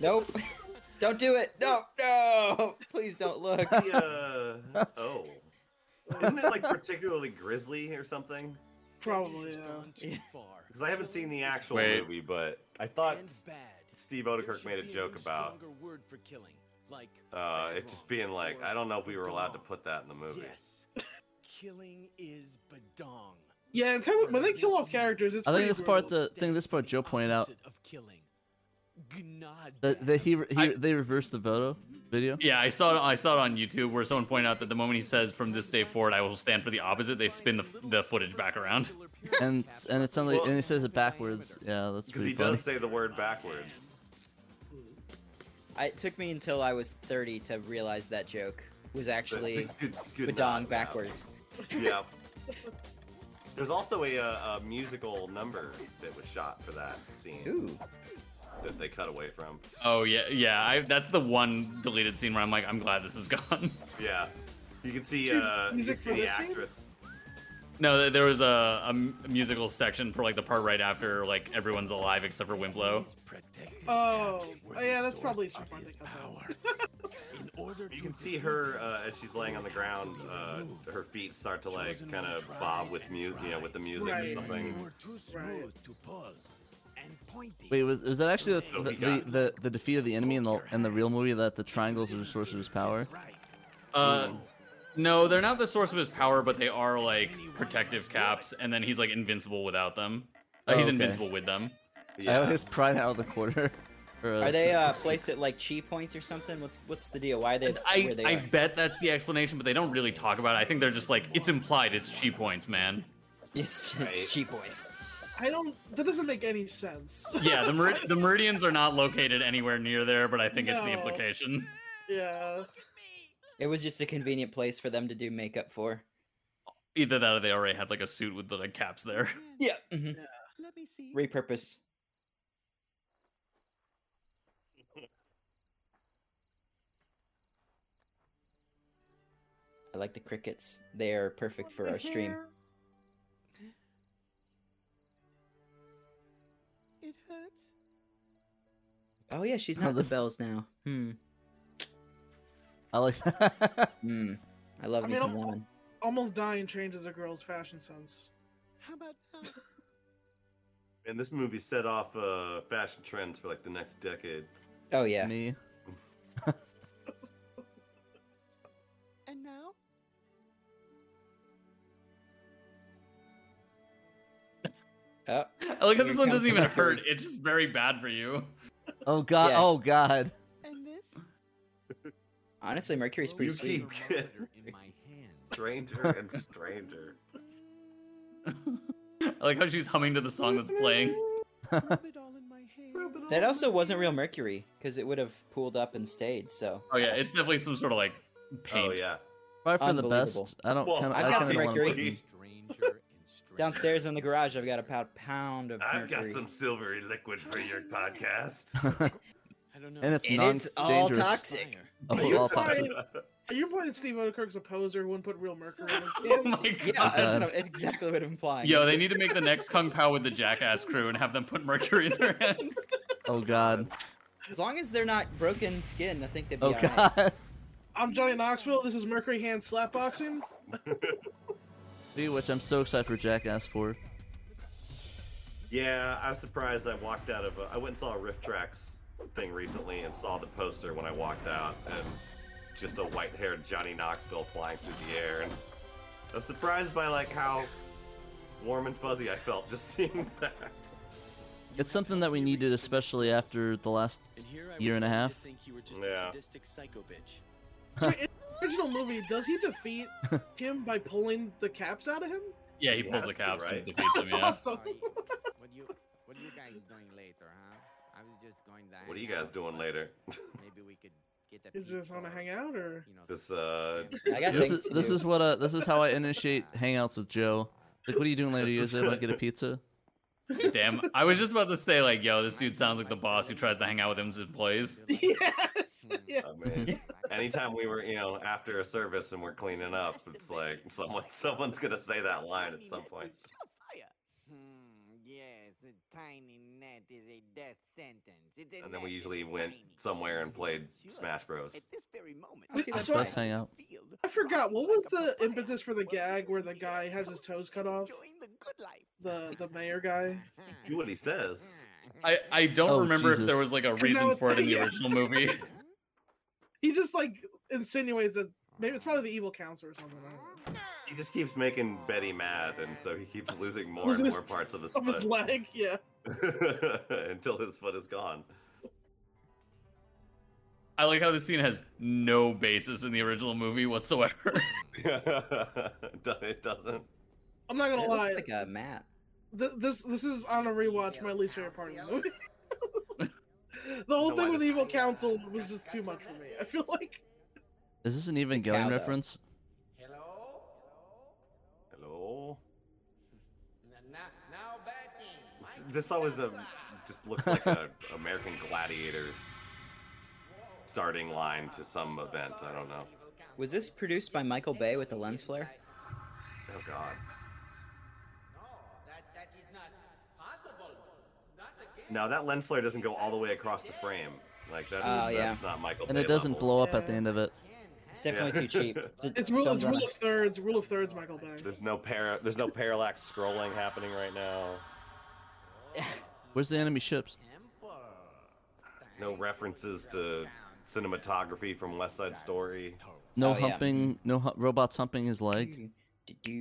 Speaker 5: nope. Don't do it. No, no. Please don't look.
Speaker 1: The, uh, oh, isn't it like particularly grisly or something?
Speaker 4: Probably.
Speaker 1: Yeah. Because I haven't seen the actual
Speaker 3: Wait.
Speaker 1: movie, but I thought
Speaker 14: And bad.
Speaker 1: Steve Odekirk made a joke about
Speaker 14: stronger word for killing. Like
Speaker 1: uh, it just being like, I don't know if we were allowed to put that in the movie.
Speaker 14: yes, killing is badong.
Speaker 4: Yeah, and kind of, when they kill off characters, it's
Speaker 2: I think
Speaker 4: pretty
Speaker 2: this part,
Speaker 4: brutal.
Speaker 2: the thing, this part Joe pointed out
Speaker 14: Of killing. Gnad.
Speaker 2: that, that he, he they reversed the photo video.
Speaker 3: Yeah, I saw it. I saw it on YouTube where someone pointed out that the moment he says, "From this day forward, I will stand for the opposite," they spin the, the footage back around.
Speaker 2: and and it sounds like and he says it backwards. Yeah, that's
Speaker 1: Because
Speaker 2: pretty
Speaker 1: he
Speaker 2: funny.
Speaker 1: does say the word backwards.
Speaker 5: I, it took me until I was 30 to realize that joke was actually
Speaker 1: good- good nod,
Speaker 5: badong
Speaker 1: wow.
Speaker 5: backwards.
Speaker 1: yeah. There's also a, uh, a musical number that was shot for that scene that they cut away from.
Speaker 3: Oh yeah, yeah. I, that's the one deleted scene where I'm like, I'm glad this is gone.
Speaker 1: Yeah, you can see
Speaker 3: Dude,
Speaker 1: uh, you
Speaker 3: music
Speaker 1: can
Speaker 3: for
Speaker 1: see the
Speaker 3: this scene?
Speaker 1: actress.
Speaker 3: No, th- there was a, a m- musical section for like the part right after like everyone's alive except for Wimplow.
Speaker 4: Oh, oh yeah, that's probably some part they cut out.
Speaker 1: You can see her uh, as she's laying on the ground. Uh, her feet start to like kind of bob with mu- you know, with the music or
Speaker 4: Right.
Speaker 1: something.
Speaker 2: Wait, was was that actually
Speaker 1: So
Speaker 2: the,
Speaker 1: he
Speaker 2: the, the,
Speaker 1: got-
Speaker 2: the, the defeat of the enemy in the in the real movie that the triangles are the source of his power?
Speaker 3: Uh, no, they're not the source of his power, but they are like protective caps, and then he's like invincible without them. Uh, he's
Speaker 2: Okay.
Speaker 3: invincible with them.
Speaker 2: I always pride out of the quarter. Or,
Speaker 5: Are they uh, placed at like chi points or something? What's what's the deal? Why are they where
Speaker 3: I,
Speaker 5: they
Speaker 3: I
Speaker 5: are?
Speaker 3: bet that's the explanation, but they don't really talk about it. I think they're just like it's implied. It's chi points, man.
Speaker 5: It's,
Speaker 3: it's
Speaker 5: chi points.
Speaker 4: I don't. That doesn't make any sense.
Speaker 3: Yeah, the, merid- the meridians are not located anywhere near there, but I think it's the
Speaker 4: No.
Speaker 3: implication.
Speaker 4: Yeah.
Speaker 5: It was just a convenient place for them to do makeup for.
Speaker 3: Either that, or they already had like a suit with the like, caps there.
Speaker 5: Yeah. mhm. Repurpose. I like the crickets. They are perfect for our stream.
Speaker 7: Mm-hmm.
Speaker 14: It hurts.
Speaker 5: Oh yeah, she's not the bells now. Hmm. uh,
Speaker 2: I like.
Speaker 5: Hmm. I love
Speaker 4: I
Speaker 5: me
Speaker 4: mean,
Speaker 5: some
Speaker 4: al-
Speaker 5: lemon.
Speaker 4: almost dying changes a girl's fashion sense.
Speaker 14: How about now?
Speaker 1: And this movie set off uh, fashion trends for like the next decade.
Speaker 5: Oh yeah.
Speaker 2: Me.
Speaker 14: And now?
Speaker 5: Oh,
Speaker 3: I like how
Speaker 2: Here
Speaker 3: this one
Speaker 2: comes
Speaker 3: doesn't even
Speaker 2: the
Speaker 3: hurt. It's just very bad for you.
Speaker 2: Oh god!
Speaker 5: Yeah.
Speaker 2: Oh god!
Speaker 14: And this?
Speaker 5: Honestly, Mercury's pretty sweet.
Speaker 1: stranger and stranger.
Speaker 3: I like how she's humming to the song that's playing.
Speaker 5: That also wasn't real Mercury because it would have pooled up and stayed. So.
Speaker 3: Oh yeah, it's definitely some sort of like paint.
Speaker 1: Oh yeah.
Speaker 2: Probably for the
Speaker 5: Unbelievable.
Speaker 2: best. I don't. kinda,
Speaker 5: I've
Speaker 2: I
Speaker 5: got
Speaker 2: kinda
Speaker 5: some
Speaker 2: wanna put
Speaker 5: mercury.
Speaker 2: in-
Speaker 5: Downstairs in the garage, I've got about a pound of
Speaker 1: I've got
Speaker 5: mercury.
Speaker 1: some silvery liquid for your podcast.
Speaker 2: Oh, and it's
Speaker 5: And
Speaker 2: non
Speaker 5: it's all toxic.
Speaker 2: Oh,
Speaker 4: Are you,
Speaker 2: all toxic.
Speaker 4: implying, are you implying that Steve Odekirk's a poser who wouldn't put real mercury in his
Speaker 3: Oh
Speaker 4: hands?
Speaker 3: my
Speaker 5: Yeah,
Speaker 3: god.
Speaker 5: that's what I'm, it's exactly what it implies.
Speaker 3: Yo, they need to make the next Kung Pao with the Jackass crew and have them put mercury in their hands.
Speaker 2: Oh god!
Speaker 5: As long as they're not broken skin, I think they'd be
Speaker 2: Oh
Speaker 5: alright.
Speaker 2: god!
Speaker 4: I'm Johnny Knoxville. This is Mercury Hand Slapboxing.
Speaker 2: Dude, which I'm so excited for Jackass for.
Speaker 1: Yeah, I was surprised. I walked out of. A, I went and saw a Rift Tracks thing recently and saw the poster when I walked out, and just a white-haired Johnny Knoxville flying through the air. And I was surprised by like how warm and fuzzy I felt just seeing that.
Speaker 2: It's something that we needed, especially after the last year and a half.
Speaker 1: Yeah.
Speaker 4: So in the original movie, does he defeat him by pulling the caps out of him?
Speaker 3: Yeah, he pulls the
Speaker 1: that's good,
Speaker 3: caps
Speaker 1: right?
Speaker 3: and defeats him.
Speaker 4: That's
Speaker 3: Yeah.
Speaker 4: awesome.
Speaker 11: What you what you guys doing later, huh? I was
Speaker 16: just going to
Speaker 1: What are
Speaker 16: hang
Speaker 1: you guys
Speaker 16: out,
Speaker 1: doing
Speaker 16: but
Speaker 1: later?
Speaker 16: Maybe we could get the
Speaker 4: Is this
Speaker 16: pizza
Speaker 4: on a
Speaker 16: or,
Speaker 4: hangout or?
Speaker 16: you know,
Speaker 1: This uh
Speaker 2: this is, this is what uh, this is how I initiate hangouts with Joe. Like, what are you doing later? You guys want to get a pizza?
Speaker 3: Damn, I was just about to say like, yo, this dude sounds like the boss who tries to hang out with him as employees.
Speaker 1: I mean, anytime we were, you know, after a service and we're cleaning up, it's like someone someone's gonna say that line at some point.
Speaker 11: Hmm, yes, a tiny net is a death sentence. It's a
Speaker 1: And then
Speaker 11: net
Speaker 1: we
Speaker 11: is
Speaker 1: usually went somewhere and played Smash Bros.
Speaker 2: That's best hangout.
Speaker 4: I forgot what was the impetus for the gag where the guy has his toes cut off. The the mayor guy.
Speaker 1: Do what he says.
Speaker 3: I I don't
Speaker 1: Oh,
Speaker 3: remember if there
Speaker 1: Jesus.
Speaker 3: was like a
Speaker 1: Is
Speaker 4: that
Speaker 3: reason
Speaker 4: what-
Speaker 3: for it in the
Speaker 4: yeah.
Speaker 3: original movie.
Speaker 4: He just like insinuates that maybe it's probably the evil counselor or something. I don't know.
Speaker 1: He just keeps making Betty mad, and so he keeps losing more
Speaker 4: Losing
Speaker 1: and
Speaker 4: his-
Speaker 1: more parts of his
Speaker 4: Of his
Speaker 1: foot
Speaker 4: leg, yeah.
Speaker 1: until his foot is gone.
Speaker 3: I like how this scene has no basis in the original movie whatsoever.
Speaker 1: it doesn't.
Speaker 4: I'm not gonna
Speaker 5: It looks
Speaker 4: lie.
Speaker 5: like a mat.
Speaker 4: Th- this this is on a rewatch my least favorite part of the movie. the whole
Speaker 2: No, I
Speaker 4: thing with evil council was just too much for me. I feel like
Speaker 2: Is this an Evangelion
Speaker 4: cow, though.
Speaker 2: reference?
Speaker 1: Hello. S- This always uh, just looks like a American Gladiators starting line to some event. I don't know.
Speaker 5: Was this produced by Michael Bay with the lens flare?
Speaker 1: Oh God. No, that lens flare doesn't go all the way across the frame. Like that's,
Speaker 5: Oh, yeah.
Speaker 1: that's not Michael.
Speaker 2: And it
Speaker 1: Bay
Speaker 2: doesn't
Speaker 1: levels.
Speaker 2: blow up at the end of it.
Speaker 5: It's
Speaker 1: definitely too cheap. It's a
Speaker 4: it's rule it's
Speaker 1: thumbs
Speaker 4: rule
Speaker 1: up.
Speaker 4: of thirds, rule of thirds, Michael Bay.
Speaker 1: There's no para- There's no parallax scrolling happening right now.
Speaker 11: Oh,
Speaker 2: Where's the enemy ships?
Speaker 1: No references to cinematography from West Side Story.
Speaker 5: Oh,
Speaker 2: No humping. No hu- robots humping his leg.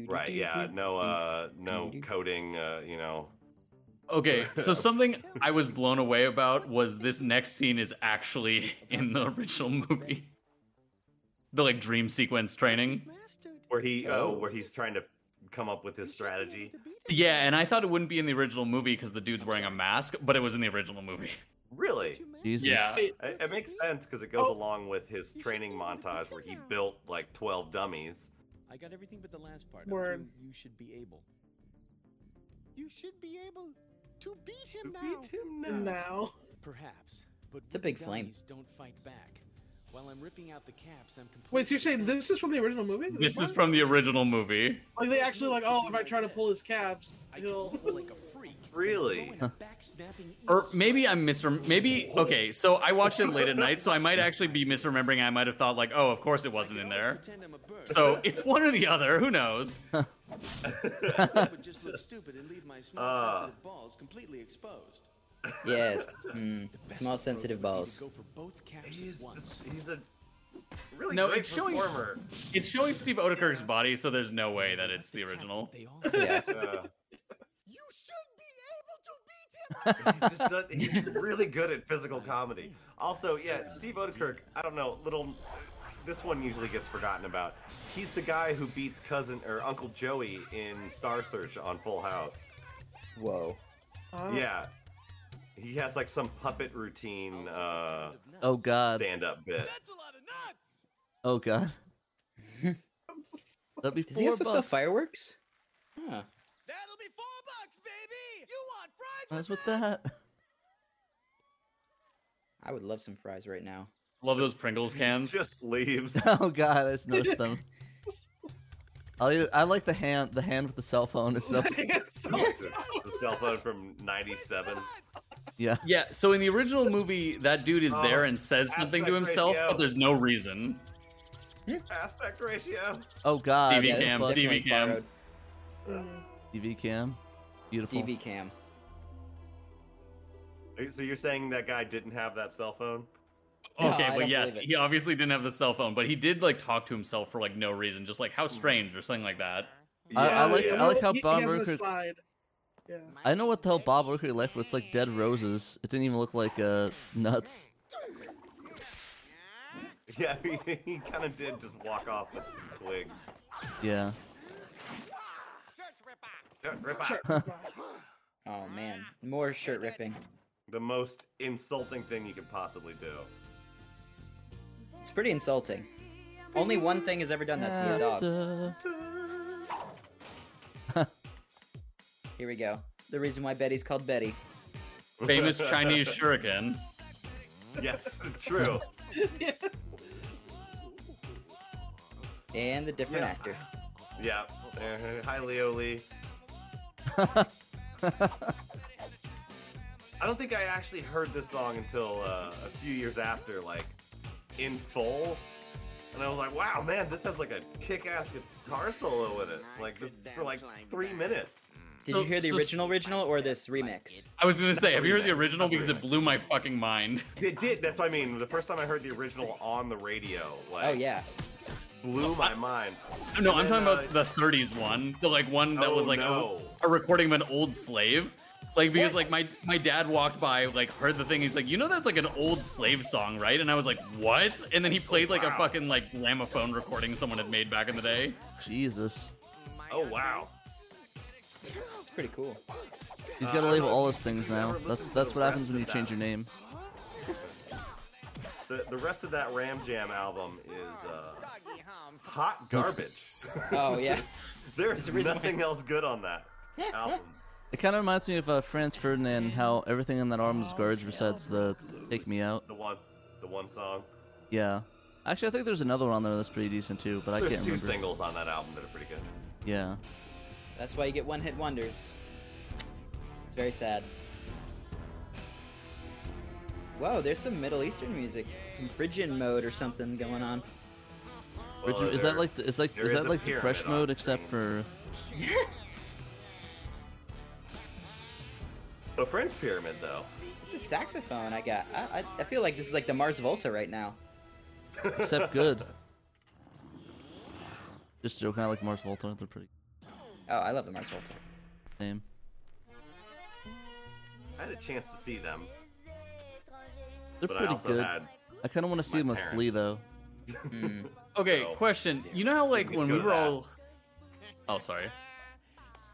Speaker 1: Right. Yeah. No. Uh. No coding. Uh. You know.
Speaker 3: Okay, so something I was blown away about was this next scene is actually in the original movie. The like dream sequence training.
Speaker 1: Where he oh, where he's trying to come up with his strategy.
Speaker 3: Yeah, and I thought it wouldn't be in the original movie because the dude's wearing a mask, but it was in the original movie.
Speaker 1: Really?
Speaker 3: Jesus. Yeah.
Speaker 1: It, it makes sense because it goes along with his training montage where he built like 12 dummies.
Speaker 14: I got everything but the last part.
Speaker 4: Word.
Speaker 14: You, you should be able. You should be able to beat him
Speaker 4: To
Speaker 14: now.
Speaker 4: beat him now. Now.
Speaker 14: Perhaps, but
Speaker 5: It's a
Speaker 14: wooden
Speaker 5: big flame.
Speaker 14: dummies Don't fight back. While I'm ripping out the caps, I'm completely.
Speaker 4: Wait, so you're saying this is from the original movie?
Speaker 3: This is from the original movie.
Speaker 4: like they actually like oh if I try to pull his caps he'll
Speaker 1: Really?
Speaker 3: Or maybe I'm misrem. Maybe okay. So I watched it late at night, so I might actually be misremembering. I might have thought like, oh, of course it wasn't in there. So it's one or the other. Who knows?
Speaker 14: I would just look stupid and leave my small
Speaker 3: Ah.
Speaker 14: sensitive balls completely exposed.
Speaker 5: Yes. Mm. Small sensitive balls.
Speaker 14: Go for both caps at once.
Speaker 1: he's a really
Speaker 3: no,
Speaker 1: great
Speaker 3: it's showing.
Speaker 1: performer.
Speaker 3: It's showing Steve Odekirk's body, so there's no way that it's the original.
Speaker 1: Yeah. He's just done, he's really good at physical comedy. Also, yeah, Steve Odekirk. I don't know. Little. This one usually gets forgotten about. He's the guy who beats cousin or Uncle Joey in Star Search on Full House.
Speaker 5: Whoa.
Speaker 1: Yeah. He has like some puppet routine. Uh,
Speaker 2: Oh God.
Speaker 1: Stand up bit.
Speaker 2: Oh God. That'd be
Speaker 5: Does
Speaker 2: four
Speaker 5: he also sell
Speaker 2: bucks.
Speaker 5: fireworks? Huh.
Speaker 2: What's with that?
Speaker 5: I would love some fries right now.
Speaker 3: Love those Pringles cans.
Speaker 1: Just leaves.
Speaker 2: Oh God, I just noticed them. I, I like the hand the hand with the cell phone is so
Speaker 1: the cell phone from '97.
Speaker 2: yeah.
Speaker 3: Yeah. So in the original movee, that dude is
Speaker 1: Oh,
Speaker 3: there and says something to
Speaker 1: aspect
Speaker 3: himself,
Speaker 1: ratio.
Speaker 3: but there's no reason.
Speaker 1: Aspect ratio.
Speaker 2: Oh God.
Speaker 3: DV
Speaker 2: yeah, this
Speaker 3: cam,
Speaker 2: is
Speaker 3: DV
Speaker 2: definitely
Speaker 3: cam.
Speaker 2: borrowed. DV cam. Beautiful.
Speaker 5: DV cam.
Speaker 1: So you're saying that guy didn't have that cell phone? No,
Speaker 3: Okay,
Speaker 1: I
Speaker 3: but
Speaker 1: don't
Speaker 3: yes,
Speaker 1: believe it.
Speaker 3: he obviously didn't have the cell phone, but he did like talk to himself for like no reason, just like
Speaker 1: Hmm.
Speaker 3: how strange or something like that.
Speaker 2: I, I like I like how
Speaker 4: he, he
Speaker 2: Bob
Speaker 4: has an
Speaker 2: Barker.
Speaker 4: aside. Yeah.
Speaker 2: I know what the hell Bob Barker left was like dead roses. It didn't even look like uh nuts.
Speaker 1: Yeah, he, he kind of did just walk off with some twigs.
Speaker 2: Yeah.
Speaker 1: Rip out.
Speaker 5: Oh man, more shirt ripping.
Speaker 1: The most insulting thing you could possibly do.
Speaker 5: It's pretty insulting. Only one thing has ever done that to me, a dog. Here we go. The reason why Betty's called Betty.
Speaker 3: Famous Chinese shuriken.
Speaker 1: Yes, true.
Speaker 5: And the different
Speaker 1: Yeah.
Speaker 5: actor.
Speaker 1: Yeah. Uh, hi, Leoli. I don't think I actually heard this song until uh, a few years after, like in full. And I was like, wow, man, this has like a kick ass guitar solo in it. Like this for like three minutes.
Speaker 5: Did you hear the original original or this remix?
Speaker 3: I was gonna say, have you heard the
Speaker 1: Remix,
Speaker 3: original?
Speaker 1: not
Speaker 3: Because it blew my fucking mind.
Speaker 1: It did. That's what I mean. The first time I heard the original on the radio, like,
Speaker 5: Oh yeah.
Speaker 1: blew my mind.
Speaker 3: No,
Speaker 1: And
Speaker 3: I'm
Speaker 1: then, uh,
Speaker 3: talking about the 30s one, the like one that
Speaker 1: Oh,
Speaker 3: was like a-
Speaker 1: no.
Speaker 3: a, recording of an old slave. Like because like my my dad walked by, like heard the thing. He's like, you know, that's like an old slave song, right? And I was like, what? And then he played like a
Speaker 1: Oh, Wow.
Speaker 3: fucking like gramophone recording someone had made back in the day.
Speaker 2: Jesus.
Speaker 1: Oh wow.
Speaker 5: It's pretty cool.
Speaker 2: He's got to
Speaker 1: Uh,
Speaker 2: label all his things now.
Speaker 1: never
Speaker 2: That's
Speaker 1: listened to
Speaker 2: that's
Speaker 1: the
Speaker 2: what happens
Speaker 1: rest
Speaker 2: when you
Speaker 1: of
Speaker 2: change
Speaker 1: that.
Speaker 2: your name.
Speaker 1: The, the rest of that Ram Jam album is uh, hot garbage.
Speaker 5: Oh, yeah.
Speaker 1: There's
Speaker 5: reason
Speaker 1: nothing else good on that album.
Speaker 2: It kind of reminds me of uh, Franz Ferdinand, how everything in that album is garbage besides the "Take Me Out."
Speaker 1: The one, the one song.
Speaker 2: Yeah. Actually, I think there's another one on there that's pretty decent too, but I
Speaker 1: There's
Speaker 2: can't
Speaker 1: two
Speaker 2: remember.
Speaker 1: singles on that album that are pretty good.
Speaker 2: Yeah.
Speaker 5: That's why you get one hit wonders. It's very sad. Whoa, there's some Middle Eastern music, some Phrygian mode or something going on.
Speaker 2: Or do- is that like the, is like
Speaker 5: there
Speaker 2: is
Speaker 5: is
Speaker 2: that
Speaker 5: a
Speaker 2: like the
Speaker 5: pyramid
Speaker 2: crush
Speaker 5: on
Speaker 2: mode except for
Speaker 1: The French Pyramid, though.
Speaker 5: It's a saxophone I got. I, I, I feel like this is like the Mars Volta right now.
Speaker 2: except good? Just joking. I like Mars Volta. They're pretty
Speaker 5: Oh, I love the Mars Volta.
Speaker 2: name.
Speaker 1: I had a chance to see them.
Speaker 2: They're
Speaker 1: But I
Speaker 2: pretty
Speaker 1: also
Speaker 2: good.
Speaker 1: had
Speaker 2: I kind of want to see them with Flea though.
Speaker 3: Okay, question. You know how like
Speaker 1: Didn't
Speaker 3: when
Speaker 1: go
Speaker 3: we
Speaker 1: to
Speaker 3: were
Speaker 1: that.
Speaker 3: all Oh, sorry.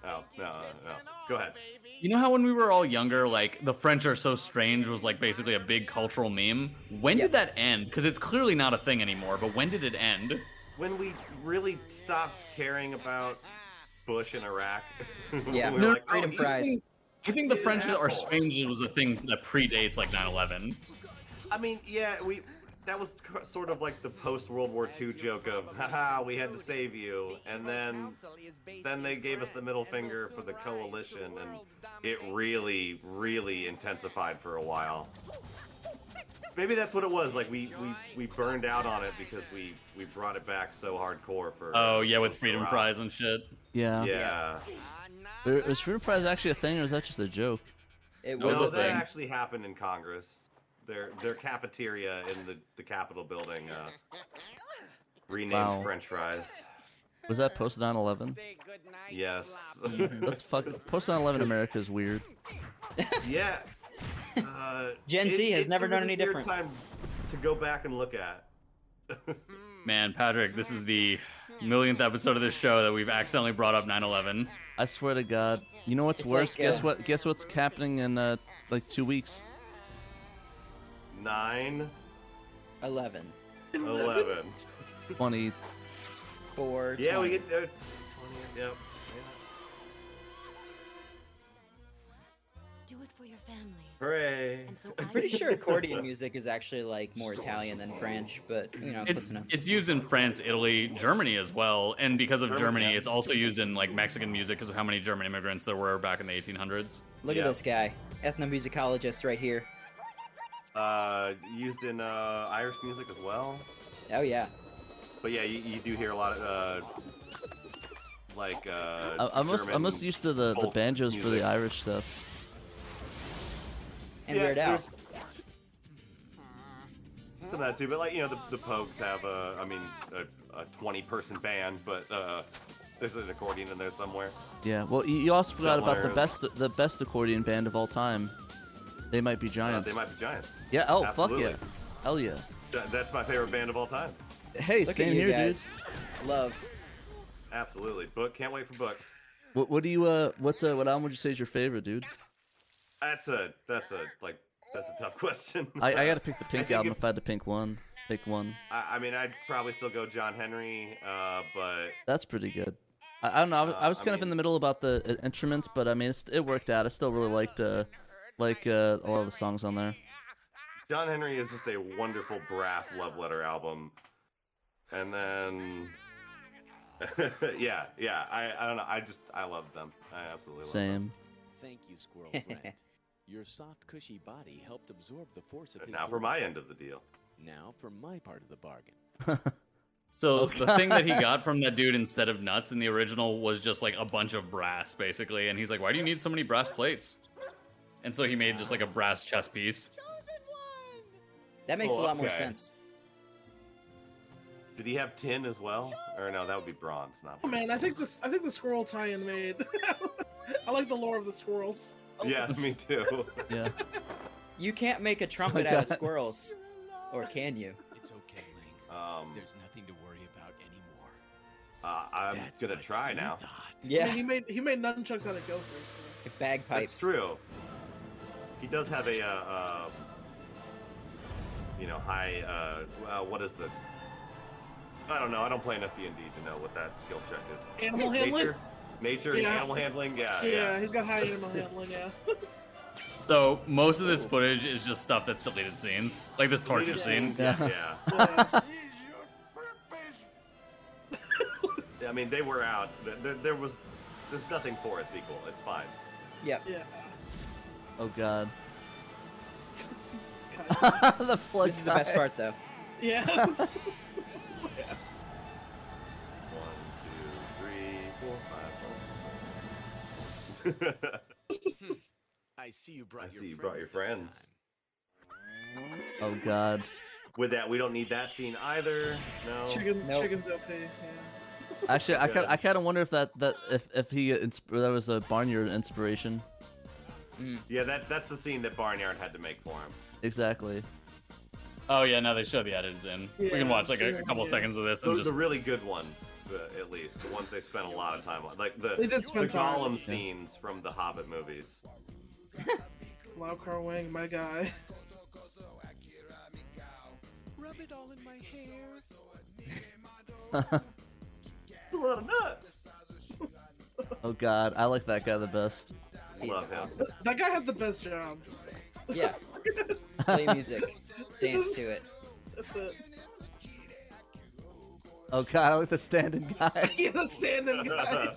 Speaker 1: Oh, no, no, no. Go ahead.
Speaker 3: You know how when we were all younger, like the French are so strange was like basically a big cultural meme. When did that end? Because it's clearly not a thing anymore. But when did it end?
Speaker 1: When we really stopped caring about Bush in Iraq.
Speaker 5: Yeah.
Speaker 1: we were
Speaker 5: No,
Speaker 1: like, oh,
Speaker 5: freedom
Speaker 1: he's
Speaker 5: fries.
Speaker 1: being-
Speaker 3: I think the
Speaker 1: he's an
Speaker 3: French are
Speaker 1: asshole.
Speaker 3: strange was a thing that predates like 9/11.
Speaker 1: I mean, yeah, we. That was c- sort of like the post World War II joke of, haha, we had to save you. And then then they gave us the middle finger for the coalition, and it really, really intensified for a while. Maybe that's what it was. Like, we, we, we burned out on it because we, we brought it back so hardcore for.
Speaker 3: Oh yeah, with freedom
Speaker 1: Iraq.
Speaker 3: fries and shit.
Speaker 2: Yeah.
Speaker 1: Yeah.
Speaker 11: Ah,
Speaker 2: There- Is Freedom Prize actually a thing, or is that just a joke?
Speaker 5: It
Speaker 1: No,
Speaker 5: was a
Speaker 1: that
Speaker 5: thing.
Speaker 1: actually happened in Congress. Their their cafeteria in the the Capitol building uh, renamed
Speaker 2: Wow.
Speaker 1: French fries.
Speaker 2: Was that post 9/11?
Speaker 1: Yes.
Speaker 5: Mm-hmm.
Speaker 2: That's fuck. Post 9/11 America is weird.
Speaker 1: yeah. Uh,
Speaker 5: Gen Z has
Speaker 1: it's
Speaker 5: never
Speaker 1: a
Speaker 5: done
Speaker 1: really
Speaker 5: any
Speaker 1: weird
Speaker 5: different.
Speaker 1: Time to go back and look at.
Speaker 3: Man, Patrick, this is the millionth episode of this show that we've accidentally brought up 9/11.
Speaker 2: I swear to God. You know what's
Speaker 5: It's
Speaker 2: worse?
Speaker 5: like,
Speaker 2: guess
Speaker 5: uh,
Speaker 2: what? Guess what's happening in uh, like two weeks?
Speaker 1: Nine,
Speaker 5: 11,
Speaker 1: eleven.
Speaker 2: Twenty.
Speaker 5: 4,
Speaker 1: Yeah, we
Speaker 5: 20.
Speaker 1: get. It's, yep.
Speaker 13: Do it for your family.
Speaker 1: Hooray.
Speaker 5: I'm pretty sure accordion music is actually like more Italian than French, but you know,
Speaker 3: It's
Speaker 5: close enough.
Speaker 3: it's used in France, Italy, Germany as well, and because of
Speaker 5: Germany,
Speaker 3: Germany,
Speaker 5: yeah.
Speaker 3: it's also used in like Mexican music because of how many German immigrants there were back in the 1800s.
Speaker 5: Look at this guy, ethnomusicologist right here.
Speaker 1: Uh, used in uh, Irish music as well.
Speaker 5: Oh yeah,
Speaker 1: But yeah, you, you do hear a lot of uh, like uh,
Speaker 2: I, I'm most I'm
Speaker 1: German
Speaker 2: most used to the, the
Speaker 1: folk
Speaker 2: banjos for the
Speaker 1: music.
Speaker 2: Irish stuff.
Speaker 5: and Weird Al.
Speaker 1: there's Some of that too, but like you know, the, the Pogues have a, I mean, a, a twenty-person band, but uh, there's an accordion in there somewhere.
Speaker 2: Yeah. Well, you, you also forgot about the
Speaker 1: Delaire's.
Speaker 2: best the best accordion band of all time. They might be
Speaker 1: Uh,
Speaker 2: giants.
Speaker 1: they might be giants.
Speaker 2: Yeah. Oh
Speaker 1: Absolutely.
Speaker 2: fuck yeah. Hell yeah.
Speaker 1: Th- That's my favorite band of all time.
Speaker 2: Hey,
Speaker 5: Look at
Speaker 2: same
Speaker 5: you
Speaker 2: here,
Speaker 5: guys.
Speaker 2: dude.
Speaker 5: Love.
Speaker 1: Absolutely. Book. Can't wait for book.
Speaker 2: What, what do you uh what uh, what album would you say is your favorite, dude?
Speaker 1: That's a that's a like that's a tough question.
Speaker 2: I, I gotta pick the pink
Speaker 1: think
Speaker 2: album
Speaker 1: if-
Speaker 2: if I had to pick one. Pick one.
Speaker 1: I, I mean, I'd probably still go John Henry, uh, but
Speaker 2: That's pretty good. I, I don't know. I was, I
Speaker 1: Uh,
Speaker 2: was
Speaker 1: I
Speaker 2: kind of in the middle about the uh, instruments, but I mean, it's, it worked out. I still really liked uh, like uh, a lot of the songs on there.
Speaker 1: John Henry is just a wonderful brass love letter album. And then yeah, yeah. I, I don't know. I just I love them. I absolutely love them.
Speaker 2: Same.
Speaker 17: Thank you, squirrel friend. Your soft, cushy body helped absorb the force of his.
Speaker 1: Now for
Speaker 17: blows.
Speaker 1: my end of the deal.
Speaker 17: Now for my part of the bargain.
Speaker 3: So
Speaker 17: Oh,
Speaker 3: the thing that he
Speaker 17: God.
Speaker 3: got from that dude instead of nuts in the original was just like a bunch of brass, basically. And he's like, "Why do you need so many brass plates?" And so he made just like a brass chess piece.
Speaker 5: That makes
Speaker 1: Oh,
Speaker 5: a lot more
Speaker 1: okay.
Speaker 5: sense.
Speaker 1: Did he have tin as well? Or no, that would be bronze, not.
Speaker 4: Oh man, I think this I think the squirrel tie-in made. I like the lore of the squirrels.
Speaker 1: Yeah, me too.
Speaker 2: Yeah.
Speaker 5: You can't make a trumpet out of
Speaker 2: God.
Speaker 5: squirrels, or can you?
Speaker 17: It's okay, Link.
Speaker 1: Um,
Speaker 17: There's nothing to worry about anymore.
Speaker 1: uh, I'm gonna try now.
Speaker 4: I mean, he made he made nunchucks out of gophers. so-
Speaker 5: Bagpipes.
Speaker 1: That's true. He does have a, uh, uh, you know, high. Uh, uh, what is the? I don't know. I don't play enough D and D to know what that skill check is.
Speaker 4: Animal handling?
Speaker 1: Nature, nature and
Speaker 4: Yeah.
Speaker 1: animal handling. Yeah,
Speaker 4: Yeah,
Speaker 1: yeah.
Speaker 4: he's got high animal handling. Yeah.
Speaker 3: So most of this footage is just stuff that's deleted scenes, like this torture
Speaker 1: Deleted
Speaker 3: scene.
Speaker 1: scenes, Yeah. yeah. I mean, they were out. There- There, there was, there's nothing for a sequel. It's fine.
Speaker 5: Yep.
Speaker 4: Yeah.
Speaker 2: Oh God.
Speaker 5: the
Speaker 2: plug
Speaker 5: This is the best
Speaker 2: tie.
Speaker 5: part, though.
Speaker 4: Yeah.
Speaker 1: One, two, three, four, five. six.
Speaker 17: I see you
Speaker 1: I
Speaker 17: brought your
Speaker 1: see you
Speaker 17: friends.
Speaker 1: brought your friends.
Speaker 2: Oh God.
Speaker 1: With that, we don't need that scene either. No.
Speaker 4: Chicken, Chicken's OP. Yeah.
Speaker 2: Actually, I
Speaker 1: Good.
Speaker 2: kind I kind of wonder if that that if if he uh, insp- that was a barnyard inspiration.
Speaker 1: Yeah, that that's the scene that Barnyard had to make for him.
Speaker 2: Exactly.
Speaker 3: Oh yeah, now they show the edits in. we
Speaker 1: Yeah,
Speaker 3: can watch like a,
Speaker 1: yeah,
Speaker 3: a couple
Speaker 1: yeah.
Speaker 3: seconds of this
Speaker 1: The,
Speaker 3: and just
Speaker 1: the really good ones, the, at least the ones they spent a lot of time on, like the
Speaker 4: They did
Speaker 1: the
Speaker 4: spend time.
Speaker 1: Gollum
Speaker 4: Yeah.
Speaker 1: scenes from the Hobbit movies.
Speaker 4: Lau Kar Wang, my guy.
Speaker 17: Rub it all in my hair.
Speaker 1: It's a lot of nuts.
Speaker 2: Oh God, I like that guy the best.
Speaker 1: Love him.
Speaker 4: That guy had the best job.
Speaker 5: Yeah. Play music, dance to it.
Speaker 4: That's it.
Speaker 2: Oh God, I like the standing guy.
Speaker 4: He's a standing guy.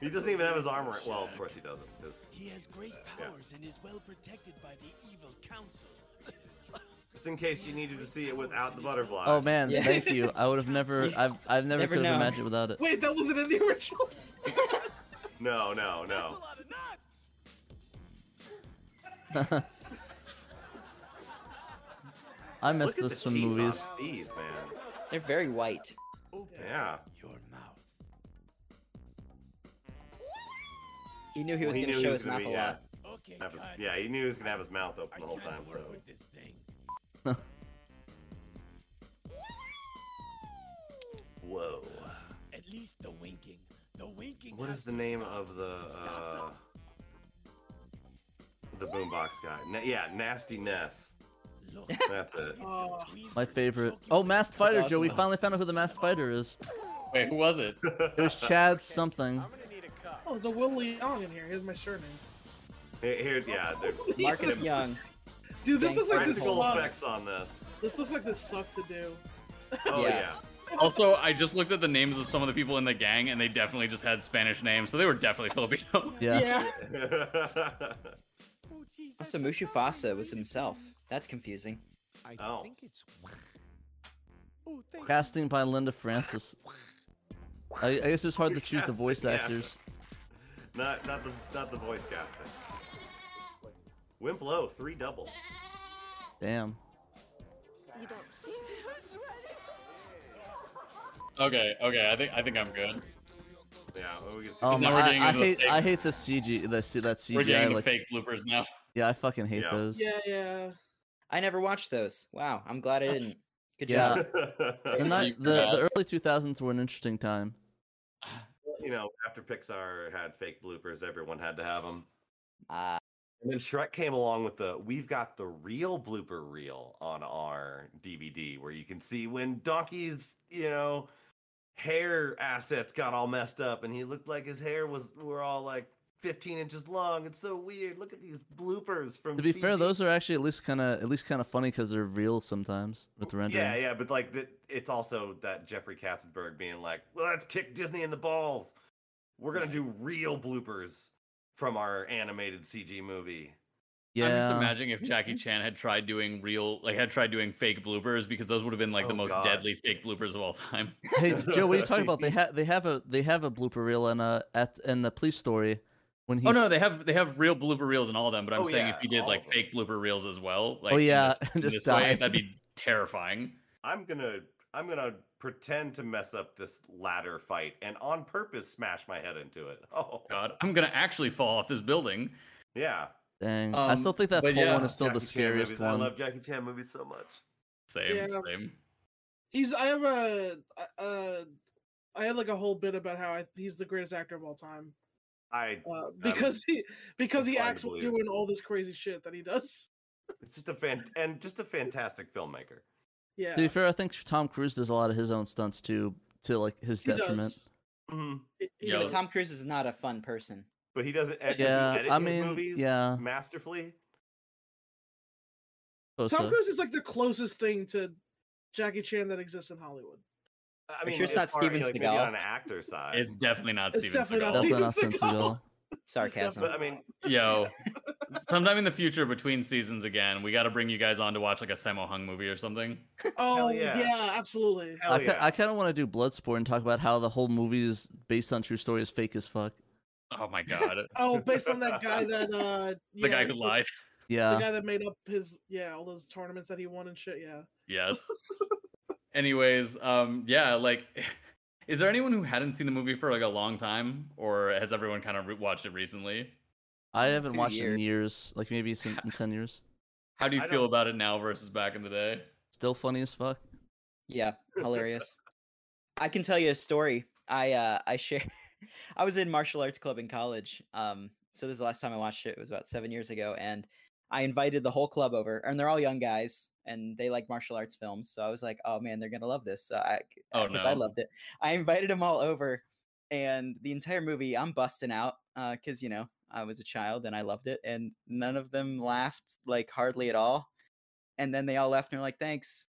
Speaker 1: he doesn't even have his armor. Well, of course he doesn't. 'cause-
Speaker 7: He has great
Speaker 1: yeah.
Speaker 7: powers and is well protected by the evil council.
Speaker 1: Just in case you needed to see it without the butterfly.
Speaker 2: Oh man, thank you. I would have never. I've I've never,
Speaker 1: Never
Speaker 2: could have
Speaker 1: know.
Speaker 2: imagined without it.
Speaker 4: Wait, that wasn't in the original.
Speaker 1: No, no, no.
Speaker 2: I miss
Speaker 1: Look at
Speaker 2: this
Speaker 1: the
Speaker 2: from
Speaker 1: teeth on
Speaker 2: movies.
Speaker 1: Steve, man.
Speaker 5: They're very white.
Speaker 1: Yeah.
Speaker 5: He knew he was
Speaker 1: Well,
Speaker 5: going
Speaker 1: knew
Speaker 5: to
Speaker 1: he
Speaker 5: show
Speaker 1: was
Speaker 5: his
Speaker 1: gonna
Speaker 5: mouth
Speaker 1: be-
Speaker 5: a
Speaker 1: yeah.
Speaker 5: lot.
Speaker 1: Have his- yeah, he knew he was gonna have his mouth open the whole time. So. Whoa.
Speaker 7: At least the winking. The winking.
Speaker 1: What
Speaker 7: has
Speaker 1: is the
Speaker 7: to
Speaker 1: name
Speaker 7: stop.
Speaker 1: of the
Speaker 7: Stop
Speaker 1: uh, the boombox guy? Na- yeah, Nasty Ness. That's it.
Speaker 2: My favorite. Oh, Masked Fighter, Joe. We
Speaker 1: awesome.
Speaker 2: finally found out who the Masked Fighter is.
Speaker 3: Wait, who was it?
Speaker 2: It was Chad something.
Speaker 4: Oh, there's a Will Young in here. Here's my surname.
Speaker 1: Here, here- yeah, they're-
Speaker 5: Marcus Young.
Speaker 4: Dude, this
Speaker 5: Thank
Speaker 4: looks like this
Speaker 1: practical
Speaker 4: sucks.
Speaker 1: effects on this.
Speaker 4: This looks like this sucked to do.
Speaker 1: Oh yeah.
Speaker 3: Also, I just looked at the names of some of the people in the gang, and they definitely just had Spanish names, so they were definitely Filipino.
Speaker 17: Oh,
Speaker 5: Also, Mushu Fasa was himself. That's confusing.
Speaker 17: I
Speaker 1: Oh.
Speaker 17: think it's. oh, thank
Speaker 2: Casting by Linda Francis. I, I guess it was hard to choose the voice
Speaker 1: Casting, yeah.
Speaker 2: actors.
Speaker 1: Not not the not the voice casting. Wimp low, three doubles.
Speaker 2: Damn.
Speaker 13: You don't see me.
Speaker 3: Okay, okay, I think I think I'm good.
Speaker 1: Yeah, well, we can see.
Speaker 2: Oh,
Speaker 3: now
Speaker 2: my,
Speaker 3: we're getting
Speaker 2: I, I
Speaker 3: into the
Speaker 2: hate
Speaker 3: fake,
Speaker 2: I hate the CG the C, that CGI
Speaker 3: we're getting into
Speaker 2: like
Speaker 3: fake bloopers now.
Speaker 2: yeah I fucking hate those.
Speaker 4: Yeah, yeah.
Speaker 5: I never watched those. Wow, I'm glad I didn't. Good
Speaker 2: Yeah.
Speaker 5: job.
Speaker 2: the, ni- the, the early 2000s were an interesting time.
Speaker 1: You know, after Pixar had fake bloopers, everyone had to have them.
Speaker 5: Ah,
Speaker 1: And then Shrek came along with the we've got the real blooper reel on our DVD where you can see when Donkey's, you know, hair assets got all messed up and he looked like his hair was were all like 15 inches long. It's so weird. Look at these bloopers from
Speaker 2: To be fair,
Speaker 1: CG.
Speaker 2: those are actually at least kind of at least kind of funny because they're real sometimes with the rendering.
Speaker 1: Yeah, yeah, but like that it's also that Jeffrey Katzenberg being like, well, let's kick Disney in the balls. We're gonna do real bloopers from our animated CG movie.
Speaker 3: I'm just
Speaker 2: Yeah.
Speaker 3: imagining if Jackie Chan had tried doing real, like had tried doing fake bloopers, because those would have been like the
Speaker 1: Oh,
Speaker 3: most
Speaker 1: God.
Speaker 3: deadly fake bloopers of all time.
Speaker 2: Hey Joe, what are you talking about? They have they have a they have a blooper reel in uh at in the police story when he
Speaker 3: oh no, they have they have real blooper reels and all of them. But I'm
Speaker 2: Oh,
Speaker 3: saying
Speaker 2: yeah,
Speaker 3: if you did
Speaker 2: all
Speaker 3: like fake blooper reels as well, like
Speaker 2: Oh,
Speaker 3: in
Speaker 2: yeah,
Speaker 3: this- in
Speaker 2: just
Speaker 3: this way,
Speaker 2: die.
Speaker 3: that'd be terrifying.
Speaker 1: I'm gonna I'm gonna pretend to mess up this ladder fight and on purpose smash my head into it. Oh
Speaker 3: God, I'm gonna actually fall off this building.
Speaker 1: Yeah.
Speaker 2: Dang, I still think that
Speaker 3: but
Speaker 2: pole one is still the
Speaker 1: Jackie Chan
Speaker 2: scariest
Speaker 1: movies.
Speaker 2: one.
Speaker 1: I love Jackie Chan movies so much.
Speaker 3: Same,
Speaker 4: Yeah.
Speaker 3: same.
Speaker 4: He's. I have a. a- a- I had like a whole bit about how I, he's the greatest actor of all time
Speaker 1: I
Speaker 4: uh,
Speaker 1: I'm-
Speaker 4: because he because he
Speaker 1: inclined to
Speaker 4: acts while
Speaker 1: believe it.
Speaker 4: doing all this crazy shit that he does.
Speaker 1: it's just a fan and just a fantastic filmmaker.
Speaker 4: Yeah.
Speaker 2: To be fair, I think Tom Cruise does a lot of his own stunts too, to like his
Speaker 5: He does.
Speaker 2: detriment.
Speaker 5: Yeah, but Tom Cruise is not a fun person.
Speaker 1: But he doesn't and
Speaker 2: Yeah,
Speaker 1: does he edit
Speaker 2: I
Speaker 1: his
Speaker 2: mean,
Speaker 1: movies
Speaker 2: yeah.
Speaker 1: masterfully.
Speaker 2: Suppose
Speaker 4: Tom
Speaker 2: so.
Speaker 4: Cruise is like the closest thing to Jackie Chan that exists in Hollywood.
Speaker 1: I
Speaker 5: Are you
Speaker 1: mean,
Speaker 5: sure it's
Speaker 1: as
Speaker 5: not
Speaker 1: far-
Speaker 5: Steven
Speaker 1: like, maybe
Speaker 5: Seagal?
Speaker 1: on an actor side.
Speaker 3: It's definitely not
Speaker 4: It's
Speaker 3: Steven
Speaker 4: definitely not
Speaker 3: Seagal.
Speaker 4: Steven Definitely not Steven Seagal.
Speaker 5: Sarcasm.
Speaker 1: But I mean,
Speaker 3: Yo, sometime in the future, between seasons again, we got to bring you guys on to watch like a Sammo Hung movie or something.
Speaker 4: Oh
Speaker 1: yeah.
Speaker 4: yeah. absolutely.
Speaker 2: I, ki- I kind of want to do Bloodsport and talk about how the whole movie is based on true story is fake as fuck.
Speaker 3: Oh my god.
Speaker 4: Oh, based on that guy that uh
Speaker 3: the guy
Speaker 4: yeah,
Speaker 3: who
Speaker 4: so-
Speaker 3: lied.
Speaker 4: The guy that made up his yeah, all those tournaments that he won and shit, yeah.
Speaker 3: Yes. Anyways, um, yeah, like, is there anyone who hadn't seen the movie for like a long time, or has everyone kind of re- watched it recently?
Speaker 2: I haven't
Speaker 3: Few
Speaker 2: watched it in
Speaker 3: years.
Speaker 2: years, like maybe since in ten years.
Speaker 3: How do you
Speaker 2: I
Speaker 3: feel
Speaker 2: don't-
Speaker 3: about it now versus back in the day?
Speaker 2: Still funny as fuck.
Speaker 5: Yeah, hilarious. I can tell you a story. I uh I share I was in martial arts club in college. Um so this is the last time I watched it. It was about 7 years ago and I invited the whole club over and they're all young guys and they like martial arts films. So I was like, "Oh man, they're going to love this." So I
Speaker 3: Oh,
Speaker 5: because I
Speaker 3: no.
Speaker 5: loved it. I invited them all over and the entire movie I'm busting out uh cuz you know, I was a child and I loved it and none of them laughed like hardly at all. And then they all left and were like, "Thanks."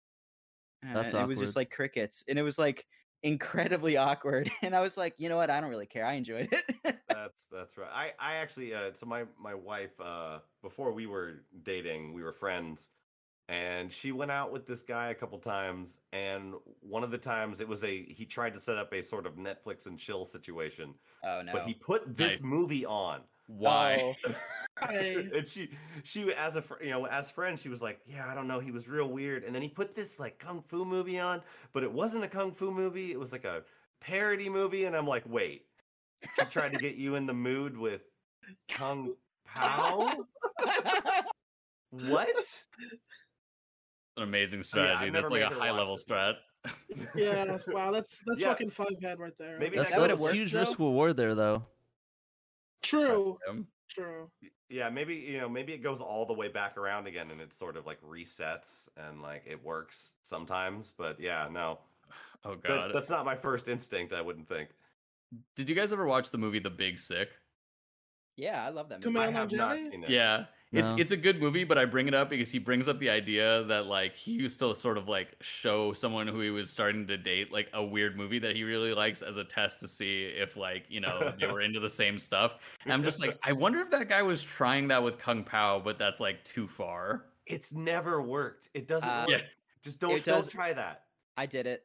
Speaker 5: and
Speaker 2: That's
Speaker 5: it was just
Speaker 2: awkward.
Speaker 5: like crickets and it was like incredibly awkward and i was like you know what i don't really care i enjoyed it
Speaker 1: that's that's right. I I actually uh, so my my wife uh before we were dating, we were friends, and she went out with this guy a couple times, and one of the times it was a he tried to set up a sort of Netflix and chill situation.
Speaker 5: Oh
Speaker 1: But he
Speaker 5: no.
Speaker 1: put this
Speaker 5: Nice.
Speaker 1: movie on. Oh.
Speaker 3: Why?
Speaker 1: and she she as a fr- you know as friend she was like yeah i don't know he was real weird and then he put this like kung fu movie on but it wasn't a kung fu movie it was like a parody movie and i'm like wait she tried to get you in the mood with kung pao what
Speaker 3: An amazing
Speaker 1: I mean, I've
Speaker 3: strategy.
Speaker 1: never
Speaker 3: That's like a
Speaker 1: made her
Speaker 3: high
Speaker 1: watch
Speaker 3: level strat.
Speaker 4: Yeah. Wow, that's that's
Speaker 1: Yeah.
Speaker 4: fucking five head right there.
Speaker 1: Maybe
Speaker 2: That's,
Speaker 1: that would've
Speaker 2: that's
Speaker 1: worked,
Speaker 2: huge
Speaker 1: though.
Speaker 2: risk reward there though.
Speaker 4: True.
Speaker 3: Him.
Speaker 4: True.
Speaker 1: yeah maybe you know maybe it goes all the way back around again and it sort of like resets and like it works sometimes but yeah no
Speaker 3: Oh
Speaker 1: That-
Speaker 3: god.
Speaker 1: that's not my first instinct i wouldn't think
Speaker 3: Did you guys ever watch the movie The Big Sick?
Speaker 5: yeah i love that
Speaker 4: Kumail
Speaker 5: movie
Speaker 1: I have not
Speaker 4: Nanjiani?
Speaker 1: seen it.
Speaker 3: Yeah. It's
Speaker 2: No.
Speaker 3: it's a good movie, but I bring it up because he brings up the idea that like he used to sort of like show someone who he was starting to date like a weird movie that he really likes as a test to see if like, you know, they were into the same stuff. And I'm just like, I wonder if that guy was trying that with Kung Pao, but that's like too far.
Speaker 1: It's never worked. It doesn't
Speaker 5: Uh,
Speaker 1: work.
Speaker 5: Yeah.
Speaker 1: Just don't
Speaker 5: it does-
Speaker 1: don't try that.
Speaker 5: i did it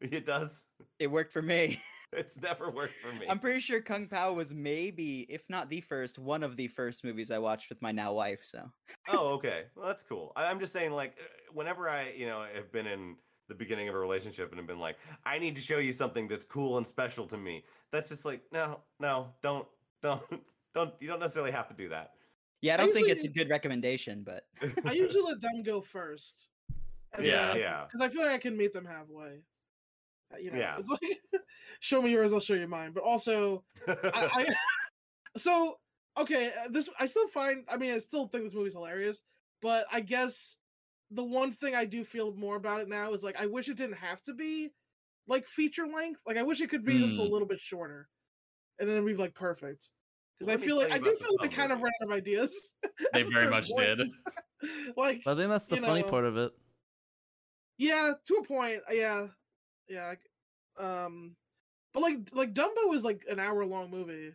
Speaker 1: It does.
Speaker 5: it worked for me
Speaker 1: It's never worked for me.
Speaker 5: i'm pretty sure kung pao was maybe if not the first one of the first movies i watched with my now wife so
Speaker 1: oh, okay. Well, that's cool. I, I'm just saying, like, uh, whenever I, you know, have been in the beginning of a relationship and have been like, I need to show you something that's cool and special to me. That's just like, no, no, don't, don't, don't. You don't necessarily have to do that.
Speaker 5: yeah i
Speaker 4: I
Speaker 5: don't think it's a
Speaker 4: usually-
Speaker 5: good recommendation but
Speaker 4: I usually let them go first.
Speaker 1: Yeah, yeah.
Speaker 4: Because I feel like I can meet them halfway. Uh, You know,
Speaker 1: Yeah.
Speaker 4: it's like show me yours, I'll show you mine. But also I, I so okay, uh, this I still find. I mean, I still think this movie's hilarious, but I guess the one thing I do feel more about it now is like I wish it didn't have to be like feature length. Like I wish it could be just a
Speaker 3: Mm.
Speaker 4: little bit shorter, and then we'd be like perfect. Because
Speaker 1: Let
Speaker 4: I
Speaker 1: me
Speaker 4: feel
Speaker 1: tell
Speaker 4: like
Speaker 1: you
Speaker 4: I
Speaker 1: about
Speaker 4: do
Speaker 1: the
Speaker 4: feel like they
Speaker 1: Thumb
Speaker 4: kind of ran out of ideas. at
Speaker 3: They
Speaker 4: a
Speaker 3: very
Speaker 4: certain
Speaker 3: much
Speaker 4: point.
Speaker 3: did.
Speaker 4: like
Speaker 2: But I think that's the
Speaker 4: you
Speaker 2: funny
Speaker 4: know,
Speaker 2: part of it.
Speaker 4: Yeah, to a point. uh, Yeah, yeah. I- Um, but like like Dumbo is like an hour long movie,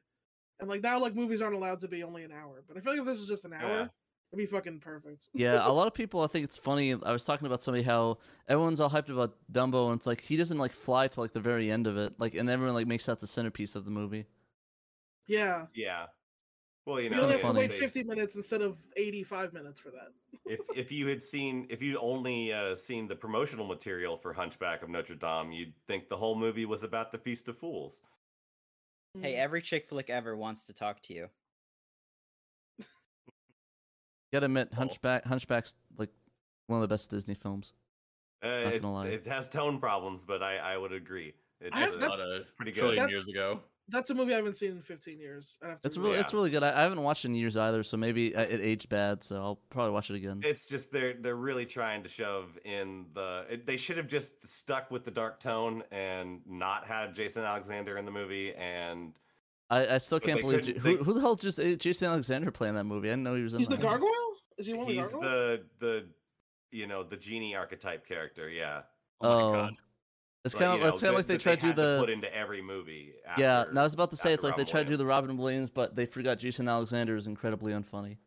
Speaker 4: and like now like movies aren't allowed to be only an hour. But I feel like if this was just an hour,
Speaker 2: Yeah.
Speaker 4: it'd be fucking perfect.
Speaker 2: Yeah, a lot of people. I think it's funny. I was talking about somebody how everyone's all hyped about Dumbo, and it's like he doesn't like fly till like the very end of it. Like, and everyone like makes that the centerpiece of the movie.
Speaker 4: Yeah.
Speaker 1: Yeah. Well, you
Speaker 4: You
Speaker 1: know,
Speaker 4: only
Speaker 1: they-
Speaker 4: have to wait
Speaker 1: they-
Speaker 4: 50 minutes instead of 85 minutes for that.
Speaker 1: if if you had seen if you'd only uh, seen the promotional material for Hunchback of Notre Dame, you'd think the whole movie was about the Feast of Fools.
Speaker 2: Mm.
Speaker 5: Hey, every chick flick ever wants to talk to you.
Speaker 2: You gotta
Speaker 1: Oh.
Speaker 2: admit, Hunchback, Hunchback's like one of the best Disney films.
Speaker 1: Uh,
Speaker 2: Not
Speaker 1: it,
Speaker 2: gonna lie.
Speaker 1: it has tone problems, but I, I would agree. It,
Speaker 4: I have-
Speaker 1: it's,
Speaker 4: that's-
Speaker 1: it's pretty good.
Speaker 4: trillion That- years
Speaker 3: ago.
Speaker 4: That's a movie I haven't seen in 15 years. I'd have to
Speaker 2: It's really, it's really good. I, I haven't watched it in years either, so maybe uh, it aged bad. So I'll probably watch it again.
Speaker 1: It's just they're they're really trying to shove in the. It, they should have just stuck with the dark tone and not had Jason Alexander in the movie. And
Speaker 2: I, I still
Speaker 1: but
Speaker 2: can't
Speaker 1: they
Speaker 2: believe J-
Speaker 1: couldn't-
Speaker 2: who,
Speaker 1: they-
Speaker 2: who the hell just uh, Jason Alexander playing that movie. I didn't know he was in.
Speaker 4: He's the
Speaker 2: that.
Speaker 4: gargoyle? Is he one of the
Speaker 1: he's
Speaker 4: gargoyles?
Speaker 1: the the you know the genie archetype character. Yeah.
Speaker 2: Oh, it's
Speaker 1: But,
Speaker 2: kind of
Speaker 1: you know,
Speaker 2: it's kind of
Speaker 1: that-
Speaker 2: like they
Speaker 1: that
Speaker 2: tried to do
Speaker 1: had
Speaker 2: the
Speaker 1: put into every movie.
Speaker 2: yeah.
Speaker 1: after-
Speaker 2: And I was about to say
Speaker 1: after
Speaker 2: it's like
Speaker 1: Robin
Speaker 2: they tried to do the
Speaker 1: Williams.
Speaker 2: Robin Williams, but they forgot Jason Alexander is incredibly unfunny.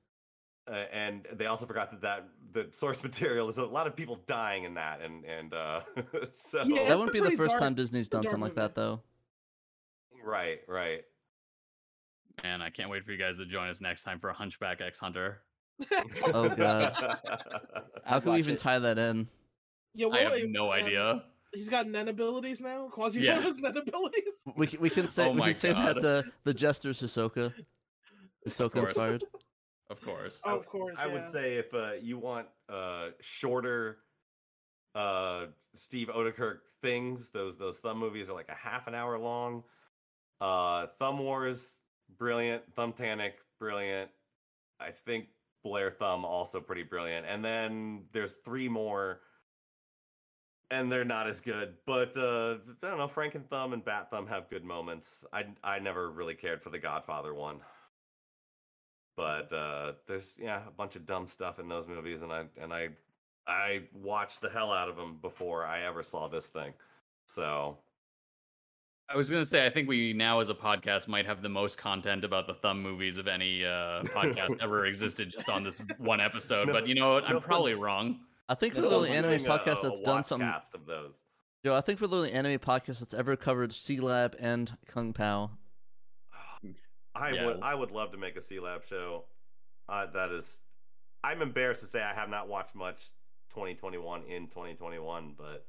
Speaker 1: uh, and they also forgot that that the source material there's a lot of people dying in that and and uh so
Speaker 2: that wouldn't be the first time Disney's done something like that though.
Speaker 1: right right
Speaker 3: And I can't wait for you guys to join us next time for Hunchback X Hunter.
Speaker 2: Oh god, how can we
Speaker 3: watch
Speaker 2: even
Speaker 3: it.
Speaker 2: tie that in?
Speaker 4: Yeah,
Speaker 3: I
Speaker 4: well,
Speaker 3: have
Speaker 4: it-
Speaker 3: no
Speaker 4: um,
Speaker 3: idea.
Speaker 4: He's got Nen abilities now? Quasi
Speaker 2: Yes.
Speaker 4: has Nen abilities?
Speaker 2: We c- we can say
Speaker 3: Oh
Speaker 2: we
Speaker 3: my
Speaker 2: can say that
Speaker 3: God.
Speaker 2: the the jester Hisoka, Hisoka
Speaker 1: course.
Speaker 2: inspired.
Speaker 3: Of course.
Speaker 1: I
Speaker 4: Oh,
Speaker 1: w-
Speaker 4: of course,
Speaker 1: i would
Speaker 4: yeah.
Speaker 1: say if uh you want uh shorter uh steve odekirk things those those thumb movies are like a half an hour long uh thumb wars brilliant thumb tanic brilliant i think blair thumb also pretty brilliant and then there's three more and they're not as good. But uh, I don't know. Frank and Thumb and Bat Thumb have good moments. I I never really cared for the Godfather one, but uh, there's yeah a bunch of dumb stuff in those movies, and I and I I watched the hell out of them before I ever saw this thing. So
Speaker 3: I was gonna say I think we now as a podcast might have the most content about the thumb movies of any uh, podcast ever existed just on this one episode.
Speaker 1: No-
Speaker 3: but you know what?
Speaker 1: no
Speaker 3: I'm probably
Speaker 1: offense.
Speaker 3: wrong.
Speaker 2: I think
Speaker 1: No,
Speaker 2: we're the only
Speaker 1: I'm
Speaker 2: anime
Speaker 1: doing a-
Speaker 2: podcast that's
Speaker 1: a
Speaker 2: done
Speaker 1: watch
Speaker 2: something.
Speaker 1: cast of those.
Speaker 2: Yo, I think we're the only anime podcast that's ever covered C Lab and Kung Pao.
Speaker 1: I
Speaker 3: Yeah.
Speaker 1: would I would love to make a C Lab show. Uh, that is, I'm embarrassed to say I have not watched much 2021 in 2021, but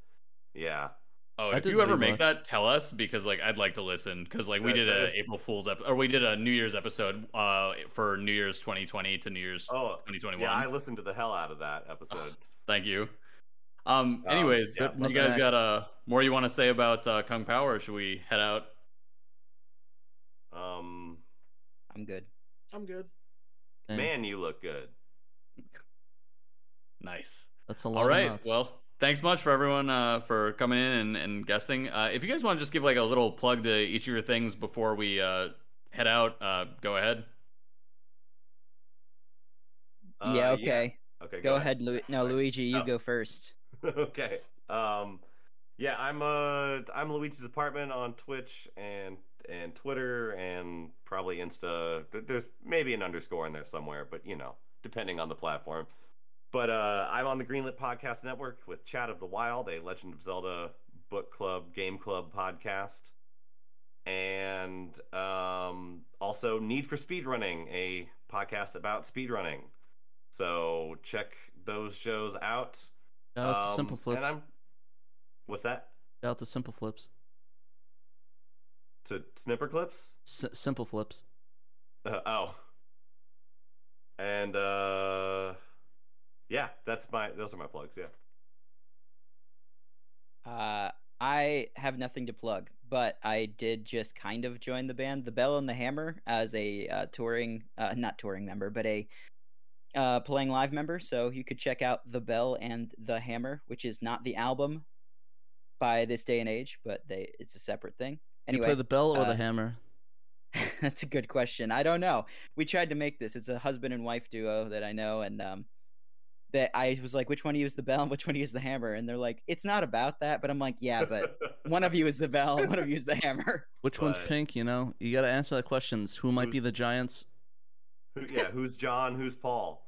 Speaker 1: yeah,
Speaker 3: Oh,
Speaker 1: I
Speaker 3: if
Speaker 1: did
Speaker 3: you ever
Speaker 1: pretty much.
Speaker 3: make that, tell us because like I'd like to listen because like we
Speaker 1: That-
Speaker 3: did
Speaker 1: that
Speaker 3: a
Speaker 1: is-
Speaker 3: April Fool's ep- or we did a New Year's episode uh for New Year's 2020 to New Year's
Speaker 1: Oh,
Speaker 3: 2021.
Speaker 1: yeah, I listened to the hell out of that episode.
Speaker 3: Thank you. Um.
Speaker 1: Um,
Speaker 3: Anyways,
Speaker 1: yeah,
Speaker 3: do
Speaker 1: love
Speaker 3: you guys
Speaker 1: that.
Speaker 3: got uh more you want to say about uh, Kung Pao or should we head out?
Speaker 1: Um,
Speaker 5: I'm good.
Speaker 4: I'm good.
Speaker 2: Dang.
Speaker 1: man, you look good.
Speaker 3: Nice.
Speaker 2: That's a lot
Speaker 3: All
Speaker 2: of
Speaker 3: right.
Speaker 2: nuts.
Speaker 3: Well, thanks much for everyone uh, for coming in and, and guessing. Uh, if you guys want to just give like a little plug to each of your things before we uh, head out, uh, go ahead.
Speaker 1: Uh,
Speaker 5: yeah,
Speaker 1: yeah.
Speaker 5: okay.
Speaker 1: Okay,
Speaker 5: Go,
Speaker 1: go ahead.
Speaker 5: ahead, Lu- No, Luigi, you
Speaker 1: Oh.
Speaker 5: go first.
Speaker 1: okay. Um, yeah, I'm uh, I'm Luigi's apartment on Twitch and and Twitter and probably Insta. There- There's maybe an underscore in there somewhere, but you know, depending on the platform. But uh, I'm on the Greenlit Podcast Network with Chat of the Wild, a Legend of Zelda book club, game club podcast, and um, also Need for Speedrunning, a podcast about speedrunning. So check those shows out.
Speaker 2: Shout out to Oh, Simple
Speaker 1: Um, and
Speaker 2: Flips.
Speaker 1: I'm- what's that?
Speaker 2: Shout out to Simple Flips.
Speaker 1: To Snipper Clips?
Speaker 2: S- simple Flips.
Speaker 1: Uh, oh. And uh, yeah, that's my. Those are my plugs. Yeah.
Speaker 5: Uh, I have nothing to plug, but I did just kind of join the band, The Bell and the Hammer, as a uh, touring, uh, not touring member, but a uh, playing live member. So you could check out The Bell and the Hammer, which is not the album by this day and age, but they it's a separate thing. Anyway,
Speaker 2: you play the bell or
Speaker 5: uh,
Speaker 2: the hammer?
Speaker 5: That's a good question. I don't know. We tried to make this. It's a husband and wife duo that I know, and um, that I was like, which one to use the bell and which one to use the hammer? And they're like, it's not about that. But I'm like, yeah, but one of you is the bell, one of you is the hammer.
Speaker 2: Which one's
Speaker 5: But-
Speaker 2: pink? You know, you got to answer that questions. Who might be the Giants?
Speaker 1: Who, yeah, who's John? Who's Paul?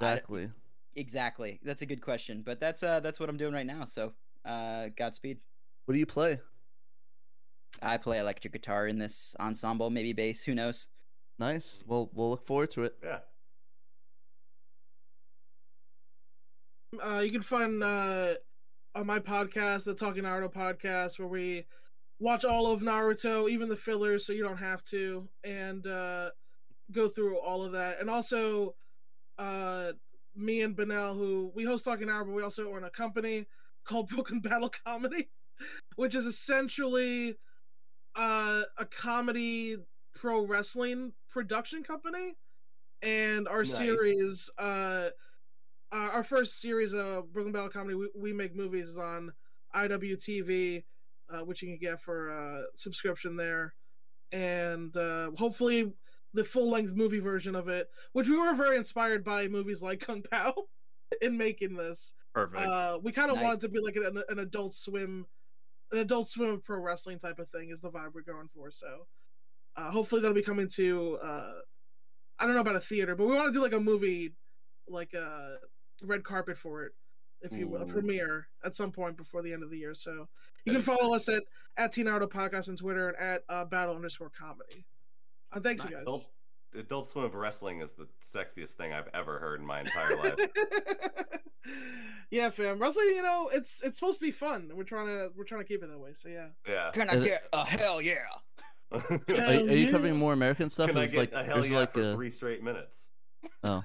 Speaker 2: Exactly.
Speaker 5: Exactly. That's a good question. But that's uh, that's what I'm doing right now. So, uh, Godspeed.
Speaker 2: What do you play?
Speaker 5: I play electric guitar in this ensemble, maybe bass. Who knows?
Speaker 2: Nice. Well, we'll look forward to it.
Speaker 1: Yeah.
Speaker 4: Uh, you can find uh, on my podcast, the Talking Naruto podcast, where we watch all of Naruto, even the fillers, so you don't have to, and uh, go through all of that. And also, uh, me and Benel, who we host Talking Naruto, but we also own a company called Broken Battle Comedy, which is essentially uh, a comedy pro wrestling production company. And our
Speaker 14: Nice.
Speaker 4: series, uh, uh, our first series of Brooklyn Battle Comedy, we, we make movies is on IWTV, uh, which you can get for uh, subscription there, and uh, hopefully the full length movie version of it, which we were very inspired by movies like Kung Pao in making this.
Speaker 3: Perfect.
Speaker 4: Uh, we kind of
Speaker 3: Nice.
Speaker 4: wanted to be like an, an Adult Swim, an Adult Swim of pro wrestling type of thing is the vibe we're going for. So uh, hopefully that'll be coming to. Uh, I don't know about a theater, but we want to do like a movie, like a red carpet for it, if you will, a
Speaker 14: Ooh.
Speaker 4: premiere at some point before the end of the year. So
Speaker 14: That
Speaker 4: you can
Speaker 14: is
Speaker 4: follow us at at Teen Naruto Podcast on Twitter and at uh, Battle underscore Comedy. Uh, thanks, you guys.
Speaker 1: Adult, Adult Swim of wrestling is the sexiest thing I've ever heard in my entire life.
Speaker 4: Yeah, fam. Wrestling, you know, it's it's supposed to be fun. We're trying to we're trying to keep it that way. So yeah.
Speaker 1: Yeah.
Speaker 2: Can I Is it- get
Speaker 5: a hell yeah?
Speaker 2: Are, are you covering more American stuff?
Speaker 1: Can I
Speaker 2: Is
Speaker 1: get
Speaker 2: like,
Speaker 1: a hell
Speaker 2: is
Speaker 1: yeah
Speaker 2: like
Speaker 1: for
Speaker 2: a-
Speaker 1: three straight minutes?
Speaker 2: oh.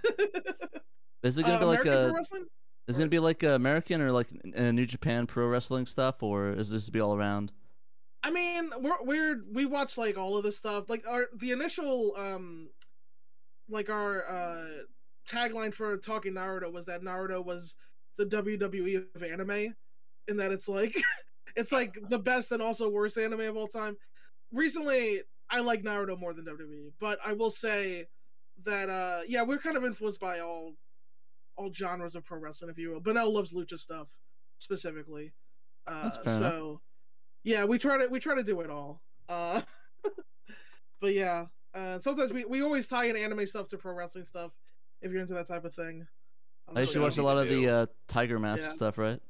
Speaker 2: Is it gonna
Speaker 4: Uh,
Speaker 2: be like
Speaker 4: American pro
Speaker 2: a?
Speaker 4: wrestling?
Speaker 2: Is it gonna be like uh, American or like uh, New Japan pro wrestling stuff, or is this be all around?
Speaker 4: I mean, we're we're we watch like all of this stuff. Like our the initial um like our uh tagline for talking Naruto was that Naruto was the WWE of anime in that it's like it's like the best and also worst anime of all time. Recently, I like Naruto more than WWE, but I will say that uh yeah, we're kind of influenced by all all genres of pro wrestling, if you will. Benel loves lucha stuff specifically. Uh,
Speaker 2: That's fair enough.
Speaker 4: so yeah, we try to we try to do it all. Uh, but yeah, uh, sometimes we, we always tie in anime stuff to pro wrestling stuff if you're into that type of thing. Um,
Speaker 2: I used to
Speaker 4: so,
Speaker 2: watch a
Speaker 4: yeah.
Speaker 2: lot of the uh, Tiger Mask
Speaker 4: Yeah.
Speaker 2: stuff, right?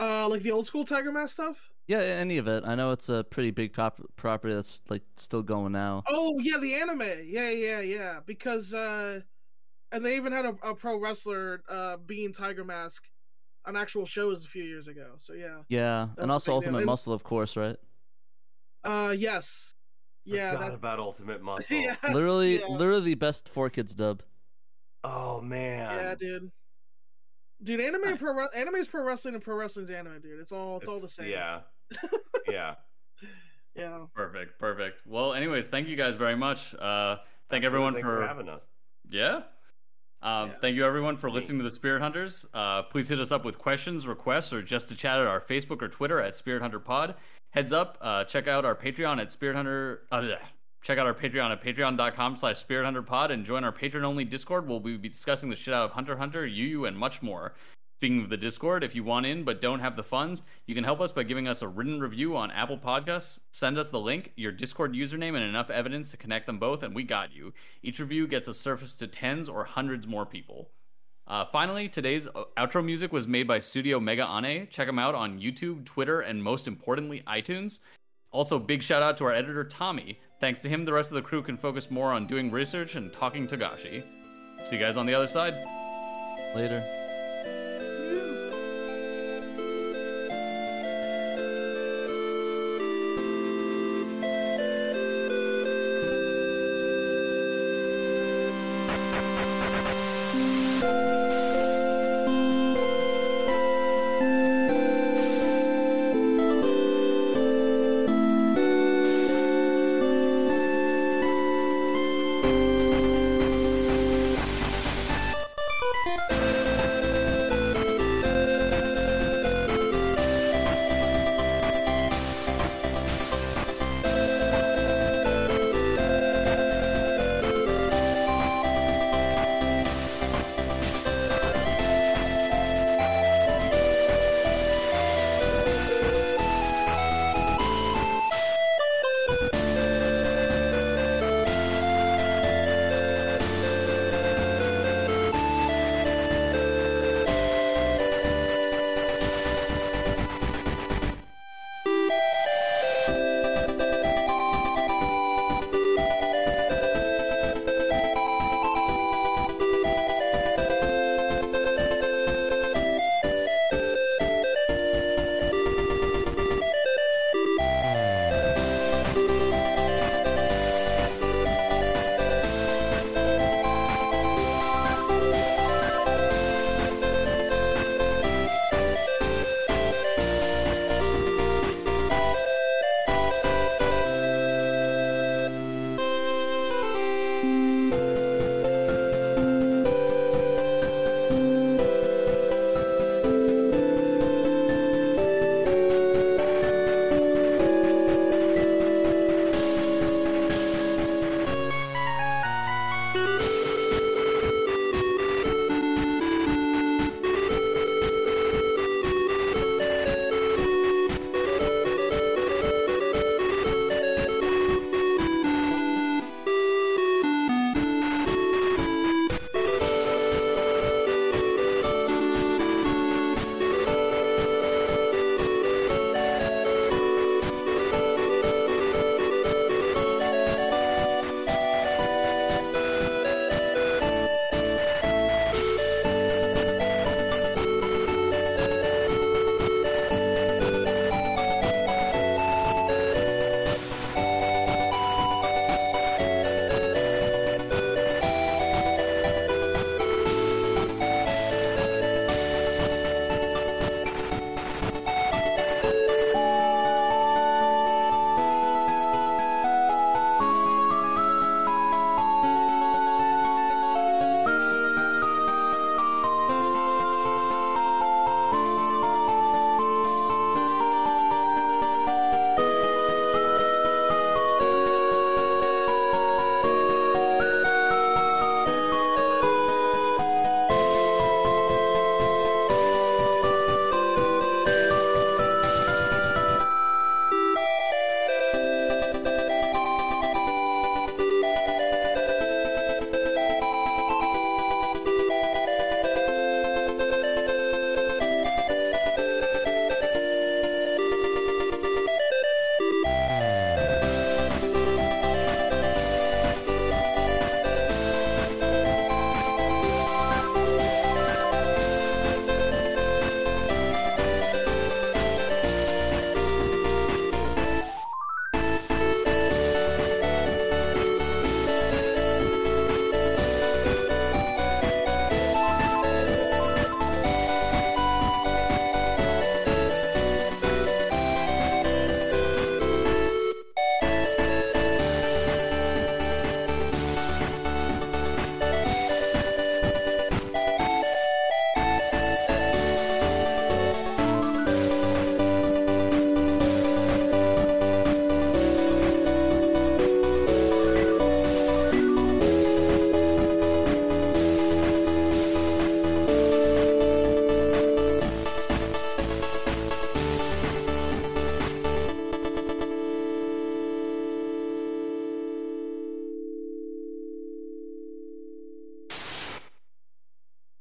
Speaker 4: uh, like the old school Tiger Mask stuff.
Speaker 2: Yeah, any of it. I know it's a pretty big pop- property that's like still going now.
Speaker 4: Oh yeah, the anime. Yeah, yeah, yeah. Because uh, and they even had a, a pro wrestler uh being Tiger Mask on actual shows a few years ago. So yeah.
Speaker 2: Yeah,
Speaker 4: That's
Speaker 2: and
Speaker 4: a
Speaker 2: also
Speaker 4: big deal.
Speaker 2: Ultimate
Speaker 4: And-
Speaker 2: Muscle, of course, right?
Speaker 4: Uh, yes. Yeah.
Speaker 1: Forgot
Speaker 4: that-
Speaker 1: about Ultimate Muscle.
Speaker 4: Yeah.
Speaker 2: Literally,
Speaker 4: Yeah.
Speaker 2: literally the best four kids dub.
Speaker 1: Oh man.
Speaker 4: Yeah, dude. Dude, anime and pro wre- anime is pro wrestling and pro wrestling's anime, dude. It's all it's, all the same.
Speaker 1: Yeah. yeah.
Speaker 4: Yeah.
Speaker 3: Perfect. Perfect. Well, anyways, thank you guys very much. Uh, thank everyone
Speaker 1: Thanks for,
Speaker 3: for,
Speaker 1: having us.
Speaker 3: Yeah. Um, Thank you, everyone, for listening to the Spirit Hunters. Uh, please hit us up with questions, requests, or just to chat at our Facebook or Twitter at Spirit Hunter Pod. Heads up, uh, check out our Patreon at Spirit Hunter. Uh, bleh. check out our Patreon at patreon.com slash Spirit Hunter Pod and join our patron only Discord where we'll be discussing the shit out of Hunter x Hunter, UU, and much more. Speaking of the Discord, if you want in but don't have the funds, you can help us by giving us a written review on Apple Podcasts. Send us the link, your Discord username, and enough evidence to connect them both, and we got you. Each review gets us surfaced to tens or hundreds more people. Uh, finally, today's o- outro music was made by Studio Mega Ane. Check them out on YouTube, Twitter, and most importantly, iTunes. Also, big shout out to our editor, Tommy. Thanks to him, the rest of the crew can focus more on doing research and talking Tagashi. See you guys on the other side.
Speaker 2: Later.
Speaker 9: Bye.